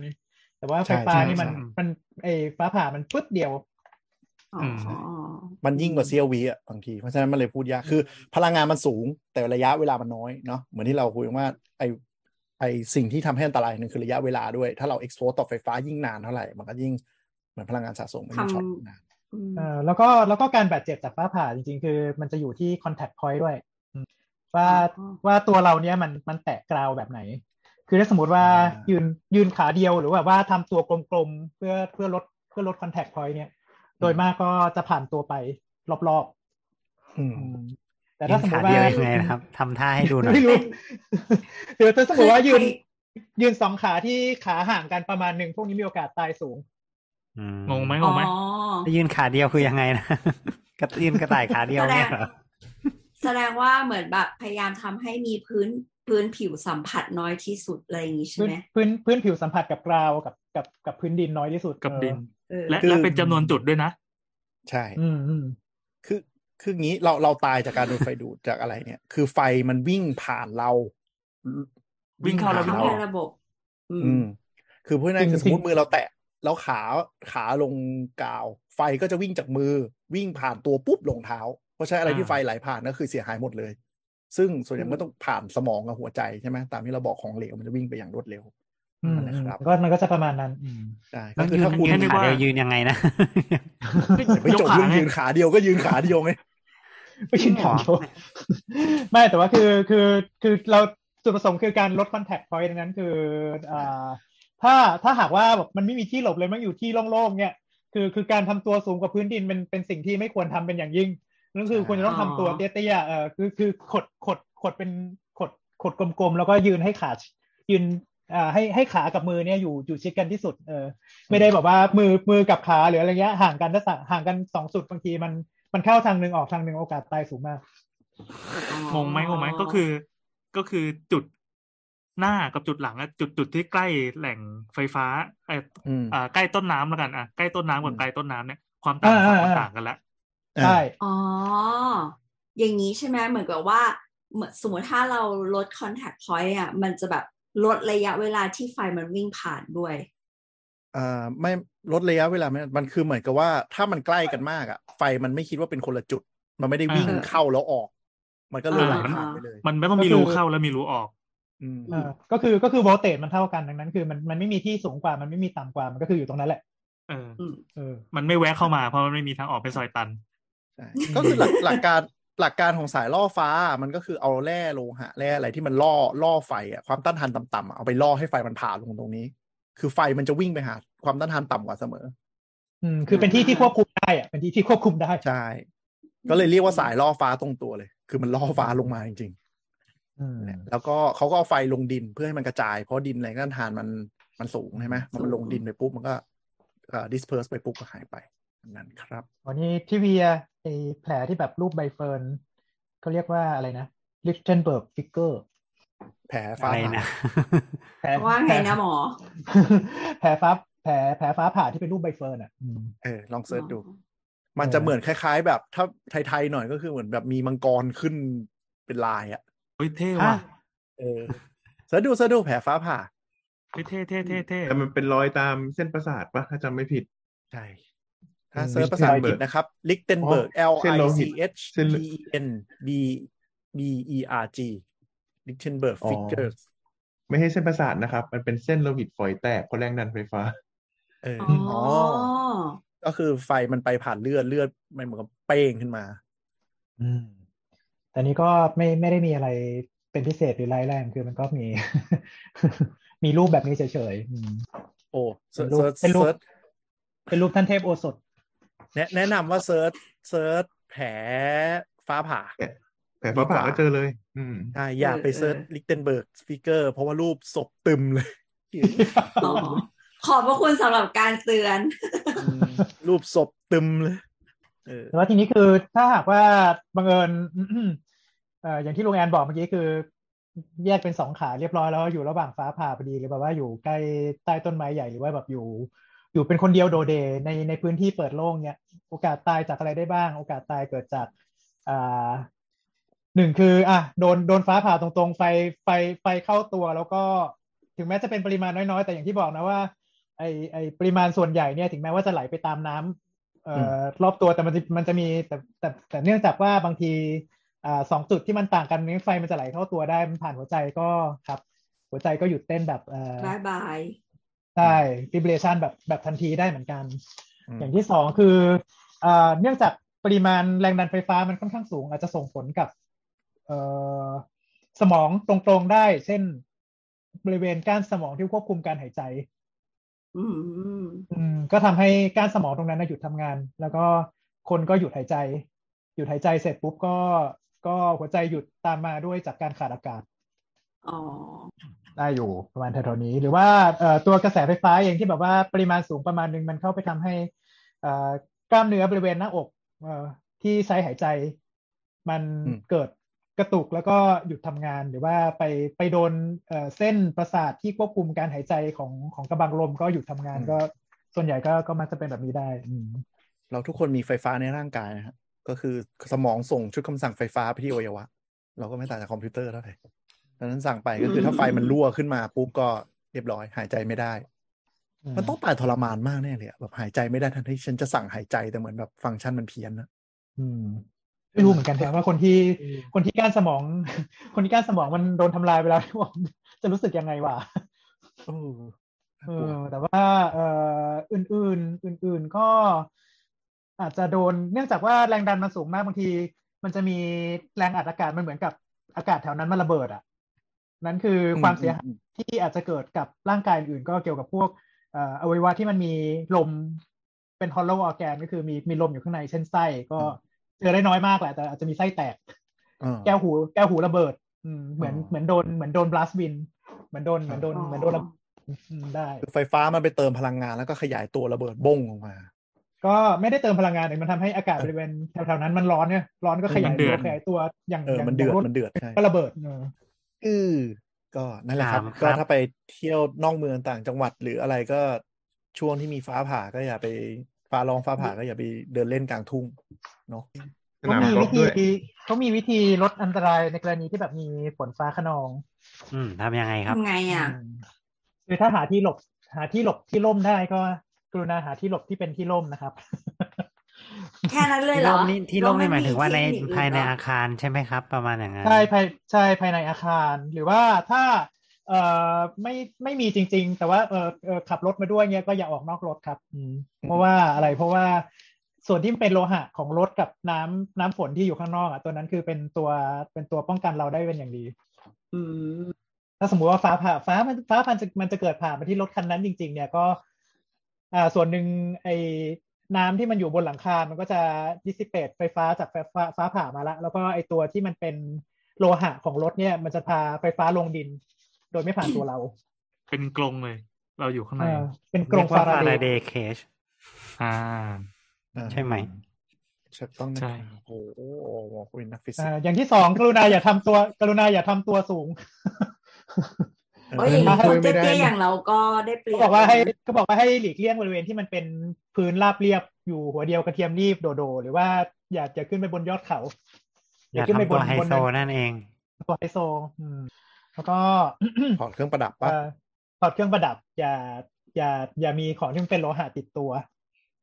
Speaker 4: แต่ว่าไฟ
Speaker 5: ใช่
Speaker 4: ฟ้า
Speaker 5: ใช่
Speaker 4: นี่มัน
Speaker 5: ใช่
Speaker 4: มันไอฟ้าผ่ามันปึ๊ดเดียว
Speaker 2: อ๋ออ๋อ
Speaker 5: มันยิ่งกว่าเซียววีอะบางที เพราะฉะนั้นมันเลยพูดยาก คือ พลังงานมันสูงแต่ระยะเวลามันน้อยเนาะ เหมือนที่เราคุยกันว่าไอไอสิ่งที่ทำให้อันตรายหนึ่งคือระยะเวลาด้วย ถ้าเราเอ็กซ์โพต่อไฟฟ้ายิ่งนานเท่าไหร่ มันก็ยิ่งเหมือนพลังงานสะสมมันยิ่งช็อตนาน
Speaker 2: อืม
Speaker 4: เออแล้วก็แล้วก็การบาดเจ็บจากฟ้าผ่าจริงๆ คือมันจะอยู่ที่ contact point ด้วยอืมว่าว่าตัวเราเนี้ยมันมันแตะกราวแบบไหน คือถ้าสมมติว่ายืนยืนขาเดียวหรือแบบว่าทำตัวกลมๆ เพื่อเพื่อลดเพื่อลด contact point เนี่ย โดยมากก็จะผ่านตัวไปรอบ
Speaker 5: อื
Speaker 4: ๆ
Speaker 5: ม
Speaker 4: อืมแต่ถ้าสมม
Speaker 3: ขา
Speaker 4: ติ
Speaker 3: เดี
Speaker 4: ว่า
Speaker 3: ยวยังไงนะครับทำท่าให้ดูหน่อย
Speaker 4: ไม่รู้เดี๋ยวถ้าสมมติว่ายืน
Speaker 2: คือ
Speaker 4: ยืนสองขาที่ขาห่างกันประมาณหนึ่งพวกนี้มีโอกาสตายสูง
Speaker 3: อื
Speaker 1: งงไหม
Speaker 2: ใครง
Speaker 1: งไหม
Speaker 2: อ๋อ
Speaker 3: ถ้ายืนขาเดียวคือยังไงนะ กระยืนกระต่ายขาเดียวเนี่ยเหรอ
Speaker 2: แสดงว่าเหมือนแบบพยายามทำให้มีพื้นพื้นผิวสัมผัสน้อยที่สุดอะไรอย่างงี้ใช่
Speaker 4: พื้น
Speaker 2: ไหม
Speaker 4: พื้นพื้นผิวสัมผัสกับกราวกับกับกับพื้นดินน้อยที่สุด
Speaker 1: กับดิน
Speaker 4: เออ
Speaker 2: เออ
Speaker 1: และ
Speaker 5: คือ
Speaker 1: และเป็นจำนวนจุดด้วยนะ
Speaker 5: ใช่
Speaker 4: อืมอืม
Speaker 5: คือคืองี้เราเราตายจากการโดนไฟดูด จากอะไรเนี่ย คือไฟมันวิ่งผ่านเรา
Speaker 1: วิ่งเข้า
Speaker 5: ผ่
Speaker 1: เรา
Speaker 5: น
Speaker 2: เข้าในระบบ อื
Speaker 5: อื
Speaker 2: ม
Speaker 5: ม คือพูดง่ายๆคือสมมติมือเราแตะแล้วขาขาลงกาว ไฟก็จะวิ่งจากมือ วิ่งผ่านตัวปุ๊บลงเท้า เพราะฉะนั้นอะไรที่
Speaker 1: อ่า
Speaker 5: ไฟไหลผ่านก็คือเสียหายหมดเลย ซึ่งส่วนใหญ่มันก็ต้องผ่านสมองกับหัวใจใช่ไหมตามที่เราบอกของเหลวมันจะวิ่งไปอย่างรวดเร็ว
Speaker 4: อืม
Speaker 5: นั่นแห
Speaker 4: อื
Speaker 5: ละ
Speaker 4: ม
Speaker 5: ครับ
Speaker 4: ก็มันก็จะประมาณนั้น อืม
Speaker 5: ใช่
Speaker 3: ต้
Speaker 5: ก็
Speaker 3: อง
Speaker 5: คือ
Speaker 3: ยืน
Speaker 5: ถ้าคุณ
Speaker 3: ยืน
Speaker 1: แค่นึก
Speaker 3: ขา
Speaker 1: ว่า
Speaker 3: เดียวยืนยังไงนะ
Speaker 5: ไม่จบเรื่องยืนขาเดียวก็ยืนขาเดียวไง
Speaker 4: ไม่ใช่
Speaker 2: อ๋อ
Speaker 4: ถามโชว์ไม่แต่ว่าคือคือคือเรา จุดประสงค์คือการลดคอนแทคพอยต์ดังนั้นคืออ่าถ้าถ้าหากว่าแบบมันไม่มีที่หลบเลยมันอยู่ที่โล่งๆเนี่ยคือคือการทำตัวสูงกว่าพื้นดินเป็นเป็นสิ่งที่ไม่ควรทำเป็นอย่างยิ่งนั่นคือควรจะต้องทำตัวเตี้ยๆเออคือคือขดขดขดเป็นขดขดกลมๆ แล้วก็ยืนให้ขาชยืนอ่าให้ให้ขากับมือเนี่ยอยู่อยู่ชิดกันที่สุดเออ ไม่ได้แบบว่ามือมือกับขาหรืออะไรเงี้ยห่างกันถ้าสะห่างกันสองจุดบางทีมันมันเข้าทางหนึ่งออกทางหนึ่งโอกาสตายสูงมาก
Speaker 1: งงไหมงงไหมก็คือก็คือจุดหน้ากับจุดหลังอะจุดจุดที่ใกล้แหล่งไฟฟ้าเออ
Speaker 5: อืม
Speaker 1: อ่าใกล้ต้นน้ำแล้วกันอ่ะใกล้ต้นน้ำกับไกลต้นน้ำเนี่ยความต่าง
Speaker 4: อ่า
Speaker 1: ความ
Speaker 4: อ่า
Speaker 1: ต่างกันละ
Speaker 5: อ่า
Speaker 4: ใช่
Speaker 2: อ๋อ อย่างนี้ใช่ไหมเหมือนกับว่าเหมือนสมมติถ้าเราลด contact point อ่ะ มันจะแบบลดระยะเวลาที่ไฟมันวิ่งผ่านด้วย
Speaker 5: อ่าไม่ลดระยะเวลาไม่มันคือเหมือนกับว่าถ้ามันใกล้กันมากอะไฟมันไม่คิดว่าเป็นคนละจุด มันไม่ได้วิ่ง
Speaker 1: อ่า
Speaker 5: เข้าแล้วออก มันก็เลยไหล
Speaker 2: อ่า
Speaker 5: ผ่านไปเลย
Speaker 1: มันไม่ต้องมี
Speaker 4: ก็คือ
Speaker 1: รูเข้าแล้วมีรูออก
Speaker 5: อืม
Speaker 4: เออก็คือก็คือโวลเตจมันเท่ากันดังนั้น คือมันมันไม่มีที่สูงกว่ามันไม่มีต่ำกว่ามันก็คืออยู่ตรงนั้นแหละ
Speaker 1: เออ
Speaker 2: อืม
Speaker 4: เออ
Speaker 1: มันไม่แวะเข้ามาเพราะมันไม่มีทางออกเป็นซอยตัน
Speaker 5: ใช่ ก็คือหลักหลักการหลักการของสายล่อฟ้ามันก็คือเอาแร่โลหะแร่อะไรที่มันล่อล่อไฟอะความต้านทานต่ำๆอะเอาไปล่อให้ไฟมันผ่าลงตรงนี้ คือไฟมันจะวิ่งไปหาความต้านทานต่ำกว่าเสมอ
Speaker 4: อืมคือเป็นที่ที่ควบคุมได้อะเป็นที่ที่ควบคุมได้
Speaker 5: ใช่ ก็เลยเรียกว่าสายล่อฟ้าตรงตัวเลย คือมันล่อฟ้าลงมาจริงๆ
Speaker 4: อืม
Speaker 5: เนี่ยแล้วก็เขาก็เอาไฟลงดินเพื่อให้มันกระจาย เพราะดินแรงต้านทานมันมันสูงใช่ไหมพอมัน
Speaker 2: สูง
Speaker 5: ลงดินไปปุ๊บมันก็เอ่อ disperse ไปปุ๊บก็หายไปนั่นครับ
Speaker 4: วันนี้พี่เวียไอแผลที่แบบรูปใบเฟิร์นเขาเรียกว่าอะไรนะลิฟเทนเบิร์กฟิกเกอร์
Speaker 5: แผลฟ้า
Speaker 3: อะไร
Speaker 5: ผ่า
Speaker 3: นะ
Speaker 4: แผล
Speaker 2: ว่าไงนะหมอ
Speaker 4: แผลฟ้าแผลแผลฟ้าผ่าที่เป็นรูปใบเฟิร์นอ่ะอืม
Speaker 5: เออลองเซิร์ชดู
Speaker 2: อ๋อ
Speaker 5: มัน
Speaker 4: เออ
Speaker 5: จะเหมือนคล้ายๆ แบบถ้าไทยๆหน่อยก็คือเหมือนแบบมีมังกรขึ้นเป็นลายอะ
Speaker 1: เฮ้ยเท่ว่ะ
Speaker 3: ฮะ
Speaker 5: เออเซิร์ชดูเซิร์ชดูแผลฟ้าผ่า
Speaker 1: เฮ้ยเท่เท่เท่เท่
Speaker 6: แต่มันเป็นรอยตามเส้นประสาทปะถ้าจำไม่ผิด
Speaker 5: ใช่ ถ้า
Speaker 4: อืม
Speaker 5: เซิร์ชภาษาอังกฤษนะครับ Lichtenberg
Speaker 6: อ๋อ
Speaker 5: L
Speaker 6: เส้น
Speaker 5: I
Speaker 6: โล
Speaker 5: C
Speaker 6: หิต
Speaker 5: H
Speaker 6: เส้น
Speaker 5: T E N B B E R G Lichtenberg
Speaker 6: อ๋อ
Speaker 5: Figures
Speaker 6: ไม่ใช่เส้นประสาทนะครับ มันเป็นเส้นโลหิตฝอยแตกเพราะแรงดันไฟฟ้า
Speaker 5: เออ
Speaker 2: อ๋
Speaker 5: อ
Speaker 2: อ
Speaker 5: อ๋อ ก็คือไฟมันไปผ่านเลือดเลือดมันเหมือนกับเป้งขึ้นมา
Speaker 4: แต่นี้ก็ไม่ไม่ได้มีอะไรเป็นพิเศษหรือร้ายแรงคือมันก็มี มีรูปแบบนี้เฉยๆอืม
Speaker 5: โอ้เซิร์ช
Speaker 4: เป็นรูป
Speaker 5: เซิร์ช
Speaker 4: เป็นรูปเป็นรูป
Speaker 5: เซิร์ช
Speaker 4: ท่านเทพโอสถ
Speaker 5: แนะแนะนำว่าเซิร์ชเซิร์ชแผลฟ้าผ่า
Speaker 6: แผลฟ้าผ่า
Speaker 5: ดีกว่า
Speaker 6: ก็เจอเลย อืม
Speaker 5: ใช่อย่าไปเซิร์ชลิกเทนเบิร์กสปีกเกอร์เพราะว่ารูปศพตึมเลย
Speaker 2: อ๋อขอบพระคุณสำหรับการเตือน
Speaker 5: รูปศพตึมเลยเออ
Speaker 4: แล้วทีนี้คือถ้าหากว่าบังเอิญ เอ่ออย่างที่ลุงแอนบอกเมื่อกี้คือแยกเป็นสองขาเรียบร้อยแล้วอยู่ระหว่างฟ้าผ่าพอดีหรือแบบว่าอยู่ใกล้ใต้ต้นไม้ใหญ่หรือว่าแบบอยู่ อยู่เป็นคนเดียวโดดเดย์ในในพื้นที่เปิดโล่งเนี่ยโอกาสตายจากอะไรได้บ้าง โอกาสตายเกิดจากอ่าหนึ่งคือ อ่ะโดนโดนฟ้าผ่าตรงๆ ไฟไฟไฟเข้าตัว แล้วก็ถึงแม้จะเป็นปริมาณน้อยๆ แต่อย่างที่บอกนะว่า ไอไอปริมาณส่วนใหญ่เนี่ยถึงแม้ว่าจะไหลไปตามน้ำเอ่ออรอบตัวแต่มันจะมันจะมีแต่แต่แต่เนื่องจากว่าบางที อ่าสองจุดที่มันต่างกันนี้ไฟมันจะไหลเข้าตัวได้มันผ่านหัวใจก็ครับ หัวใจก็หยุดเต้นแบบเอ่อบ
Speaker 2: ายบาย
Speaker 4: ได้ fibrillation แบบแบบทันทีได้เหมือนกัน
Speaker 5: อืม
Speaker 4: อย่างที่สองคืออ่าเนื่องจากปริมาณแรงดันไฟฟ้ามันค่อนข้างสูง อาจจะส่งผลกับเอ่อสมองตรงๆได้ เช่น บริเวณก้านสมองที่ควบคุมการหายใจ
Speaker 2: อืม
Speaker 4: อืมก็ทำให้ก้านสมองตรงนั้นนะหยุดทำงาน แล้วก็คนก็หยุดหายใจ หยุดหายใจเสร็จปุ๊บก็ก็หัวใจหยุดตามมาด้วยจากการขาดอากาศ
Speaker 2: อ๋อ
Speaker 4: ได้อยู่ประมาณเท่านี้ หรือว่าเอ่อตัวกระแสไฟฟ้าเองที่แบบว่าปริมาณสูงประมาณหนึ่งมันเข้าไปทำให้เอ่อกล้ามเนื้อบริเวณหน้าอกเอ่อที่ใช้หายใจ มัน
Speaker 5: อืม
Speaker 4: เกิดกระตุกแล้วก็หยุดทำงาน หรือว่าไปไปโดนเอ่อเส้นประสาทที่ควบคุมการหายใจของของกระบังลมก็หยุดทำงานก็ ส่วนใหญ่ก็ก็มักจะเป็นแบบนี้ได้อืม
Speaker 5: เราทุกคนมีไฟฟ้าในร่างกายนะฮะก็คือสมองส่งชุดคำสั่งไฟฟ้าไปที่อวัยวะ เราก็ไม่ต่างจากคอมพิวเตอร์เท่าไหร่ดังนั้นสั่งไปก็คือถ้าไฟมันรั่วขึ้นมาปุ๊บก็เรียบร้อย หายใจไม่ได้ มันต้องตายทรมานมากแน่เลยอะแบบหายใจไม่ได้ทันที่ฉันจะสั่งหายใจแต่เหมือนแบบฟังก์ชันมันเพี้ยนนะ
Speaker 4: อืมไม่รู้เหมือนกันแต่ว่าคนที่คนที่ก้านสมอง คนที่ก้านสมองมันโดนทำลายไปแล้ว ที่ผมจะรู้สึกยังไงวะ
Speaker 5: โอ้
Speaker 4: เอก
Speaker 5: น่าลัว
Speaker 4: อ แต่ว่าเอ่ออื่นๆ อื่น ๆ ก็อาจจะโดนเนื่องจากว่าแรงดันมันสูงมากบางที มันจะมีแรงอัดอากาศมันเหมือนกับอากาศแถวนั้นมันระเบิดอ่ะ นั่นคือความเสียหายที่อาจจะเกิดกับร่างกายอื่นก็เกี่ยวกับพวกเอ่ออวัยวะที่มันมีลมเป็น hollow organ ก็คือมีมีลมอยู่ข้างในเช่นไส้ก็เจอได้น้อยมากแหละแต่อาจจะมีไส้แตก
Speaker 5: อ่า
Speaker 4: แก้วหูแก้วหูระเบิด อืมเหมือน
Speaker 5: อ๋อ
Speaker 4: เหมือนโดนเหมือนโดน blast wind เหมือนโดนเหมือนโดนเหมือนโดนระเบิดอืมได้
Speaker 5: คือไฟฟ้ามันไปเติมพลังงานแล้วก็ขยายตัวระเบิดบ้งออกมา
Speaker 4: ก็ไม่ได้เติมพลังงานแต่มันทำให้อากาศบริเวณแถวๆนั้นมันร้อนเนี่ยร้อนก็ขยาย
Speaker 1: มันเดื
Speaker 4: ตัว
Speaker 1: อด
Speaker 4: ขยายตัวอย่าง
Speaker 5: เออ
Speaker 4: ย่าง
Speaker 5: มันเดือด
Speaker 4: ย่างรว
Speaker 5: มันเดือดใช่
Speaker 4: ก็ระเบิดเออ
Speaker 5: อือก็นั่นแหละครับ
Speaker 3: ครับ
Speaker 5: ก็ถ้าไปเที่ยวนอกเมืองต่างจังหวัดหรืออะไรก็ช่วงที่มีฟ้าผ่าก็อย่าไปฟ้าร้องฟ้าผ่าก็อย่าไปเดินเล่นกลางทุ่งเนาะ
Speaker 6: สนาม
Speaker 4: มี
Speaker 6: กอล์
Speaker 4: วิธี
Speaker 6: ฟด้วย
Speaker 4: เขามีวิธีลดอันตรายในกรณีที่แบบมีฝนฟ้าขนอง
Speaker 3: อืมทำยังไงครับ
Speaker 2: ทำไงอ่ะ
Speaker 4: มคือถ้าหาที่หลบหาที่หลบที่ร่มได้ก็กรุณาหาที่หลบที่เป็นที่ร่มนะครับ
Speaker 2: แค่นั้นเลย
Speaker 3: ที่
Speaker 2: เหรอ
Speaker 3: ร่มนี่ที่ร่มนี่หมายถึงว่าใน
Speaker 2: เทคค
Speaker 3: ภายใน
Speaker 2: อื่เหร
Speaker 3: อาคารใช่ไหมครับ ประมาณอย่างนั้น
Speaker 4: ใช่ภายใช่ภายในอาคารหรือว่าถ้าเอ่อไม่ไม่มีจริง ๆ แต่ว่าเออเออขับรถมาด้วยเงี้ยก็อย่าออกนอกรถครับอืมเพราะว่าอะไรเพราะว่าส่วนที่เป็นโลหะของรถกับน้ำน้ำฝนที่อยู่ข้างนอกอ่ะตัวนั้นคือเป็นตัวเป็นตัวป้องกันเราได้เป็นอย่างดี
Speaker 2: อืม
Speaker 4: ถ้าสมมุติว่าฟ้าผ่าฟ้ามันฟ้าผ่าจะมันจะเกิดผ่ามาที่รถคันนั้นจริง ๆ เนี่ยก็อ่าส่วนหนึ่งไอ้น้ำที่มันอยู่บนหลังคา มันก็จะดิสซิเปตไฟฟ้าจากไฟฟ้าฟ้าผ่ามาละแล้วก็ไอ้ตัวที่มันเป็นโลหะของรถเนี่ย มันจะพาไฟฟ้าลงดิน โดยไม่ผ่านตัวเรา
Speaker 1: เป็นกลงเลย เราอยู่ข้างใน
Speaker 4: เออเป็นกร
Speaker 3: เรีย
Speaker 4: ง
Speaker 3: กว่า
Speaker 4: ฟารา
Speaker 3: ฟารา
Speaker 4: เด
Speaker 3: เด
Speaker 4: ย์
Speaker 3: ย์เคช
Speaker 1: อ่า
Speaker 5: อ่า
Speaker 3: ใช่ไหม
Speaker 5: ใช่ต้องนะ
Speaker 1: ใช่
Speaker 5: โอ้โหคุยนักฟิสิก
Speaker 4: อ่า
Speaker 5: ส์
Speaker 4: อย่างที่สองกรุณาอย่าทำตัว กรุณาอย่าทำตัวสูง
Speaker 2: โอ้ยอย่างนี้คน
Speaker 6: ไม่ได้
Speaker 2: เตี้ยๆ
Speaker 6: นะ
Speaker 2: อย่างเราก็ได้เปรียบ
Speaker 4: ก็บอกว่าให้ก็บอกว่าให้หลีกเลี่ยงบริเวณที่มันเป็นพื้นราบเรียบอยู่หัวเดียวกระเทียมรีบโดโด หรือว่าอย่าอย่าขึ้นไปบนยอดเขา
Speaker 3: อย่า
Speaker 4: ขึ้นไป
Speaker 3: ทำตัวไฮโซ
Speaker 4: นั้น
Speaker 3: นั่นเอง
Speaker 4: ตัวไฮโซอืมแล้วก็
Speaker 5: ถอดเครื่องประดับปะ
Speaker 4: เอ่อถอดเครื่องประดับ อย่า อย่า อย่ามีของที่มันเป็นโลหะติดตัว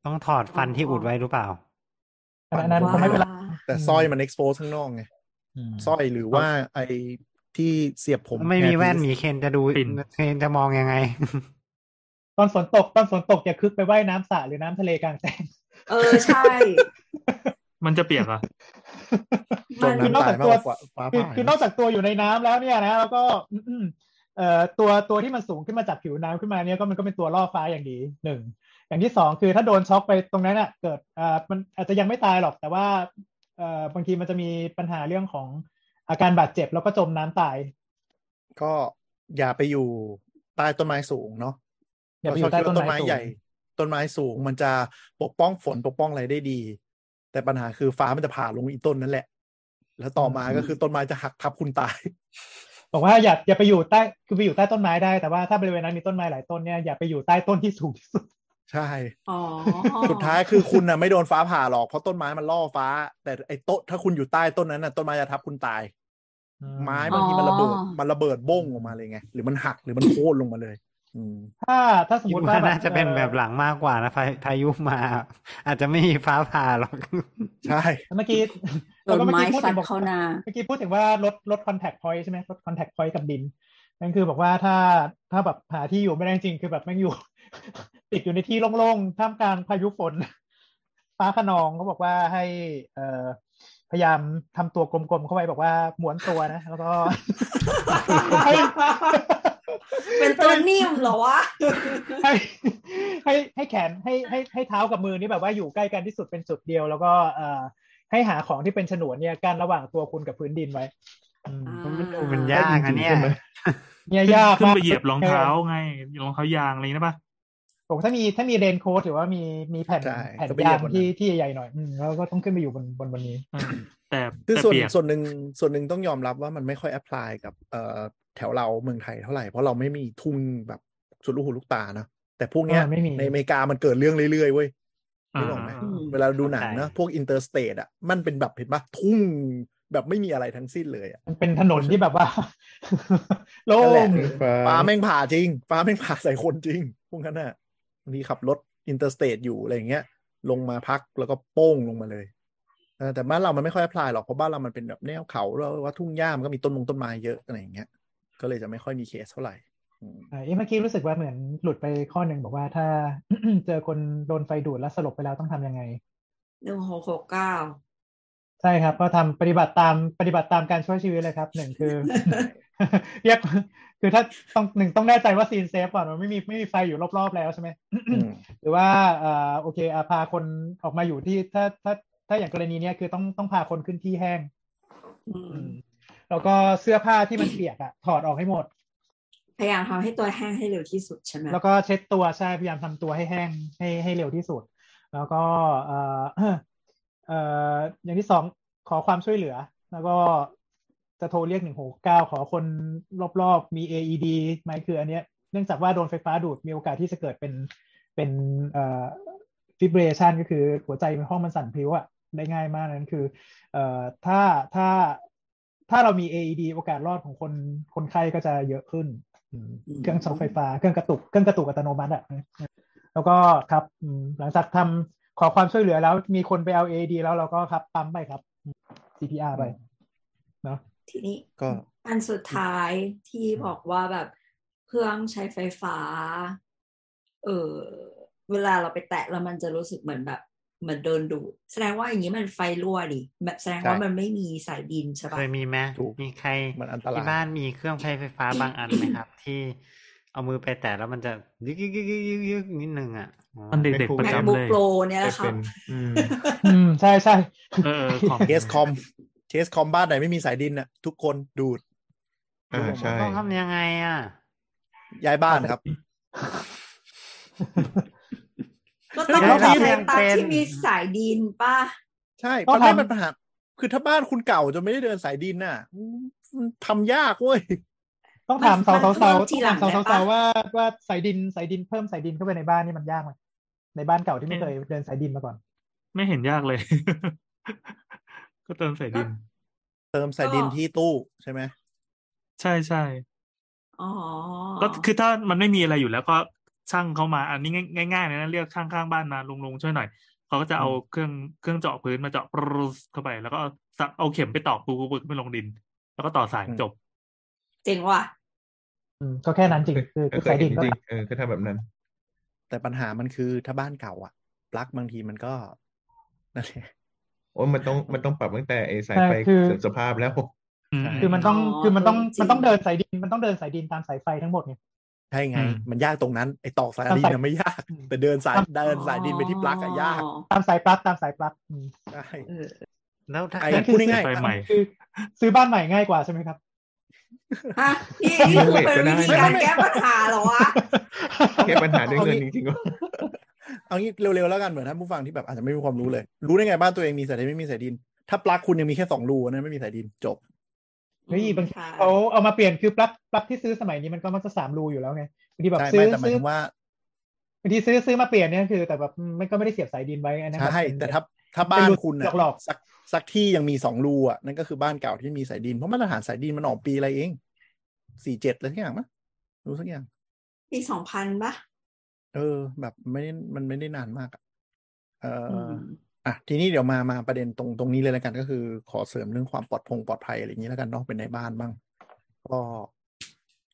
Speaker 3: ต้องถอดฟันที่อุดไว้หรือเปล่า
Speaker 4: อันนั้นอันนั้นก็ไม่เป็นไร
Speaker 5: แต่
Speaker 4: อืม
Speaker 5: สร้อยมัน expose ข้างนอกไงสร้อยหรือว่าไอที่เสียบผม
Speaker 3: ไม่มีแว่น
Speaker 5: ฮร์
Speaker 3: ห
Speaker 5: พี
Speaker 3: มี
Speaker 5: ซ
Speaker 3: เคนจะดู
Speaker 1: ปิ่น
Speaker 3: เคนจะมองยังไง
Speaker 4: ตอนฝนตกตอนฝนตกอย่าคึกไปว่ายน้ำสระหรือน้ำทะเลกลางแจ้ง
Speaker 2: เออใช่
Speaker 1: มันจะเปียกเหรอ่ะ
Speaker 5: จม
Speaker 4: คือนอก
Speaker 5: น้ำตา
Speaker 4: จาย กตั
Speaker 5: มากก
Speaker 4: ว
Speaker 5: ว่าฟ้า
Speaker 4: คือ
Speaker 5: ผ่า
Speaker 4: คือนอกจากตัวอยู่ในน้ำแล้วเนี่ยนะแล้วก็อืมๆเอ่อตัวตัวที่มันสูงขึ้นมาจากผิวน้ำขึ้นมาเนี่ยก็มันก็เป็นตัวล่อฟ้าอย่างดีหนึ่งอย่างที่สองคือถ้าโดนช็อกไปตรงนั้นอ่ะเกิดเอ่อมันอาจจะยังไม่ตายหรอก แต่ว่าเอ่อบางทีมันจะมีปัญหาเรื่องของอาการบาดเจ็บแล้วก็จมน้ำตาย
Speaker 5: ก็อย่าไปอยู่ใต้ต้นไม้สูงเนาะ
Speaker 4: อย่าไปอยู่
Speaker 5: เราชบ
Speaker 4: ใต้ต้
Speaker 5: คิดว่าต้
Speaker 4: น
Speaker 5: น
Speaker 4: ไม้
Speaker 5: ไม้
Speaker 4: สูง
Speaker 5: ใหญ่ ต้นไม้สูงมันจะปกป้องฝนปกป้องอะไรได้ดี แต่ปัญหาคือฟ้ามันจะผ่าลงอีต้นนั่นแหละ แล้วต่อมาก็คือต้นไม้จะหักทับคุณตาย
Speaker 4: บอกว่าอย่าอย่าไปอยู่ใต้คือไปอยู่ใต้ต้นไม้ได้แต่ว่าถ้าบริเวณนั้นมีต้นไม้หลายต้นเนี่ยอย่าไปอยู่ใต้ต้นที่สูงที่สุด
Speaker 5: ใช่
Speaker 2: อ๋อ
Speaker 5: สุดท้ายคือคุณน่ะไม่โดนฟ้าผ่าหรอกเพราะต้นไม้มันล่อฟ้า แต่ไอ้โต๊ะถ้าคุณอยู่ใต้ต้นนั้นน่ะต้นไม้จะทับคุณตาย ไม้บางทีมันระเบิดมันระเบิดบ้งออกมาเลยไงหรือมันหักหรือมันโค่นลงมาเลย อืม
Speaker 4: ถ้าถ้าสม
Speaker 3: คิ
Speaker 4: ม
Speaker 3: ด
Speaker 4: ติ
Speaker 3: ว่า
Speaker 4: ว่า
Speaker 3: น่าจะเป็นแบบห
Speaker 4: อ่อ
Speaker 3: ลังมากกว่านะพาพายุมา อาจจะไม่มีฟ้าผ่าหรอก
Speaker 5: ใช่
Speaker 4: เมื่อกี้
Speaker 2: โดนไม้
Speaker 4: พู
Speaker 2: ฟั
Speaker 4: ถึ
Speaker 2: ด
Speaker 4: งบอก
Speaker 2: เขานา
Speaker 4: เมื่อกี้พูดถึงว่าลดลดคอนแทคพอยต์ใช่ไหมลดคอนแทคพอยต์กับดิน นั่นคือบอกว่าถ้าถ้าแบบหาที่อยู่ไม่ได้จริงๆคือแบบแม่ง อยู่ ติดอยู่ในที่โล่งๆ ท่ามกลางพายุฝน ฟ้าขนองเขาบอกว่าให้ เอ่อพยายามทำตัวกลมๆเข้าไว้บอกว่าหมวนตัวนะ แล้วก็ ให้
Speaker 2: เป็นตัวนิ่มเหรอวะ
Speaker 4: ให้ให้ให้แขนให้ให้ให้เท้ากับมือนี่แบบว่าอยู่ใกล้กันที่สุดเป็นจุดเดียว แล้วก็เอ่อให้หาของที่เป็นฉนวนเนี่ยกั้นระหว่างตัวคุณกับพื้นดินไว้อืม
Speaker 3: มันยากอันเนี้ย
Speaker 6: ใช่ไหม
Speaker 4: เนี่ย
Speaker 1: ขึ้น
Speaker 4: ยาก
Speaker 1: ขึ้น
Speaker 4: มาก
Speaker 1: ไปเหยียบรองเท้าไงรองเท้ายางอะไรอย่างนี้นะปะ
Speaker 4: ผมถ้ามีถ้ามีเรนโค้ทหรือว่ามีมีแผ่น
Speaker 5: ใช่
Speaker 4: แผ่น
Speaker 5: ก็ไปเหยี
Speaker 4: ยาย ง
Speaker 5: บมัน
Speaker 4: ที่ที่ใหญ่ๆหน่อยอืมแล้วก็ต้องขึ้นไปอยู่บนบนบนนี้
Speaker 1: เออแต่
Speaker 5: คือ
Speaker 1: แต่
Speaker 5: ส่วน
Speaker 1: เปียก
Speaker 5: ส่วนหนึ่งส่วนหนึ่งต้องยอมรับว่ามันไม่ค่อยแอพพลายกับเอ่อแถวเราเมืองไทยเท่าไหร่เพราะเราไม่มีทุ่งแบบสุดลูกหูลูกตานะแต่พวกเนี้ย
Speaker 4: เออไม่มี
Speaker 5: ในอเมริกามันเกิดเรื่องเรื่อยๆเว้ย
Speaker 1: อ่า
Speaker 5: นึกออกไหม
Speaker 2: อืม
Speaker 5: เวลาดูหนัง
Speaker 3: เข้าใจ
Speaker 5: นะพวกอินเตอร์สเตทอ่ะมันเป็นแบบเห็นปะทุ่งแบบไม่มีอะไรทั้งสิ้นเลยอ่ะ
Speaker 4: มันเป็นถนนที่แบบว่า โล่
Speaker 5: นั่นแหละ
Speaker 4: ง
Speaker 5: ฟ้าแม่งผ่าจริงฟ้าแม่งผ่าใส่คนจริง พวกนั้นอ่ะบางทีขับรถอินเตอร์สเตทอยู่อะไรอย่างเงี้ย ลงมาพักแล้วก็โป้งลงมาเลยเออแต่บ้านเรามันไม่ค่อยแอพพลายหรอกเพราะบ้านเรามันเป็นแบบแนวเขาแล้วว่าทุ่งหญ้ามันก็มีต้นมงต้นไม้เยอะอะไรอย่างเงี้ย ก็เลยจะไม่ค่อยมีเคสเท่าไหร่อืม
Speaker 4: เอ่อเอ๊ะเมื่อกี้รู้สึกว่าเหมือนหลุดไปข้อหนึ่งบอกว่าถ้ า เจอคนโดนไฟดูดแล้วสลบไปแล้วต้องทำยังไง
Speaker 2: หนึ่งหกหกเก้า
Speaker 4: ใช่ครับ ก็ทำปฏิบัติตามปฏิบัติตามการช่วยชีวิตเลยครับหนึ่งคือ เรียกคือถ้าต้องหนึ่งต้องแน่ใจว่าซีนเซฟก่อนมันไม่มีไม่มีไฟอยู่รอบๆแล้วใช่ไหม
Speaker 5: อืม
Speaker 4: หรือว่าเอ่อโอเคอาพาคนออกมาอยู่ที่ถ้าถ้าถ้าอย่างกรณีเนี้ยคือต้องต้องพาคนขึ้นที่แห้ง
Speaker 2: อืม
Speaker 4: แล้วก็เสื้อผ้าที่มันเปียกอะถอดออกให้หมด
Speaker 2: พยายามทำให้ตัวแห้งให้เร็วที่สุดใช่ไหม
Speaker 4: แล้วก็เช็ดตัวใช่พยายามทำตัวให้แห้งให้ให้เร็วที่สุด แล้วก็เอ่ อเอ่ออย่างที่สองขอความช่วยเหลือ แล้วก็จะโทรเรียกหนึ่งหกเก้าขอคนรอบๆมี AED ไหมคืออันเนี้ยเนื่องจากว่าโดนไฟฟ้าดูดมีโอกาสที่จะเกิดเป็นเป็นเอ่อฟิบเรชันก็คือหัวใจมันห้องมันสั่นพลิ้วอะได้ง่ายมากนั้นคือ เอ่อถ้าถ้าถ้าเรามี AED โอกาสรอดของคนคนไข้ก็จะเยอะขึ้นอืมเครื่องช็อตไฟฟ้าเครื่องกระตุกเครื่องกระตุกอัตโนมัติอ่ะแล้วก็ครับอืมหลังจากทำขอความช่วยเหลือแล้วมีคนไปเอา AED แล้วเราก็ครับปั๊มไปครับอืม CPR ไป
Speaker 2: ทีนี้
Speaker 5: ก็
Speaker 2: อันสุดท้ายที่บอกว่าแบบเครื่องใช้ไฟฟ้า เออเวลาเราไปแตะแล้วมันจะรู้สึกเหมือนแบบ เหมือนโดนดูดแสดงว่าอย่างนี้มันไฟรั่วดิแบบแสดงว่า
Speaker 5: ใช่
Speaker 2: มันไม่มีสายดินใช่
Speaker 3: เค
Speaker 2: ปะ
Speaker 3: ยมีไหม
Speaker 5: ถูก
Speaker 3: มีใคร
Speaker 5: มันอันตรา
Speaker 3: ที่
Speaker 5: ย
Speaker 3: บ้านมีเครื่องใช้ไฟฟ้าบางอันไหมครับ ที่เอามือไปแตะแล้วมันจะยึกยึกยึกยึกยึกยึกนิดนึงอ่ะอ๋อ
Speaker 1: ตอนเด็กๆประ
Speaker 2: แม
Speaker 1: จำ
Speaker 2: c
Speaker 1: เล
Speaker 2: บุ๊ก
Speaker 1: ย
Speaker 2: โปรเนี่ยแห
Speaker 6: แต่
Speaker 2: ละครั
Speaker 6: เป็
Speaker 2: บ
Speaker 6: นอืม
Speaker 4: อืม ใช่ใช่
Speaker 1: เออของ
Speaker 5: เทสคอม เทสคอมบ้านไหนไม่มีสายดินน่ะ ทุกคนดูด
Speaker 6: อ่าใช่
Speaker 3: ต้องทำยังไงอ่ะ
Speaker 5: ย้ายบ้านครับ
Speaker 2: ก็ต้อง
Speaker 3: แล้ว
Speaker 2: ใช้
Speaker 3: ทำยัง
Speaker 2: ปั๊
Speaker 3: เป็
Speaker 2: ก
Speaker 3: น
Speaker 2: ที่มีสายดินป่ะ
Speaker 5: ใช่มันไม่เป็นปัญหาคือถ้าบ้านคุณเก่าจนไม่ได้เดินสายดินน่ะมันทำยากเว้ย
Speaker 4: ต้องถาม
Speaker 2: มั
Speaker 4: สาวน สาว
Speaker 2: มัน
Speaker 4: สาว
Speaker 2: มันทีหลัง
Speaker 4: สาว
Speaker 2: ได้ปะ
Speaker 4: สาวว่าว่าสายดินสายดินเพิ่มสายดินเข้าไปในบ้านนี่มันยากไหมในบ้านเก่าที่ไม่เคยเดินสายดินมาก่อน
Speaker 1: ไม่เห็นยากเลย ก็เติมใส่ดิน
Speaker 5: เติมสายดินที่ตู้ใช่ไหม
Speaker 1: ใช่ใช่
Speaker 2: อ๋อ
Speaker 1: ก็คือถ้ามันไม่มีอะไรอยู่แล้วก็ช่างเขามา อันนี้ง่ายง่ายๆเลยนะเรียกช่างข้างบ้านมาลุงลุงช่วยหน่อยเขาก็จะเอาเครื่องเครื่องเจาะพื้นมาเจาะปรุสเข้าไป แล้วก็เอาสักเอาเข็มไปตอกปูปูปูไปลงดิน แล้วก็ต่อสายจบ
Speaker 2: เจ๋งว่ะ
Speaker 4: อืมก็แค่นั้นจริงคือคื
Speaker 6: ก็
Speaker 4: อ
Speaker 6: เค
Speaker 4: สาย ย
Speaker 6: เห็
Speaker 4: ดิ
Speaker 6: น
Speaker 4: น
Speaker 6: จ
Speaker 4: ก็
Speaker 6: ริงๆเออก็ทำแบบนั้น
Speaker 5: แต่ปัญหามันคือถ้าบ้านเก่าอ่ะ ปลั๊กบางทีมันก็ นั่นแหละ
Speaker 6: โอ้ยมันต้องมันต้องปรับตั้งแต่ไอสาย
Speaker 4: ใช่
Speaker 6: ไฟ
Speaker 4: คือ
Speaker 6: เสื่อมสภาพแล้ว
Speaker 1: อืม
Speaker 5: ใช่
Speaker 4: คือมันต้อง
Speaker 2: อ๋อ
Speaker 4: คือมันต้อง
Speaker 2: เออจริง
Speaker 4: มันต้องเดินสายดินมันต้องเดินสายดินตามสายไฟทั้งหมดไง
Speaker 5: ใช่ไง มันยากตรงนั้น ไอ้ตอกสาย
Speaker 4: ตาม
Speaker 5: ดิน
Speaker 4: สาย
Speaker 5: น่ะไม่ยาก
Speaker 4: อืม
Speaker 5: แต่เดินสายเดินสายดินไปที่ปลั๊กอะยาก
Speaker 2: อ๋อ
Speaker 4: ตามสายปลั๊กตามสายปลั๊กอืม
Speaker 5: ใช่
Speaker 2: เออ
Speaker 3: แล้วถ้า
Speaker 5: ไอ้
Speaker 3: เกิด
Speaker 5: พูดง่ายๆ
Speaker 1: ไปใหม่
Speaker 4: คือซื้อบ้านใหม่ง่ายกว่าใช่ไหมครับ
Speaker 2: ฮะนี่นี่คือเป็นวิธีการแก้ปัญหาเหรอวะ
Speaker 6: แก้ปัญหาด้วยเงินจริงๆว่า
Speaker 5: เอางี้เร็วๆแล้วกันเหมือนท่านผู้ฟังที่แบบอาจจะไม่มีความรู้เลย รู้ได้ไงบ้านตัวเองมีสายดินไม่มีสายดิน ถ้าปลั๊กคุณยังมีแค่สองรูอันนั้นไม่มีสายดินจบ
Speaker 4: เฮ้ยบางที
Speaker 2: ค่ะ
Speaker 4: เขาเอามาเปลี่ยนคือปลั๊กปลั๊กที่ซื้อสมัยนี้มันก็มักจะสามรูอยู่แล้วไงบางทีแบบ
Speaker 5: ใช่
Speaker 4: ซื้
Speaker 5: ไม่
Speaker 4: อ
Speaker 5: แต่หมาย
Speaker 4: ซื้อ
Speaker 5: ถึงว่า
Speaker 4: บางทีซื้อซื้อมาเปลี่ยนเนี่ยคือ แต่แบบมันก็ไม่ได้เสียบสายดินไว้อันนั้น
Speaker 5: ใช่
Speaker 4: บบเป็น
Speaker 5: แต่ถ้าถ้าบ้านคุณ
Speaker 4: หลอกๆ
Speaker 5: สักสักที่ยังมีสองรูอ่ะนั่นก็คือบ้านเก่าที่มีสายดิน เพราะมาตรฐานสายดินมันออกปีอะไรเองสี่เจ็ดอะไรสักอย่างมั้ยรู้สักอย่าง
Speaker 2: ปีสองพันปะ
Speaker 5: เออ แบบไม่ได้มันไม่ได้นานมากอะเอออ
Speaker 2: ม
Speaker 5: อ่ะทีนี้เดี๋ยวมามาประเด็นตรงตรงนี้เลยแล้วกันก็คือ ขอเสริมเรื่องความปลอดพงปลอดภัยอะไรอย่างนี้แล้วกันเนาะเป็นในบ้านบ้าง ก็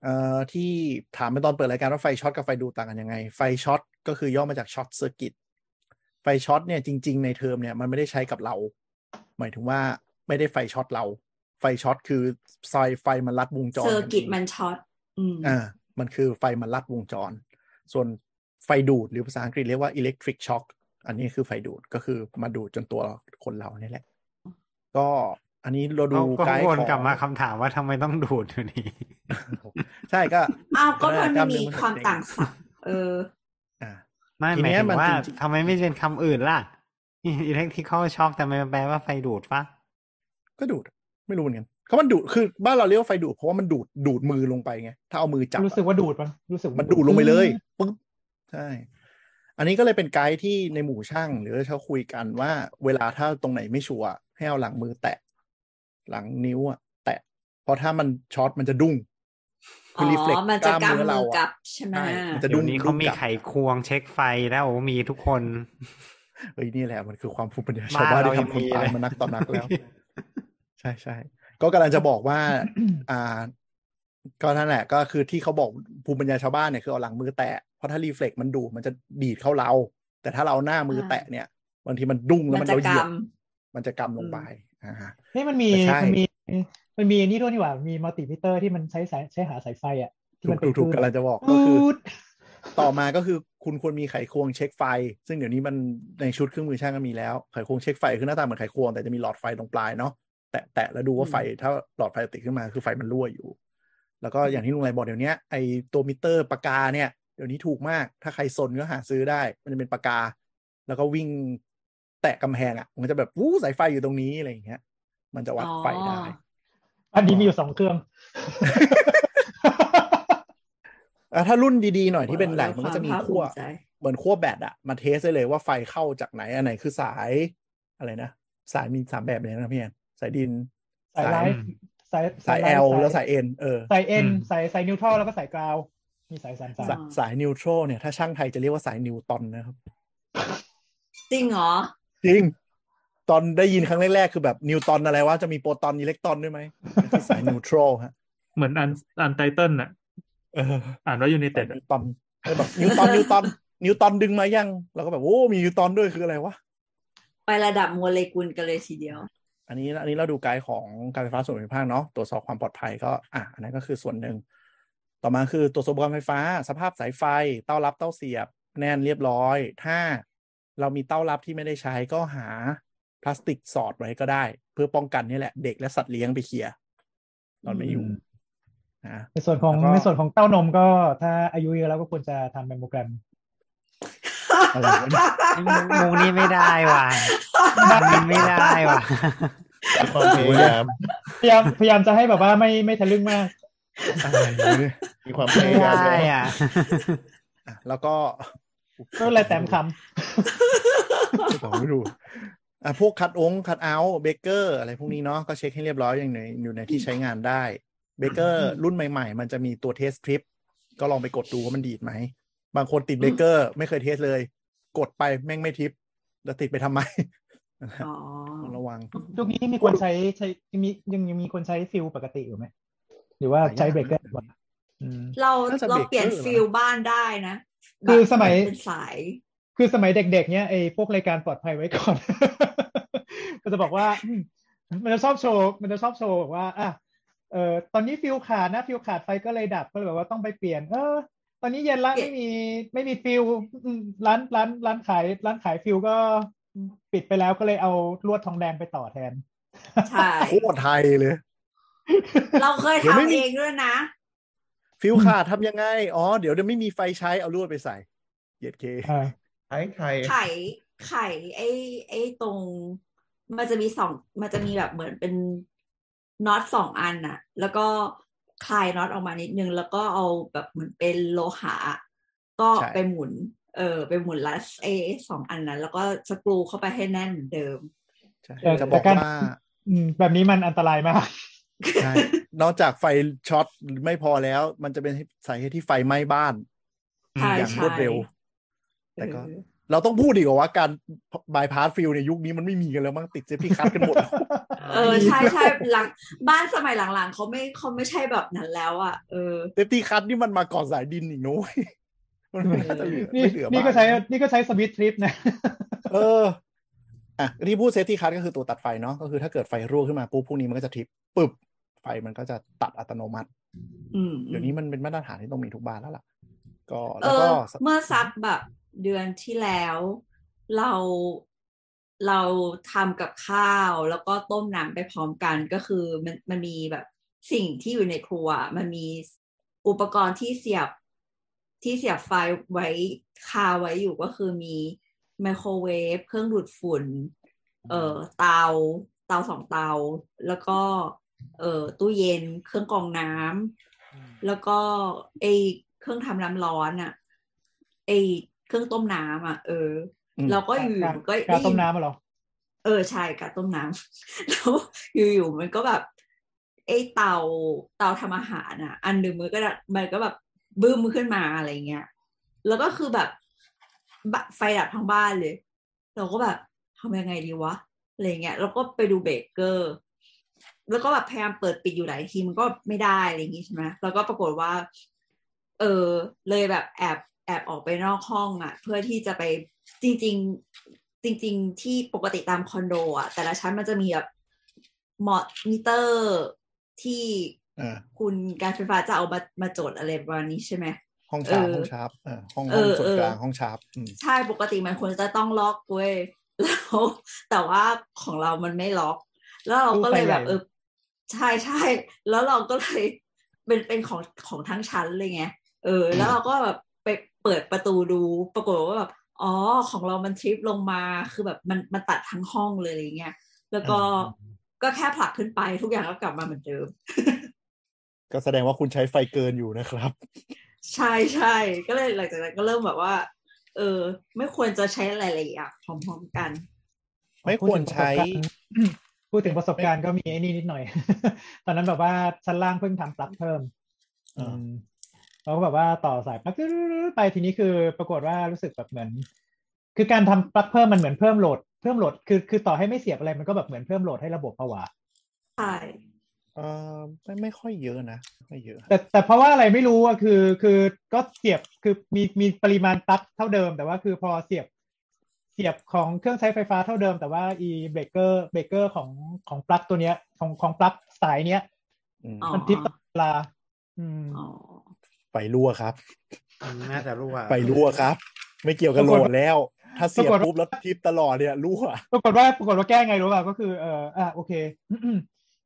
Speaker 5: เอ่อที่ถามไปตอนเปิดรายการว่าไฟช็อตกับไฟดูดต่างกันยังไง ไฟช็อตก็คือย่อมาจากช็อตเซอร์กิตไฟช็อตเนี่ยจริง ๆ ในเทอมเนี่ยมันไม่ได้ใช้กับเรา หมายถึงว่าไม่ได้ไฟช็อตเรา ไฟช็อตคือไฟไฟมันลัดวงจร
Speaker 2: เซอร์กิตมันช็อตอืม
Speaker 5: อ่ามันคือไฟมันลัดวงจร ส่วนไฟดูดหรือภาษาอังกฤษเรียกว่า electric shock อันนี้คือไฟดูดก็คือมาดูดจนตัวคนเราเนี่ยแหละ ก็อันนี้เราดู
Speaker 3: เราก็
Speaker 5: ไกด์
Speaker 3: วน
Speaker 5: ของ
Speaker 3: กลับมาคำถามว่าทำไมต้องดูดอยู่นี่
Speaker 5: ใช่ก็
Speaker 2: อ้าวก็มัน
Speaker 5: กล้
Speaker 2: ไม่
Speaker 5: เ
Speaker 2: มีความต่างสับเออ
Speaker 5: อ่ า
Speaker 3: ไม่
Speaker 5: ที
Speaker 3: หมาย
Speaker 5: เนี้ย
Speaker 3: ถึง
Speaker 5: มัน
Speaker 3: ว่า
Speaker 5: จริงๆ
Speaker 3: ทำไมไม่เป็นคำอื่นล่ะอิเล็กทริคอลช็อคแต่มันแปลว่าไฟดูดปะ
Speaker 5: ก็ดูดไม่รู้เหมือนกันเขามันดูดคือบ้านเราเรียกว่าไฟดูดเพราะว่ามันดูดดูดมือลงไปไงถ้าเอามือจับอะ
Speaker 4: รู้สึกว่าดูดมั้งรู้สึก
Speaker 5: มันดูดลงไปเลยปึ๊บใช่ อันนี้ก็เลยเป็นไกด์ที่ในหมู่ช่าง หรือเขาคุยกันว่า เวลาถ้าตรงไหนไม่ชัวร์ให้เอาหลังมือแตะ หลังนิ้วอะแตะ เพราะถ้ามันช็อตมันจะดุ้ง
Speaker 2: อ๋อ
Speaker 5: reflex
Speaker 2: มันจะ
Speaker 5: ล้
Speaker 2: กำมื
Speaker 5: เ
Speaker 2: อกลั
Speaker 5: ะ
Speaker 2: บใช่ไหม
Speaker 5: ใช่มันจะ
Speaker 3: เดี๋ยวนี้เขามีไขควงเช็คไฟแล้วมีทุกคน
Speaker 5: เอ้ยนี่แหละมันคือความภูมิปัญญาชาวบ้านที่ทำคนตายมานักต่อนักแล้ว ใช่ใช่ก็กำลังจะบอกว่า อ่า ก็นั่นแหละ ก็คือที่เขาบอกภูมิปัญญาชาวบ้านเนี่ยคือเอาหลังมือแตะเพราะถ้ารีเฟล็กมันดูดมันจะดีดเข้าเรา แต่ถ้าเราเอาหน้ามือแตะเนี่ยบางทีมันดุ้งแล้ว
Speaker 2: มั
Speaker 5: มัน น
Speaker 2: จะ
Speaker 5: เราเห
Speaker 2: ก
Speaker 5: ยียบมันจะกำลงไปอ่า
Speaker 4: นี่มันมี
Speaker 5: ไม่ใช่
Speaker 4: มันมี เอ๊ะมันมีอันนี้ด้วยนี่หว่ามีมัลติมิเตอร์ที่มันใช้สายใช้หาสายไฟอ่ะที่
Speaker 5: ถู
Speaker 4: มั
Speaker 5: ก
Speaker 4: น
Speaker 5: ถู
Speaker 4: เป็น
Speaker 5: กถูก
Speaker 4: คลื่น
Speaker 5: กำลังจะบอกก็
Speaker 4: ปื
Speaker 5: คือ
Speaker 4: ด
Speaker 5: ต่อมาก็คือคุณควรมีไขควงเช็คไฟ ซึ่งเดี๋ยวนี้มันในชุดเครื่องมือช่างก็มีแล้ว ไขควงเช็คไฟคือหน้าตาเหมือนไขควงแต่จะมีหลอดไฟตรงปลายเนาะแตะแตะแล้วดูว่าไฟถ้าหลอดไฟติดขึ้นมาคือไฟมันรั่วอยู่ แล้วก็อย่างที่ลุงไรบอกเดี๋ยวนี้ไอตัวมิเตอร์ปากกาเนี่ยเดี๋ยวนี้ถูกมากถ้าใครสนก็หาซื้อได้ มันจะเป็นปากกา แล้วก็วิ่งแตะกำแพงอะ่ะ มันจะแบบวู้สายไฟอยู่ตรงนี้อะไรอย่างเงี้ย มันจะวัดไฟได้
Speaker 2: อ๋อ
Speaker 4: อันนี้มีอยู่สองเค รื่อง
Speaker 5: อ่ะถ้ารุ่นดีๆหน่อยที่เป็นแหลม
Speaker 2: ค
Speaker 5: มั
Speaker 2: วาน
Speaker 5: ก็จะมี
Speaker 2: ภา
Speaker 5: ขั้ว
Speaker 2: ภูใจ
Speaker 5: เหมือนขั้วแบตอะมาเทสได้เลยว่าไฟเข้าจากไหน อันไหนคือสาย อะไรนะ สายมีสามแบบเลยนะพี่แอนสายดิน
Speaker 4: สายไล
Speaker 5: สาย
Speaker 4: ฟ์สาย
Speaker 5: สาย L แล้วสาย N เออ
Speaker 4: สายเอ็น
Speaker 1: อืม
Speaker 4: สายสายนิวทรัลแล้วก็สายกราวมีสายสามสาม
Speaker 5: สาย
Speaker 2: อ๋อ
Speaker 5: สายนิวโตรเนี่ย ถ้าช่างไทยจะเรียกว่าสายนิวตอนนะครับ
Speaker 2: จริงเหรอ
Speaker 5: จริง ตอนได้ยินครั้งแรก ๆ คือแบบนิวตอนอะไรวะ จะมีโปรตอนอิเล็กตรอนด้วยไหมคือสายนิวโตรฮะ
Speaker 1: เหมือนอันอันไตเติลน่ะ
Speaker 5: เออ
Speaker 1: อ่านว่ายูไนเต็
Speaker 5: แต่
Speaker 1: ด
Speaker 5: นิวตอนเออแบบนิวตอนนิวตอนนิวตอนดึงมายังเราก็แบบโอ้มีนิวตอนด้วยคืออะไรวะ
Speaker 2: ไประดับโมเลกุลกันเลยทีเดียว
Speaker 5: อันนี้อันนี้เราดูไกด์ของการไฟฟ้าส่วนภูมิภาคเนาะตรวจสอบความปลอดภัยก็อ่ะอันนั้นก็คือส่วนหนึ่ง ต่อมาคือตรวจสอบอุปกรณ์ไฟฟ้า สภาพสายไฟ เต้ารับเต้าเสียบ แน่นเรียบร้อย ถ้าเรามีเต้ารับที่ไม่ได้ใช้ก็หาพลาสติกสอดไว้ก็ได้ เพื่อป้องกันนี่แหละ เด็กและสัตว์เลี้ยงไปเคลียร์ตอนไม่อยู่นะ
Speaker 4: ในส่วนของ
Speaker 5: แล้วก็
Speaker 4: ในส่วนของเต้านมก็ถ้าอายุเยอะแล้วก็ควรจะทำแมมโมแกรม
Speaker 5: อะไรวะเนี่ย
Speaker 3: มุกมุกนี้ไม่ได้ว่ะมุกนี้ไม่ได้ว่ะ
Speaker 6: ความพยายาม
Speaker 4: พยายามพยายามจะให้แบบว่าไม่ไม่ทะลึ่งมาก
Speaker 5: อะไรวะเนี่ย
Speaker 6: มีความพ
Speaker 3: ไม่
Speaker 6: ยายาม
Speaker 3: ได้
Speaker 6: แล้ว
Speaker 3: อ่ะ
Speaker 5: อ่ะแล้วก็
Speaker 4: ก็เลยแต้มค
Speaker 5: บอกไม่รู้อ่ะพวกคัดองค์คัดเอาท์เบเกอร์อะไรพวกนี้เนาะก็เช็คให้เรียบร้อยอย่างในอยู่ในที่ใช้งานได้เบเกอร์รุ่นใหม่ ๆ มันจะมีตัวเทสทริปก็ลองไปกดดูว่ามันดีดไหม บางคนติดเบเกอร์ไม่เคยเทสเลย กดไปแม่งไม่ทริป แล้วติดไปทำไม
Speaker 2: อ๋อ
Speaker 5: ต้องระวัง
Speaker 4: ำยุคนี้มีคนใช้ใช้ยังมียังยังมีคนใช้ฟิลปกติอยู่ไหม หรือว่าใช้เบรกเกอร์ดีกว่าอืม
Speaker 2: เรา
Speaker 5: น่าจะ
Speaker 2: เราเปลี่ยน
Speaker 5: breaker
Speaker 2: ฟิลบ้านได้นะ
Speaker 4: คือสมัย
Speaker 2: เป็นสาย
Speaker 4: คือสมัยเด็กๆ เนี้ยไอ้พวกรายการปลอดภัยไว้ก่อน มันจะบอกว่าอืมมันจะชอบโชว์มันจะชอบโชว์บอกว่าอ่ะเออตอนนี้ฟิวขาดนะฟิวขาดไฟก็เลยดับก็เลยแบบว่าต้องไปเปลี่ยน เออ ตอนนี้เย็นละ
Speaker 2: เปลี่ย
Speaker 4: ไม่
Speaker 2: น
Speaker 4: มีไม่มีฟิวอืมร้านร้านร้านขายร้านขายฟิวก็ปิดไปแล้วก็เลยเอาลวดทองแดงไปต่อแทน
Speaker 2: ใช่
Speaker 5: โคตรไทยเลย
Speaker 2: เราเคย
Speaker 5: เดี๋ยวไม่
Speaker 2: ทำ
Speaker 5: มี
Speaker 2: เองด้วยนะ
Speaker 5: ฟิวขาดทำยังไง อ๋อ เดี๋ยวจะไม่มีไฟใช้เอาลวดไปใส่เหยียดเค
Speaker 4: อ่า
Speaker 6: ไอ้ไทย
Speaker 2: ไข่ไข่ไอ้ไอ้ตรง มันจะมีสองมันจะมีแบบเหมือนเป็นน็อตสองอันน่ะ แล้วก็คลายน็อตออกมานิดนึง แล้วก็เอาแบบเหมือนเป็นโลหะอะก็
Speaker 5: ใช่
Speaker 2: ไปหมุน เออไปหมุนลัสไอ้สองอันนั้น แล้วก็สกรูเข้าไปให้แน่นเหมือนเดิม
Speaker 5: ใช่
Speaker 4: เออ
Speaker 5: จะบอก
Speaker 4: แต่การ
Speaker 5: ว่า
Speaker 4: อืมแบบนี้มันอันตรายมาก
Speaker 5: ใช่ นอกจากไฟช็อตไม่พอแล้ว มันจะเป็นสาเหตุที่ไฟไหม้บ้าน
Speaker 2: ใช่
Speaker 5: อย่างร
Speaker 2: ใช่
Speaker 5: วดเร็ว แต่ก็
Speaker 2: เออ
Speaker 5: เราต้องพูดดีกว่าว่าการบายพาสฟิลในยุคนี้มันไม่มีกันแล้วมั้งติดเซฟตี้คัทกันหมด แล้ว
Speaker 2: เออใช่ใช่หลังบ้านสมัยหลังๆเขาไม่เขาไม่ใช่แบบนั้นแล้วอ่ะเออ
Speaker 5: เซฟตี้คัทนี่มันมาก่อนสายดินอีกนุ้ย มันไม่น่าจะเหลือ
Speaker 4: นี่
Speaker 5: ไม่เหลือ
Speaker 4: นี่
Speaker 5: บ้า
Speaker 4: ก็ใช้นี่ก็ใช้สวิตทริปนะ
Speaker 5: เอออ่ะที่พูดเซฟตี้คัทก็คือตัวตัดไฟเนาะก็คือถ้าเกิดไฟรั่วขึ้นมาปุ๊บพวกนี้มันก็จะทริปปึ๊บไฟมันก็จะตัดอัตโนมัติ
Speaker 2: อืม
Speaker 5: เดี๋ยวนี้มันเป็นมาตรฐานที่ต้องมีทุกบ้านแล้วล่ะ ก็
Speaker 2: เอ
Speaker 5: แล้วก็
Speaker 2: อเมื่อซักแบบเดือนที่แล้ว เราเราทำกับข้าว แล้วก็ต้มน้ำไปพร้อมกันก็คือมันมันมีแบบสิ่งที่อยู่ในครัว มันมีอุปกรณ์ที่เสียบที่เสียบไฟไว้คาไว้อยู่ก็คือมีไมโครเวฟเครื่องดูดฝุ่น เอ่อเตาเตาสองเตา แล้วก็ เอ่อตู้เย็นเครื่องกรองน้ำแล้วก็ไอเครื่องทำน้ำร้อนอะไอเครื่องต้มน้ำอะเอออ
Speaker 5: ม
Speaker 2: เราก็อยู่
Speaker 4: การ
Speaker 2: ๆมันก็
Speaker 4: การ
Speaker 2: ได้ยิ
Speaker 4: ต้มน้ำอะเหรอ
Speaker 2: เออใช่การต้มน้ำ แล้วอยู่ๆมันก็แบบไอเตาเตาทำอาหารอะอันหนึ่งมันก็มันก็แบบบึ้มขึ้นมาอะไรเงี้ยแล้วก็คือแบบบะไฟดับทั้งบ้านเลย เราก็แบบทำยังไงดีวะอะไรเงี้ยแล้วก็ไปดูเบรกเกอร์ แล้วก็แบบพยายามเปิดปิดอยู่หลายทีมันก็ไม่ได้อะไรอย่างงี้ใช่ไหมแล้วก็ปรากฏว่า เออเลยแบบแอบแอบออกไปนอกห้องอะ่ะ เพื่อที่จะไปจริง ๆ จริง ๆ ที่ปกติตามคอนโดอะ่ะ แต่ละชั้นมันจะมีแบบ หมอดมิเตอร์ที่
Speaker 5: อ่า
Speaker 2: คุณการไฟฟ้าจะเอามามาจดอะไรประมาณนี้ใช่ไหม
Speaker 5: ห้องชาร์ป
Speaker 2: เออ
Speaker 5: ห้องชาร์ปอ่าห้อง
Speaker 2: เอ
Speaker 5: ห้อง
Speaker 2: อ
Speaker 5: ส่ว
Speaker 2: เอน อ
Speaker 5: กลางห้องชาร์ปอืม
Speaker 2: ใช่ปกติมันควรจะต้องล็อกเว้ย แล้วแต่ว่าของเรามันไม่ล็อก แล้วเราก็เลยแบบ
Speaker 4: ตู้
Speaker 2: เออ
Speaker 4: ไฟใหญ่
Speaker 2: ใช่ใช่แล้วเราก็เลย เป็นเป็นของของทั้งชั้นเลยไงเออ แล้วเราก็แบบไปเปิดประตูดู ปรากฏว่าแบบอ๋อของเรามันทริปลงมาคือแบบมันมันตัดทั้งห้องเลยอะไรเงี้ยแล้วก็ก็แค่ผลักขึ้นไปทุกอย่างก็กลับมาเหมือนเดิม
Speaker 5: ก็แสดงว่าคุณใช้ไฟเกินอยู่นะครับ
Speaker 2: ใช่ใช่ก็เลยหลังจากนั้นก็เริ่มแบบว่า เออ ไม่ควรจะใช้หลายๆอย่างพร้อมๆกัน
Speaker 5: ไม่ควรใช้
Speaker 4: พูดถึงประสบการณ์ก็มีไอ้นี่นิดหน่อย ตอนนั้นแบบว่าชั้นล่างเพิ่งทำปลั๊กเพิ่ม
Speaker 5: อ่า
Speaker 4: อืมเราก็แบบว่าต่อสายปลั๊กไปทีนี้คือปรากฏว่ารู้สึกแบบเหมือน คือการทำปลั๊กเพิ่มมันเหมือนเพิ่มโหลดเพิ่มโหลดคือคือต่อให้ไม่เสียบอะไรมันก็แบบเหมือนเพิ่มโหลดให้ระบบปะวะ
Speaker 2: ใช่
Speaker 5: เอ่อไม่ไม่ค่อยเยอะนะไม่เยอะ
Speaker 4: แต่แต่เพราะว่าอะไรไม่รู้อะคือ คือก็เสียบคือมีมีปริมาณปลั๊กเท่าเดิม แต่ว่าคือพอเสียบเสียบของเครื่องใช้ไฟฟ้าเท่าเดิม แต่ว่าอีเบรกเกอร์เบรกเกอร์ของของปลั๊กตัวเนี้ยของของปลั๊กสายเนี้ย
Speaker 5: อืม
Speaker 2: อ๋อ
Speaker 4: มันทิปตลอดเวลา อืม
Speaker 2: อ๋อ
Speaker 5: ไฟรั่วครับ
Speaker 3: น่าจะรู้ว่า
Speaker 5: ไฟรั่วครับ ไม่เกี่ยวกับโหลดแล้ว ถ้าเสียบปุ๊บแล้วทิปตลอดเนี่ยรั่ว
Speaker 4: ปรากฏว่าปรากฏว่าแก้ไงรู้ป่ะก็คือเอออ่ะโอเค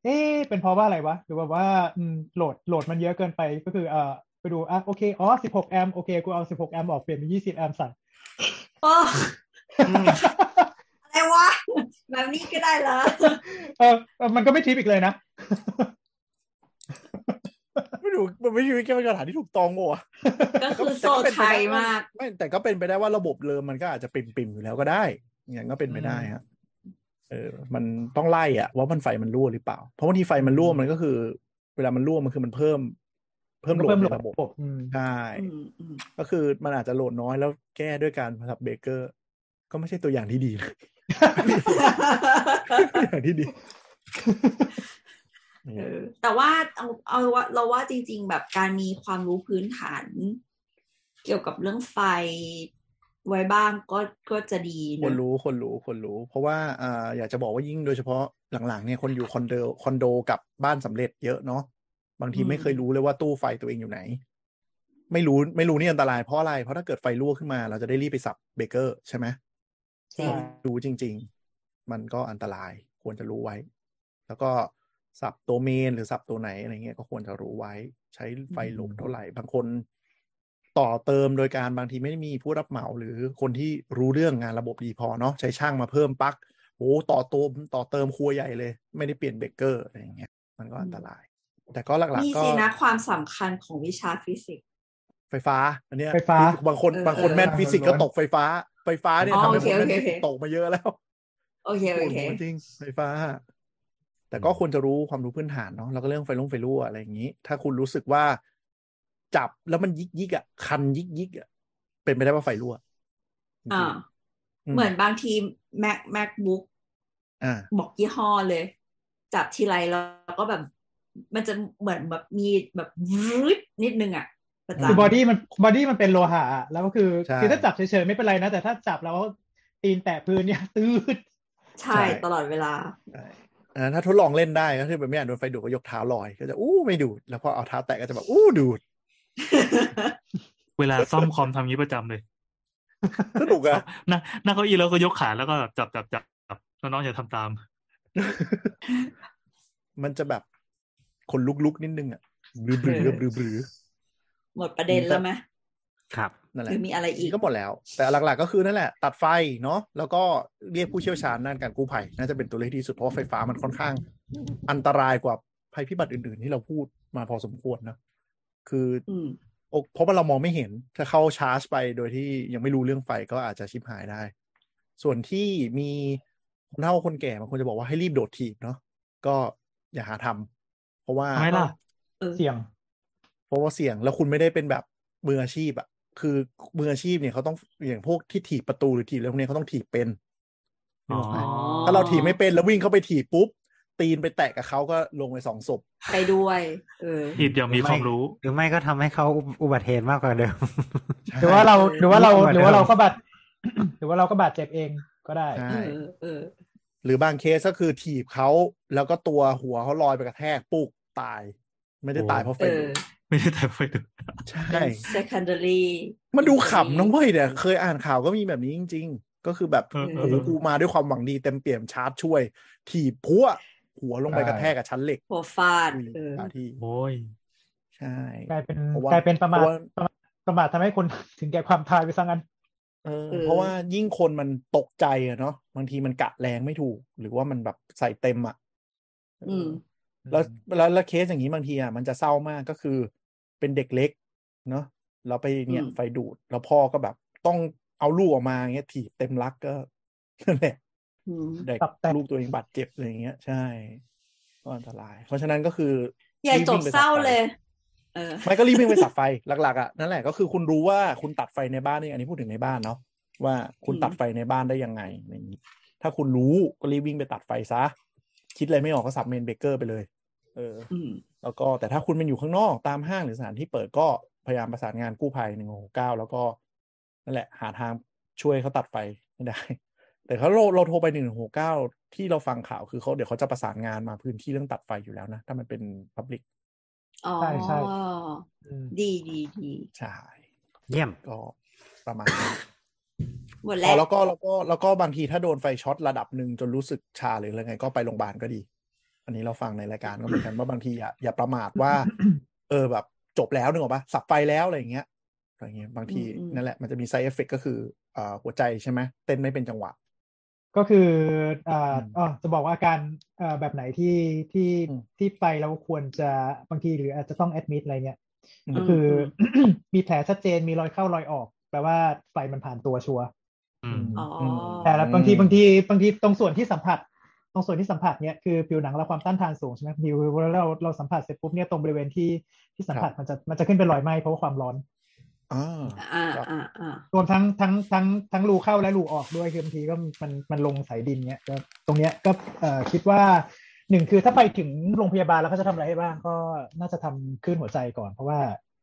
Speaker 4: เอ๊ะเป็นเพราะว่าอะไรวะหรือว่าว่าอืมโหลดโหลดมันเยอะเกินไปก็คือเออไปดูอ่ะโอเคอ๋อ16แอมป์โอเคกูเอา 16แอมป์ออกเปลี่ยนเป็น20แอมป์ใส่
Speaker 2: โอ้ อะไรวะ แบบนี้ก็ได้เหรอ
Speaker 4: เออเออมันก็ไม่ทิปอีกเลยนะ
Speaker 5: ไม่ถูกมันไม่ใช่วิธีการปัญหาที่ถูกต้องปะวะ
Speaker 2: ก็คือโซ
Speaker 5: แต่เป็นไป
Speaker 2: ชัย
Speaker 5: ได้ว่
Speaker 2: มาก
Speaker 5: ไม่แต่ก็เป็นไปได้ว่าระบบเดิมมันก็อาจจะปริ่มๆอยู่แล้วก็ได้อย่างก็เป็นไปได้ฮะเออ มันต้องไล่อะว่ามันไฟมันรั่วหรือเปล่า เพราะบางทีไฟมันรั่วมันก็คือ เวลามันรั่วมันคือมันเพิ่ม เพิ่มโหลด
Speaker 4: เพิ่มโหลด
Speaker 5: ในระบบ
Speaker 4: อืม
Speaker 5: ใช่
Speaker 2: อืมอืม
Speaker 5: ก็คือมันอาจจะโหลดน้อยแล้วแก้ด้วยการสับเบรกเกอร์ ก็ไม่ใช่ตัวอย่างที่ดีนะ ตัวอย่างที่ดี
Speaker 2: เออแต่ว่าเอาเอาว่าเราว่าจริง ๆ แบบการมีความรู้พื้นฐาน เกี่ยวกับเรื่องไฟไว้บ้างก็ก็จะดี
Speaker 5: ค
Speaker 2: เน
Speaker 5: น
Speaker 2: อะ
Speaker 5: รู้คนรู้คนรู้ เพราะว่าอ่าอยากจะบอกว่ายิ่งโดยเฉพาะหลังๆเนี่ยคนอยู่คอนโดคอนโดกับบ้านสำเร็จเยอะเนาะบางทีไม่เคยรู้เลยว่าตู้ไฟตัวเองอยู่ไหน ไม่รู้ไม่รู้นี่อันตรายเพราะอะไรเพราะถ้าเกิดไฟรั่วขึ้นมา เราจะได้รีบไปสับเบรกเกอร์ใช่ไหม
Speaker 2: จริง
Speaker 5: รู้จริง ๆ มันก็อันตรายควรจะรู้ไว้ แล้วก็สับตัวเมนหรือสับตัวไหนอะไรเงี้ยก็ควรจะรู้ไว้ ใช้ไฟโหลดเท่าไหร่ บางคนต่อเติมโดยการบางทีไม่ได้มีผู้รับเหมาหรือคนที่รู้เรื่องงานระบบดีพอเนาะใช้ช่างมาเพิ่มปลั๊กโอ้ต่อเติมต่อเติมครัวใหญ่เลย ไม่ได้เปลี่ยนเบรกเกอร์อะไรอย่างเงี้ยมันก็อันตราย แต่ก็หลัก
Speaker 2: นี่
Speaker 5: ๆก็
Speaker 2: สินะความสำคัญของวิชาฟิสิกส์
Speaker 5: ไฟฟ้า อันเนี้ย
Speaker 4: ไฟฟ้า
Speaker 5: บางค
Speaker 2: เออบ
Speaker 5: นางคน
Speaker 2: เออ
Speaker 5: แม่นฟิสิกส์ก็ตกไฟฟ้า ไฟฟ้าเนี่ย
Speaker 2: อ๋อโอ
Speaker 5: ทำให้ค
Speaker 2: เคน
Speaker 5: แม่น
Speaker 2: โอเค
Speaker 5: ฟิสิก
Speaker 2: โอ
Speaker 5: ส์
Speaker 2: เค
Speaker 5: ตกมาเยอะแล้ว
Speaker 2: โอเคโอ
Speaker 5: โอ้
Speaker 2: เค
Speaker 5: โหจริงไฟฟ้า แต่ก็ควรจะรู้ความรู้พื้นฐานเนาะแล้วก็เรื่องไฟลงไฟรั่วอะไรอย่างนี้ ถ้าคุณรู้สึกว่า จับแล้วมันยิกยิกๆอ่ะคันยิกยิกๆอ่ะเป็นไปได้ว่าไฟรั่วจริงๆ
Speaker 2: อ่าเหมือนบางที Mac MacBook
Speaker 5: อ่า
Speaker 2: บอกยี่ห้อเลย จับทีไรแล้วก็แบบ มันจะเหมือนแบบมีแบบวืดนิดนึงอ่ะประ
Speaker 4: คือบอ
Speaker 2: จำ
Speaker 4: ดี้มันบอดี้มันเป็นโลหะแล้วก็คือ
Speaker 5: ใช่
Speaker 4: คือถ้าจับเฉยๆไม่เป็นไรนะ แต่ถ้าจับแล้วตีนแตะพื้นเนี่ย ตืด
Speaker 2: ใช่
Speaker 5: ใช่
Speaker 2: ตลอดเวลา
Speaker 5: ใช่อันนั้นถ้าทดลองเล่นได้ก็คือแบบไม่อยากโดนไฟดูดก็ยกเท้าลอยก็จะอู้ไม่ดูดแล้วพอเอาเท้าแตะก็จะแบบอู้ดูด
Speaker 1: เวลาซ่อมคอมทำงี้ประจำเลย
Speaker 5: สนุกอะ
Speaker 1: นั่งนั่งเก้าอี้แล้วก็ยกขาแล้วก็จับจับจับจับแล้วน้องอย่าทำตาม
Speaker 5: มันจะแบบคนลุกๆนิดนึงอ่ะบรือบือ
Speaker 2: เออ
Speaker 5: บือบือ
Speaker 2: หมดประเด็นแล้วไหม
Speaker 3: ครับ
Speaker 5: นั่
Speaker 2: ห
Speaker 5: นแห
Speaker 2: รื
Speaker 5: ละ
Speaker 2: อมีอะไรอี
Speaker 5: นี่
Speaker 2: ก
Speaker 5: ก็หมดแล้ว แต่หลักๆก็คือนั่นแหละ ตัดไฟเนาะแล้วก็เรียกผู้เชี่ยวชาญด้านการกู้ภัยน่าจะเป็นตัวเลือกที่ดีสุดเพราะว่าไฟฟ้ามันค่อนข้าง อันตรายกว่าภัยพิบัติอื่นๆ ที่เราพูดมาพอสมควรนะคือ
Speaker 2: อืม
Speaker 5: โอเพราะว่าเรามองไม่เห็น ถ้าเข้าชาร์จไปโดยที่ยังไม่รู้เรื่องไฟก็อาจจะชิบหายได้ ส่วนที่มีคนเฒ่าคนแก่บางคนจะบอกว่าให้รีบโดดถีบเนาะก็อย่าหาทำเพราะว่า
Speaker 1: ทำไมล่ะ
Speaker 4: เสี่ยง
Speaker 5: เพราะว่าเสี่ยงแล้วคุณไม่ได้เป็นแบบมืออาชีพอะคือมืออาชีพเนี่ยเขาต้องอย่างพวกที่ถีบประตูหรือถีบอะไรพวกเนี้ยเขาต้องถีบเป็น
Speaker 1: อ๋อ
Speaker 5: ถ้าเราถีบไม่เป็นแล้ววิ่งเข้าไปถีบปุ๊บ ตีนไปแตะกับเขาก็ลงไปสองศพ
Speaker 2: ไปด้วย เออ
Speaker 1: อิดอย่ามีความรู้
Speaker 3: หรือไม่ก็ทำให้เขาอุอุบัติเหตุมากกว่าเดิม
Speaker 4: หรือว่าเราหรือว่าเรา
Speaker 3: เหมือน
Speaker 4: หรือว่า
Speaker 3: เดิม
Speaker 4: เราก็บาด หรือว่าเราก็บาดเจ็บเองก็ได้
Speaker 5: ใช่
Speaker 2: เออเออ
Speaker 5: หรือบางเคสก็คือถีบเขาแล้วก็ตัวหัวเขาลอยไปกระแทกปุกตาย ไม่ได้ตายเพราะไฟ
Speaker 2: เอ
Speaker 5: ดู
Speaker 2: อ
Speaker 5: ด
Speaker 1: ไม่ได้แต่ไฟดูด
Speaker 5: ใช่
Speaker 2: secondary
Speaker 5: มันดูขำนะเว้ยเนี่ยเคยอ่านข่าวก็มีแบบนี้จริง ๆ ก็คือแบบ
Speaker 1: เออเออ
Speaker 5: โอ้โหกูมาด้วยความหวังดีเต็มเปี่ยมชาร์จช่วย ถีบพัวหัวลงไปกระแทกกับชั้นเหล็ก
Speaker 2: หัวฟาด
Speaker 5: อุ้ย
Speaker 2: เออ
Speaker 5: ขาที่
Speaker 1: โอ้ย
Speaker 5: ใช่
Speaker 4: กลายเป็น
Speaker 5: เพราะว่าก
Speaker 4: ลายเป็นประมาท
Speaker 5: เพราะว่า
Speaker 4: ประมาทประมาททำให้คน ถึงแก่ความตายไปซะงั้น
Speaker 5: เออเพราะว่ายิ่งคนมันตกใจอะเนาะบางทีมันกะแรงไม่ถูก หรือว่ามันแบบใส่เต็มอะ
Speaker 2: อืม
Speaker 5: แล้วแล้วแล้วเคสอย่างนี้บางทีอะมันจะเศร้ามากก็คือเป็นเด็กเล็ก เนาะเราไปเนี่ย
Speaker 2: อืม
Speaker 5: ไฟดูด แล้วพ่อก็แบบต้องเอาลูกออกมาเงี้ยถีบเต็มรักก็ นั่นแหละ
Speaker 2: อืม
Speaker 5: เด็ก
Speaker 4: ตับแตก
Speaker 5: ลูกตัวเองบาดเจ็บอะไรอย่างเงี้ย ใช่ก็อันตราย เพราะฉะนั้นก็คือ
Speaker 2: ใหญ่
Speaker 5: รี
Speaker 2: จ
Speaker 5: วิ่
Speaker 2: บ
Speaker 5: งไป
Speaker 2: เศร้า
Speaker 5: ตัดไฟ
Speaker 2: เลย เออ
Speaker 5: ไม่ก็รีบวิ่งไปสับไฟหลักๆอ่ะนั่นแหละก็คือคุณรู้ว่าคุณตัดไฟในบ้านนี่อันนี้พูดถึงในบ้านเนาะว่าคุณ
Speaker 2: อืม
Speaker 5: ตัดไฟในบ้านได้ยังไงอะไรอย่างงี้ถ้าคุณรู้ก็รีบวิ่งไปตัดไฟซะ คิดอะไรไม่ออกก็สับเมนเบเกอร์ไปเลย เออ
Speaker 2: อืม
Speaker 5: แล้วก็แต่ถ้าคุณเป็นอยู่ข้างนอกตามห้างหรือสถานที่เปิดก็พยายามประสานงานกู้ภัยหนึ่งหกเก้าแล้วก็นั่นแหละ หาทางช่วยเขาตัดไฟไม่ได้ แต่เขาเราเราโทรไปหนึ่งหกเก้าที่เราฟังข่าวคือเขาเดี๋ยวเขาจะประสานงานมาพื้นที่เรื่องตัดไฟอยู่แล้วนะ ถ้ามันเป็นพับลิก
Speaker 2: อ๋อ
Speaker 4: ใช่ใช่ อืม
Speaker 2: ดีดีดี
Speaker 5: ใช่
Speaker 3: เยี่ยม
Speaker 5: ก็ประมาณนั้น
Speaker 2: หมด
Speaker 5: อ๋
Speaker 2: แล้
Speaker 5: อ
Speaker 2: ว
Speaker 5: แล้วก็แล้วก็แล้วก็บางทีถ้าโดนไฟช็อตระดับหนึ่งจนรู้สึกชาหรืออะไรไงก็ไปโรงพยาบาลก็ดี อันนี้เราฟังในรายการก็เหมือนกันว่าบางทีอย่าอย่าประมาท ว่า เออแบบจบแล้วนึกออกปะสับไฟแล้วอะไรอย่างเงี้ยอะไรเงี้ยบางทีนั่นแหละมันจะมี side effect ก็คือเอ่อหัวใจใช่ไหมเต้นไม่เป็นจังหวะ
Speaker 4: ก็คืออ่า
Speaker 5: อืม
Speaker 4: อ๋อจะบอกว่าอาการเอ่อแบบไหนที่ที่
Speaker 5: อืม
Speaker 4: ที่ไปแล้วควรจะบางทีหรืออาจจะต้องแอดมิดอะไรเนี่ย
Speaker 5: ม
Speaker 4: ก็คือ มีแผลชัดเจนมีรอยเข้ารอยออกแปลว่าไฟมันผ่านตัวชัวร์
Speaker 1: อืม
Speaker 2: อ๋ออ
Speaker 5: ม
Speaker 4: แต่ละ
Speaker 5: อื
Speaker 4: บางทีบางทีบางทีตรงส่วนที่สัมผัส ตรงส่วนที่สัมผัสเนี่ยคือผิวหนังเราความต้านทานสูงใช่ไหมผิวเราเราเราสัมผัสเสร็จปุ๊บเนี่ยตรงบริเวณที่ที่สัมผัสมันจะมันจะขึ้นเป็นรอยไหมเพราะว่าความร้อน
Speaker 5: อ่า
Speaker 2: อ่าอ่าอ่าร
Speaker 4: วมทั้งทั้งทั้งทั้งรูเข้าและรูออกด้วยคือบางทีก็มันมันลงสายดินเนี้ยก็ตรงเนี้ยก็เอ่อคิดว่าหนึ่งคือถ้าไปถึงโรงพยาบาลแล้วเขาจะทำอะไรให้บ้างก็น่าจะทำคลื่นหัวใจก่อน เพราะว่า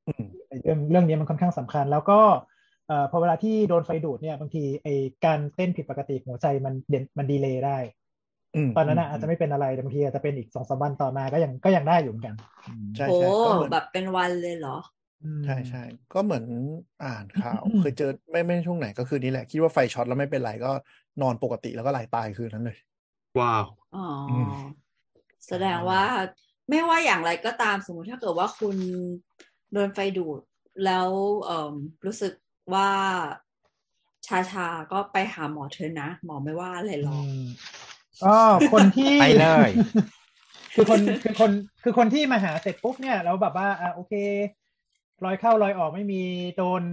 Speaker 5: อืม
Speaker 4: ไอ้เรื่องเรื่องนี้มันค่อนข้างสำคัญ แล้วก็เอ่อพอเวลาที่โดนไฟดูดเนี่ยบางทีไอการเต้นผิดปกติของหัวใจมันเดนมันดีเลย์ได้
Speaker 5: ม
Speaker 4: ตอนนั้นน่ะอาจจะไม่เป็นอะไรแต่บางทีอาจจะเป็นอีกสองสามวันต่อมาก็ยังก็ยังได้อยู่เหมือนกันอืม
Speaker 5: ใช่
Speaker 2: โห
Speaker 5: ใช่ก็เหมือน
Speaker 2: แบบเป็นวันเลยเหรอ
Speaker 5: ใช่ใช่ก็เหมือนอ่านข่าว เคยเจอไม่ไม่ช่วงไหนก็คือนี่แหละ คิดว่าไฟช็อตแล้วไม่เป็นไรก็นอนปกติแล้วก็ไหลตายคืนนั้นเลย
Speaker 1: ว้าว
Speaker 2: อ๋ออ
Speaker 5: ม
Speaker 2: แสดงว่าไม่ว่าอย่างไรก็ตามสมมติถ้าเกิดว่าคุณโดนไฟดูด แล้วเอ่มรู้สึกว่าชาชาๆก็ไปหาหมอเถอะนะ หมอไม่ว่าอะไรหร
Speaker 4: อื
Speaker 2: อก
Speaker 4: มก็คนที่
Speaker 3: ไปเลย
Speaker 4: คือคนคือคนคือคนที่มาหาเสร็จปุ๊บเนี่ยแล้วแบบว่าอ่ะโอเค รอยเข้ารอยออกไม่มีโดน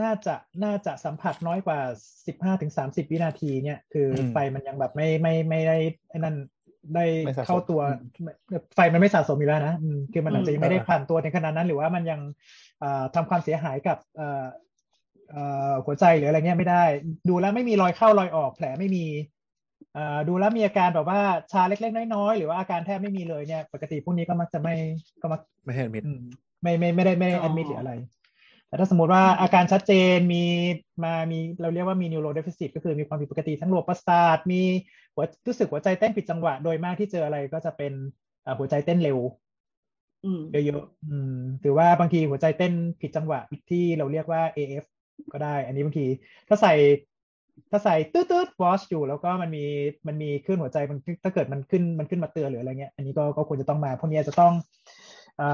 Speaker 4: น่าจะน่าจะสัมผัสน้อยกว่าสิบห้าถึงสามสิบวินาทีเนี่ยคืออ
Speaker 5: ม
Speaker 4: ไฟมันยังแบบไม่ไม่ไม่ได้ไอ้นั่นได้
Speaker 5: ไม่สะสม
Speaker 4: เข้าตัวไม่ไฟมันไม่สะสมอยู่แล้วนะอืมคือมันอาจจะยังไม่ได้
Speaker 5: เออ
Speaker 4: ผ่านตัวในขนาดนั้น หรือว่ามันยังเอ่อทำความเสียหายกับเอ่อเอ่อหัวใจหรืออะไรเงี้ยไม่ได้ ดูแล้วไม่มีรอยเข้ารอยออกแผลไม่มี เอ่อดูแล้วมีอาการแบบว่าชาเล็กๆ น้อยๆ หรือว่าอาการแทบไม่มีเลยเนี่ย ปกติพวกนี้ก็มักจะไม่ก็มัก
Speaker 5: ไม่เห็นมิด
Speaker 4: อืมไม่ไม่ไม่ได้ไม่ได้แอดมิดหรืออะไร แต่ถ้าสมมติว่าอาการชัดเจนมีมามีเราเรียกว่ามีนิวโรเดฟิซิตก็คือมีความผิดปกติทั้งระบบประสาทมีหัวรู้สึกหัวใจเต้นผิดจังหวะโดยมากที่เจออะไรก็จะเป็นเอ่อหัวใจเต้นเร็ว
Speaker 2: อืม
Speaker 4: เยอะๆอืมหรือว่าบางทีหัวใจเต้นผิดจังหวะที่เราเรียกว่า AF ก็ได้ อันนี้บางทีถ้าใส่ ถ้าใส่ตืดตืดวอชอยู่ แล้วก็มันมีมันมีคลื่นหัวใจมันถ้าเกิดมันขึ้นมันขึ้นมาเตือนหรืออะไรเงี้ย อันนี้ก็ก็ควรจะต้องมา พวกนี้จะต้องเอ่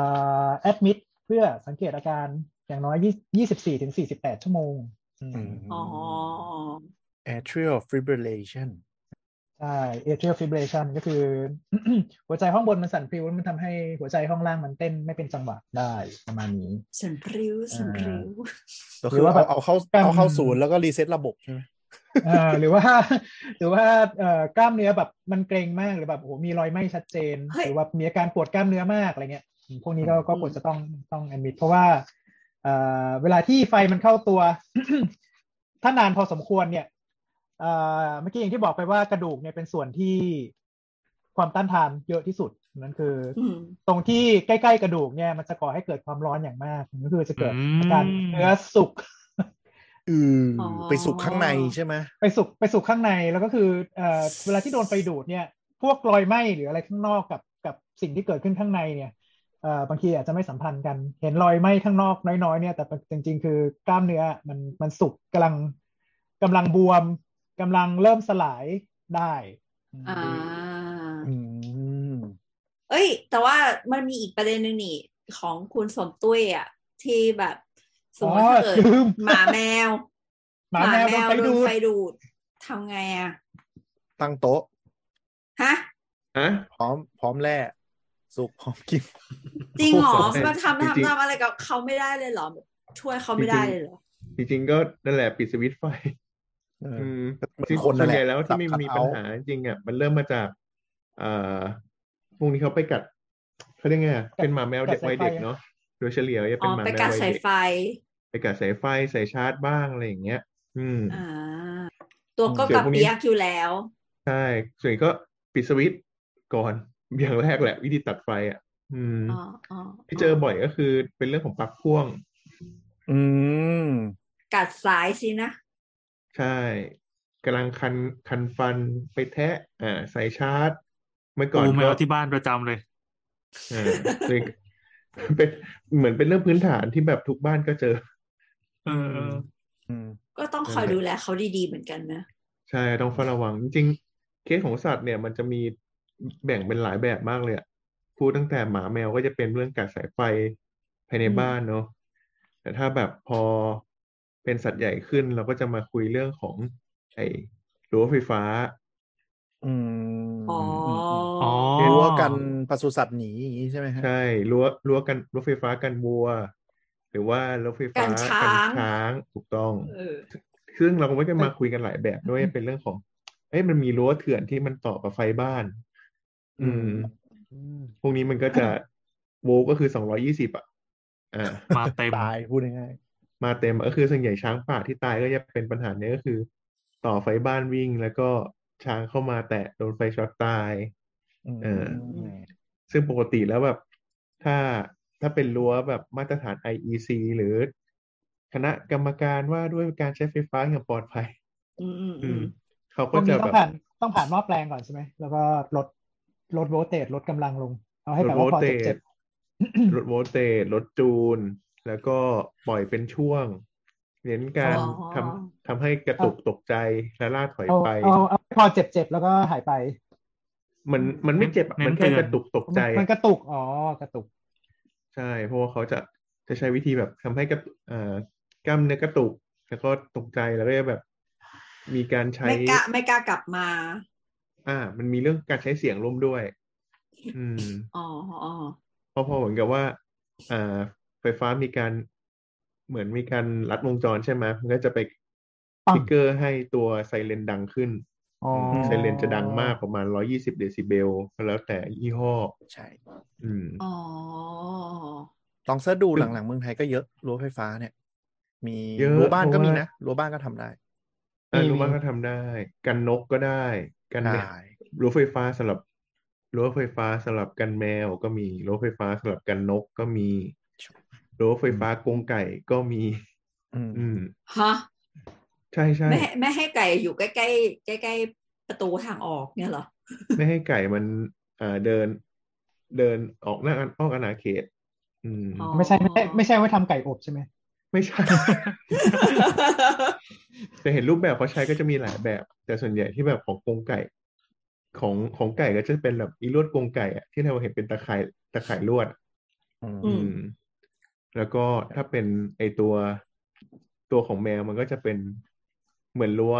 Speaker 4: อแอดมิดเพื่อสังเกตอาการอย่างน้อยยี่สิบสี่ถึงสี่สิบแปดชั่วโมงอืม
Speaker 2: อ๋อ
Speaker 5: atrial fibrillation
Speaker 4: ใช่ atrial fibrillation ก็คือ หัวใจห้องบนมันสั่นพริ้วมันทำให้หัวใจห้องล่างมันเต้นไม่เป็นจังหวะได้ประมาณนี้
Speaker 2: สันพริ้วสันพริ้ว
Speaker 5: ก็
Speaker 4: ห
Speaker 5: คื
Speaker 4: รือ อว่าแบบ
Speaker 5: เอาเอาเข้า
Speaker 4: การ
Speaker 5: เอาเข้าศูนย์แล้วก็รีเซ็ตระบบใช่ไหม
Speaker 4: เอ่อหรือว่า หรือว่าเอ่อกล้ามเนื้อแบบมันเกร็งมากหรือแบบโอ้โหมีรอยไหม้ชัดเจน
Speaker 2: เฮ้ย
Speaker 4: หรือว่ามีอาการปวดกล้ามเนื้อมากอะไรเงี้ยอืมพวกนี้ก็ก็ควรจะต้องต้องแอดมิดเพราะว่าเอ่อเวลาที่ไฟมันเข้าตัว ถ้านานพอสมควรเนี่ยเอ่อเมื่อกี้อย่างที่บอกไปว่ากระดูกเนี่ยเป็นส่วนที่ความต้านทานเยอะที่สุดนั่นคือ
Speaker 2: อืม
Speaker 4: ตรงที่ใกล้ๆกระดูกเนี่ยมันจะก่อให้เกิดความร้อนอย่างมากก็คือจะเกิดอาการ
Speaker 1: อืม
Speaker 4: เนื้อสุก
Speaker 5: อืออ
Speaker 2: อ
Speaker 5: ไปสุกข้างในใช่ไหม
Speaker 4: ไปสุกไปสุกข้างในแล้วก็คือเอ่อเวลาที่โดนไฟดูดเนี่ย พวกรอยไหม้หรืออะไรข้างนอกกับกับสิ่งที่เกิดขึ้นข้างในเนี่ยเอ่อบางทีอาจจะไม่สัมพันธ์กันเห็นรอยไหม้ข้างนอกน้อยๆเนี่ยแต่จริงๆคือกล้ามเนื้อมันมันสุกกำลังกำลังบวมกำลังเริ่มสลายได้
Speaker 2: อ่า
Speaker 5: อืม
Speaker 2: เอ้ย แต่ว่ามันมีอีกประเด็นหนึ่งนี่ของคุณสมตุ้ยอ่ะ ที่แบบสมมติถ้าเกิด
Speaker 4: ลืม
Speaker 2: หมาแมว
Speaker 4: หมาแมวโดนไฟ
Speaker 2: โด
Speaker 4: ดู
Speaker 2: น
Speaker 4: ด
Speaker 2: ไฟดูดทำไงอ่ะ
Speaker 5: ตั้งโต๊ะ
Speaker 2: ฮะ
Speaker 6: ฮะ
Speaker 5: พร้อม พร้อมแล่สุกพร้อมกิน
Speaker 2: จริงเหรอ
Speaker 6: โอ้โห
Speaker 2: มันทำ
Speaker 6: จริงๆ
Speaker 2: ทำทำอะไรกับเขาไม่ได้เลยเหรอช่วยเขาไม่ได้เลยเหรอ
Speaker 6: จริงๆก็นั่นแหละปิดสวิตช์ไฟ
Speaker 5: เออ
Speaker 6: อืม
Speaker 5: มัน
Speaker 6: ที่
Speaker 5: ค
Speaker 6: คน น
Speaker 5: นั่นแหละ
Speaker 6: ใหญ่แล้วที่ไม่
Speaker 5: สับ
Speaker 6: มี
Speaker 5: cut
Speaker 6: ปัญ
Speaker 5: out
Speaker 6: หาจริงอ่ะมันเริ่มมาจากเอ่อพวกนี้เขาไปกัดเขาเรียกไงอะเป็นหมาแมวเด็กวัยเด็กเนาะโดยเฉลี่ยจะ
Speaker 2: อ๋
Speaker 6: เป็น
Speaker 2: อ
Speaker 6: หมา
Speaker 2: ไป
Speaker 6: แมว
Speaker 2: กัด
Speaker 6: วัย
Speaker 2: สาย
Speaker 6: เด็ก
Speaker 2: ไฟ
Speaker 6: ไปกัดสายไฟสายชาร์จบ้างอะไรอย่างเงี้ย อืม
Speaker 2: อ่า ตัวก็
Speaker 6: เดี๋
Speaker 2: ป
Speaker 6: ย
Speaker 2: รับ
Speaker 6: วพรุ่งนี้
Speaker 2: เปียกอยู่แล้ว
Speaker 6: ใช่ส่วนใหญ่ก็ปิดสวิตช์ก่อน อย่างแรกแหละ วิธีตัดไฟอ่ะ อืม
Speaker 2: อ๋ออ๋อ
Speaker 6: ที่เจอบ่อยก็คือเป็นเรื่องของปลั๊กพ่วง
Speaker 5: อืม
Speaker 2: กัดสายสินะ
Speaker 6: ใช่กำลังคันคันฟันไปแทะ อ่าสายชาร์จ เมื่อก่อน
Speaker 1: กูแม
Speaker 6: ก็
Speaker 1: วที่บ้านประจำเลย
Speaker 6: อ่าเลย เป็นเหมือนเป็นเรื่องพื้นฐานที่แบบทุกบ้านก็เจอ
Speaker 1: เออเออ
Speaker 5: อืม
Speaker 2: ก็ต้องคอยดูแลเขาดีๆเหมือนกันนะ
Speaker 6: ใช่ต้องเฝ้าระวัง จริงๆเคสของสัตว์เนี่ย มันจะมีแบ่งเป็นหลายแบบมากเลยอะพูดตั้งแต่หมาแมวก็จะเป็นเรื่องกัดสายไฟภายใน
Speaker 2: อืม
Speaker 6: บ้านเนาะแต่ถ้าแบบพอเป็นสัตว์ใหญ่ขึ้น เราก็จะมาคุยเรื่องของ ไอ้รั้วไฟฟ้า
Speaker 5: อืม
Speaker 2: อ๋อ
Speaker 1: อ๋อ
Speaker 5: รั้วกันปศุสัตว์หนีอย่างนี้ใช่ไหมฮะ
Speaker 6: ใช่รั้วรั้วกันรั้วไฟฟ้ากันวัว หรือว่ารั้วไฟฟ้า
Speaker 2: กันช้าง
Speaker 6: กันช้างถูกต้อง
Speaker 2: เออ
Speaker 6: ซึ่งเราก็ไม่ได้มาคุยกันหลายแบบด้วยเป็นเรื่องของ เอ้ยมันมีรั้วเถื่อนที่มันต่อกับไฟบ้าน อืม
Speaker 5: อืม
Speaker 6: พวกนี้มันก็ จะ โวลต์ก็คือสองร้อยี่สิบอ่ะ อ่า
Speaker 1: มาเต็ม
Speaker 5: ตายพูดง่าย
Speaker 6: มาเต็มก็คือส่วนใหญ่ช้างป่าที่ตายก็จะเป็นปัญหาเนี้ยก็คือ ต่อไฟบ้านวิ่งแล้วก็ช้างเข้ามาแตะโดนไฟช็อตตาย
Speaker 5: ๆอืม
Speaker 6: เออ ซึ่งปกติแล้วแบบ ถ้าถ้าเป็นรั้วแบบมาตรฐาน IEC หรือ คณะกรรมการว่าด้วยการใช้ไฟฟ้าอย่างปลอดภัย
Speaker 2: อืมอืม
Speaker 6: อื
Speaker 2: อื
Speaker 6: ม
Speaker 2: ม
Speaker 6: เขา
Speaker 4: พ
Speaker 6: ก็
Speaker 4: วก
Speaker 6: จะ
Speaker 4: นี้ต้อง
Speaker 6: แบบ
Speaker 4: ผ่านต้องผ่านหม้อแปลงก่อนใช่ไหมแล้วก็ลดลดโวลเตจลดกำลังลง เอาให้แบบว่าพอเจ็บเจ็บ
Speaker 6: ลดโวลเตจลดจูน แล้วก็ปล่อยเป็นช่วง เน้นการทำทำให้กระตุกตกใจและล่าถอย
Speaker 4: เอา
Speaker 6: ไป
Speaker 4: เอาเอาพอเจ็บเจ็บแล้วก็หายไป
Speaker 6: มันมันไม่เจ็บอะมันแค่กระตุกตกใจ
Speaker 4: มันมันกระตุก อ๋อกระตุก
Speaker 6: ใช่ เพราะว่าเขาจะจะใช้วิธีแบบทำให้กระตุเอ่อกล้ามเนื้อกระตุก แล้วก็ตกใจแล้วก็จะแบบ มีการใช้
Speaker 2: ไม่กล้าไม่กล้ากลับมา
Speaker 6: อ่า มันมีเรื่องการใช้เสียงร่วมด้วย อืม
Speaker 2: อ๋ออ๋อ
Speaker 6: เพราะพอเหมือนกับว่า อ่า ไฟฟ้ามีการเหมือนมีการลัดวงจรใช่ไหมมันก็จะไป
Speaker 4: ปัง
Speaker 6: ทริกเกอร์ให้ตัวไซเรนดังขึ้น
Speaker 4: อ๋อ
Speaker 6: ไซเรนจะดังมากประมาณร้อยี่สิบเดซิเบลแล้วแต่ยี่ห้อ
Speaker 5: ใช่
Speaker 6: อืม
Speaker 2: อ๋อ
Speaker 5: ลองเสิร์ชดู
Speaker 6: ซึ่
Speaker 5: ห
Speaker 6: ง
Speaker 5: ลังๆเมืองไทยก็เยอะรั้วไฟฟ้าเนี่ย มี
Speaker 6: เยอะ
Speaker 5: รั้วบ้านก็
Speaker 6: เพราะว่ามี
Speaker 5: มีนะรั้วบ้านก็ทำได้
Speaker 6: อ่ารู้ว่าก็ทำได้ กันนกก็ได้ กันแมว
Speaker 5: ได้
Speaker 6: รั้วไฟฟ้าสำหรับรั้วไฟฟ้าสำหรับกันแมวก็มีรั้วไฟฟ้าสำหรับกันนกก็มีรั้วไฟฟ้ากรงไก่ก็มี
Speaker 5: อืม
Speaker 6: อืม
Speaker 2: ฮะ
Speaker 6: ใช่ใช่
Speaker 2: ไม่ให้ไม่ให้ไก่อยู่ใกล้ใกล้ใกล้ๆประตูทางออกเนี่ยเหรอ
Speaker 6: ไม่ให้ไก่มันเอ่อเดิน เดินออกนอกออกอาณาเขต อืม
Speaker 2: อ๋อ
Speaker 4: ไม่ใช่ไม่ใช่ไม่ใช่ไว้ทำไก่อบใช่ไหม
Speaker 6: ไม่ใช่ จะเห็นรูปแบบเขาใช้ก็จะมีหลายแบบ แต่ส่วนใหญ่ที่แบบของกรงไก่ ของของไก่ก็จะเป็นแบบอีลวดกรงไก่อะที่เราเห็นเป็นตะข่ายตะข่ายลวด
Speaker 5: อืม
Speaker 2: อืม
Speaker 6: อืม แล้วก็ถ้าเป็นไอตัวตัวของแมวมันก็จะเป็นเหมือนรั้ว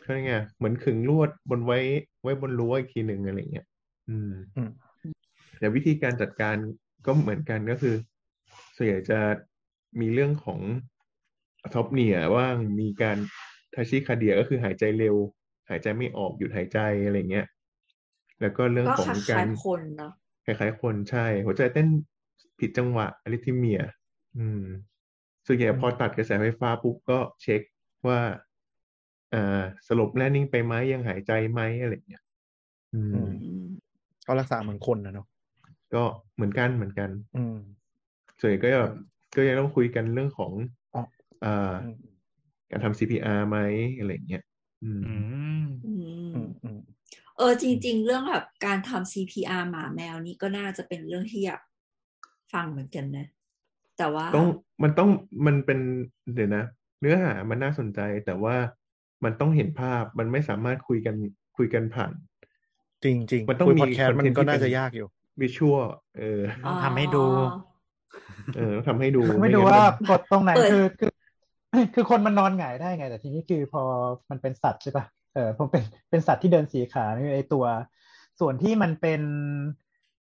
Speaker 6: เขาเรียกไงเหมือนขึงลวดบนไว้ไว้บนรั้วอีกทีหนึ่งอะไรเงี้ยอืม แต่วิธีการจัดการก็เหมือนกันก็คือส่วนใหญ่จะมีเรื่องของท็อปเนียว่างมีการทาชิคาเดียก็คือหายใจเร็ว หายใจไม่ออกหยุดหายใจอะไรเงี้ย แล้วก็เรื่อง
Speaker 2: ก็
Speaker 6: ของ
Speaker 2: ค
Speaker 6: กา
Speaker 2: ล้าย
Speaker 6: ร
Speaker 2: ๆคนเนาะ
Speaker 6: คล้ายๆคนใช่ หัวใจเต้นผิดจังหวะอริทิเมีย อืมส่วนใหญ่พอตัดกระแสไฟฟ้าปุ๊บก็เช็คว่าอ่าสลบแน่นิ่งไปไหมยังหายใจไหมอะไรเงี้ยอื
Speaker 5: อื
Speaker 6: ม
Speaker 5: ม
Speaker 2: อืม
Speaker 5: ก็รักษาเหมือนคนนะเนาะ
Speaker 6: ก็เหมือนกันเหมือนกัน
Speaker 5: อืม
Speaker 6: ส่วนใหญ่ก็จะแบบก็ยังต้องคุยกันเรื่องของ
Speaker 5: อ๋อ
Speaker 6: เอ่อ
Speaker 5: อืม
Speaker 6: การทำ CPR ไหมอะไรอย่างเงี้ยอืม
Speaker 1: อืม
Speaker 2: อืม
Speaker 5: อืมอืม
Speaker 2: เออจริง ๆ เรื่องแบบการทำ CPR หมาแมวนี่ก็น่าจะเป็นเรื่องที่อยากฟังเหมือนกันนะ แต่ว่า
Speaker 6: ต้องมันต้องมันเป็นเดี๋ยวนะ เนื้อหามันน่าสนใจแต่ว่ามันต้องเห็นภาพมันไม่สามารถคุยกันคุยกันผ่าน
Speaker 5: จริงจริง
Speaker 6: มันต้องมี
Speaker 5: พอดแคสต์มัน
Speaker 6: content
Speaker 5: ก็
Speaker 6: ที่เป็น
Speaker 5: น่าจะยากอยู่
Speaker 6: วิชวลเออ
Speaker 3: ต้องทำให้ดู
Speaker 6: เออต้องทำให้ดู
Speaker 4: ไม่ดู
Speaker 6: งั้น
Speaker 4: ว่าน กดตรงไหนคือคือ คือ คนมันนอนหงายได้ไง แต่ทีนี้คือพอมันเป็นสัตว์ใช่ปะเออผมเป็นเป็นสัตว์ที่เดินสี่ขานี่ไอตัว ส่วนที่มันเป็น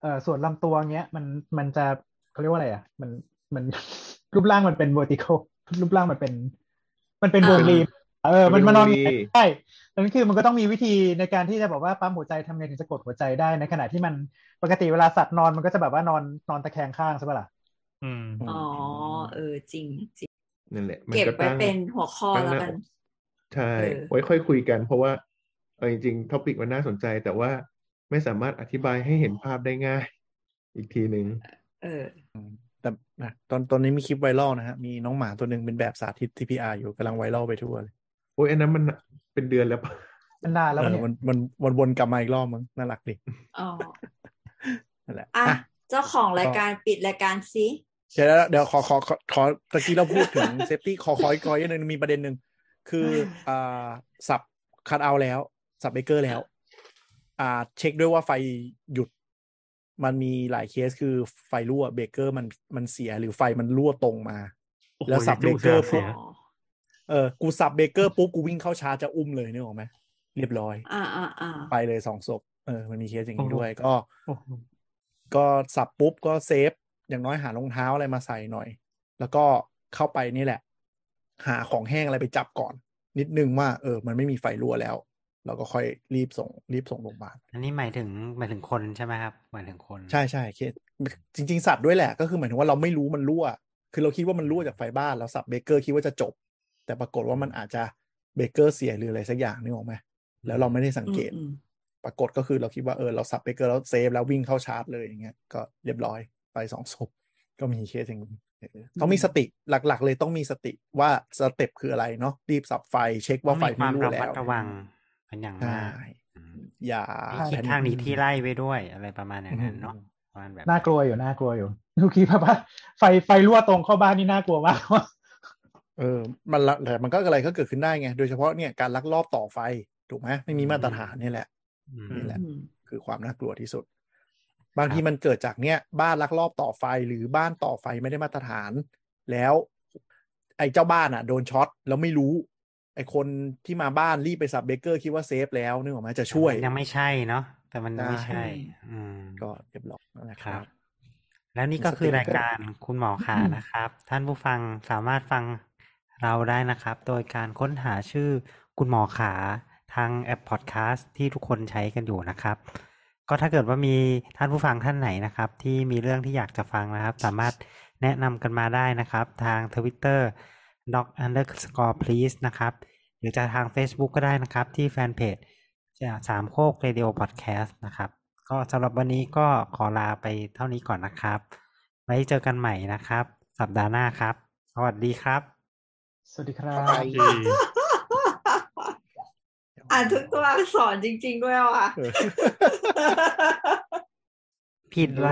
Speaker 4: เอ่อส่วนลำตัวเงี้ย มันมันจะเขาเรียกว่าอะไรอ่ะ มันมัน รูปร่างมันเป็น vertical รูปร่างมันเป็น มันเป็นวงรีเออ มันมานอนหงายได้ ดังนั้นคือมันก็ต้องมีวิธีในการที่จะบอกว่าปั๊มหัวใจทำไงถึงจะกดหัวใจได้ในขณะที่มันปกติเวลาสัตว์นอนมันก็จะแบบว่านอนนอนตะแคงข้างใช่ปะล่ะ
Speaker 1: อืม
Speaker 2: อ๋อเออจริงจริง
Speaker 6: นั่นแหละมัน
Speaker 2: เก็บ
Speaker 6: ก็
Speaker 2: ไว้
Speaker 6: ตั้ง
Speaker 2: เป็นหัวข้อ
Speaker 6: ตั้ง
Speaker 2: แล้ว
Speaker 6: หา
Speaker 2: กัน
Speaker 6: ใช่
Speaker 2: เออ
Speaker 6: ไว้ค่อยคุยกัน เพราะว่าเอาจริงๆท็อปิกมันน่าสนใจ แต่ว่าไม่สามารถอธิบายให้เห็นภาพได้ง่าย อีกทีหนึ่ง
Speaker 2: เออ
Speaker 5: แต่นะตอนตอนนี้มีคลิปไวรัลนะฮะ มีน้องหมาตัวหนึ่งเป็นแบบสาธิต TPR อยู่กำลังไวรัลไปทั่วเลย
Speaker 6: โอ้ยอันนั้นมันเป็นเดือนแล้วปะ
Speaker 4: มันนานแล้ว
Speaker 5: เอ
Speaker 4: มัน
Speaker 5: อ
Speaker 4: เนี่ย
Speaker 5: มันมันวนวนกลับมาอีกรอบมั้งน่ารักดิ
Speaker 2: อ๋อ
Speaker 5: นั่นแหละ
Speaker 2: อ่ะ
Speaker 5: อ่ะ
Speaker 2: เจ้าของรายการปิดรายการสิ
Speaker 5: เดี๋ยวเดี๋ยวขอขอขอขอตะกี้เราพูดถึง เซฟตี้ขอขออีกขออีกหนึ่งมีประเด็นหนึ่งคืออ่าสับคัดเอาแล้ว สับเบรกเกอร์แล้ว อ่า เช็คด้วยว่าไฟหยุด มันมีหลายเคสคือไฟรั่วเบรกเกอร์มันมันเสียหรือไฟมันรั่วตรงมา
Speaker 1: โอ้โห
Speaker 5: แล้วสับเบรกเกอร์
Speaker 1: เสี
Speaker 5: ปุ๊
Speaker 1: ย
Speaker 5: บเออกูสับเบรกเกอร์ปุ๊บกูวิ่งเข้าชาร์จจะอุ้มเลยนึกออกไหมเรียบร้อย
Speaker 2: อ่าอ่าอ่า
Speaker 5: ไปเลยสองศพเออมันมีเคสอย่างนี้
Speaker 1: โอ้โห
Speaker 5: ด้วยก็
Speaker 1: โอ้โห
Speaker 5: ก็สับปุ๊บก็เซฟ อย่างน้อยหารองเท้าอะไรมาใส่หน่อย แล้วก็เข้าไปนี่แหละ หาของแห้งอะไรไปจับก่อน นิดนึงว่า เออ มันไม่มีไฟรั่วแล้ว เราก็ค่อยรีบส่ง รีบส่งโรงพยาบาล
Speaker 3: อันนี้หมายถึงหมายถึงคนใช่ไหมครับ หมายถึงคน
Speaker 5: ใช่ใช่เคสจริง ๆ สัตว์ด้วยแหละ ก็คือหมายถึงว่าเราไม่รู้มันรั่ว คือเราคิดว่ามันรั่วจากไฟบ้านเราสับเบรกเกอร์คิดว่าจะจบ แต่ปรากฏว่ามันอาจจะเบรกเกอร์เสียหรืออะไรสักอย่างนึกออกไหมแล้วเราไม่ได้สัง
Speaker 2: อืม
Speaker 5: เกต
Speaker 2: อืม
Speaker 5: ปรากฏก็คือเราคิดว่าเออเราสับเบรกเกอร์แล้วเซฟแล้ววิ่งเข้าชาร์จเลยอย่างเงี้ยก็เรียบร้อยไปสองศพก็มีเคสอย่างนี้เออต้องมีสติหลักๆ เลยต้องมีสติว่าสเต็ปคืออะไรเนาะรีบสับไฟเช็คว่าไฟ
Speaker 3: ต้
Speaker 5: ไม่
Speaker 3: องมี
Speaker 5: รั่
Speaker 3: คว วามระ
Speaker 5: แล้
Speaker 3: มัด
Speaker 5: ว
Speaker 3: ระวังเป็นอย่างมา
Speaker 5: ใช่
Speaker 3: กอืม
Speaker 5: อย่า
Speaker 3: ไม่คิดทางหนี้ที่ไล่ไปด้วยอะไรประมาณอย่างนั้นเนาะประมาณแบบ
Speaker 4: น่ากลัวอยู่น่ากลัวอยู่เมื่อกี้พะว่าไฟไฟรั่วตรงเข้าบ้านนี่น่ากลัวมาก
Speaker 5: เออมันละแต่มันก็อะไรก็เกิดขึ้นได้ไง โดยเฉพาะเนี่ยการลักลอบต่อไฟถูกไหมไม่มีมาตรฐานนี่แหละ
Speaker 3: อืม
Speaker 5: นี่แหละ
Speaker 2: อืม
Speaker 5: คือความน่ากลัวที่สุด บาง
Speaker 3: ครับ
Speaker 5: ทีมันเกิดจากเนี้ยบ้านลักลอบต่อไฟหรือบ้านต่อไฟไม่ได้มาตรฐาน แล้ว ไอ้เจ้าบ้านอ่ะ โดนช็อตแล้วไม่รู้ ไอ้คนที่มาบ้านรีบไปสับเบรกเกอร์คิดว่าเซฟแล้วนึกออกไหมจะช่วย
Speaker 3: ยังไม่ใช่เนาะแต่มันไม่
Speaker 5: ใช่
Speaker 3: ใช่ อืม
Speaker 5: ก็เรียบร้อยนั่นแหละ
Speaker 3: ค
Speaker 5: ค
Speaker 3: รั
Speaker 5: รับ บ
Speaker 3: แล้วนี่ก็คือรายการคุณหมอขานะครับ ท่านผู้ฟังสามารถฟังเราได้นะครับ โดยการค้นหาชื่อคุณหมอขาทางแอปพอดแคสต์ที่ทุกคนใช้กันอยู่นะครับ ก็ถ้าเกิดว่ามีท่านผู้ฟังท่านไหนนะครับ ที่มีเรื่องที่อยากจะฟังนะครับ สามารถแนะนำกันมาได้นะครับ ทาง Twitter doc underscore please นะครับ หรือจะทาง Facebook ก็ได้นะครับที่แฟนเพจ จากสามโคกเรดิโอพอดแคสต์นะครับ ก็สำหรับวันนี้ก็ขอลาไปเท่านี้ก่อนนะครับ ไว้เจอกันใหม่นะครับ สัปดาห์หน้าครับ สวัสดีครับ
Speaker 4: สวัสดีครับ
Speaker 1: โอเค
Speaker 2: อ่านทุกตัวอักษรจริง ๆ ด้วยว่ะ
Speaker 5: เออ
Speaker 3: ผิดละ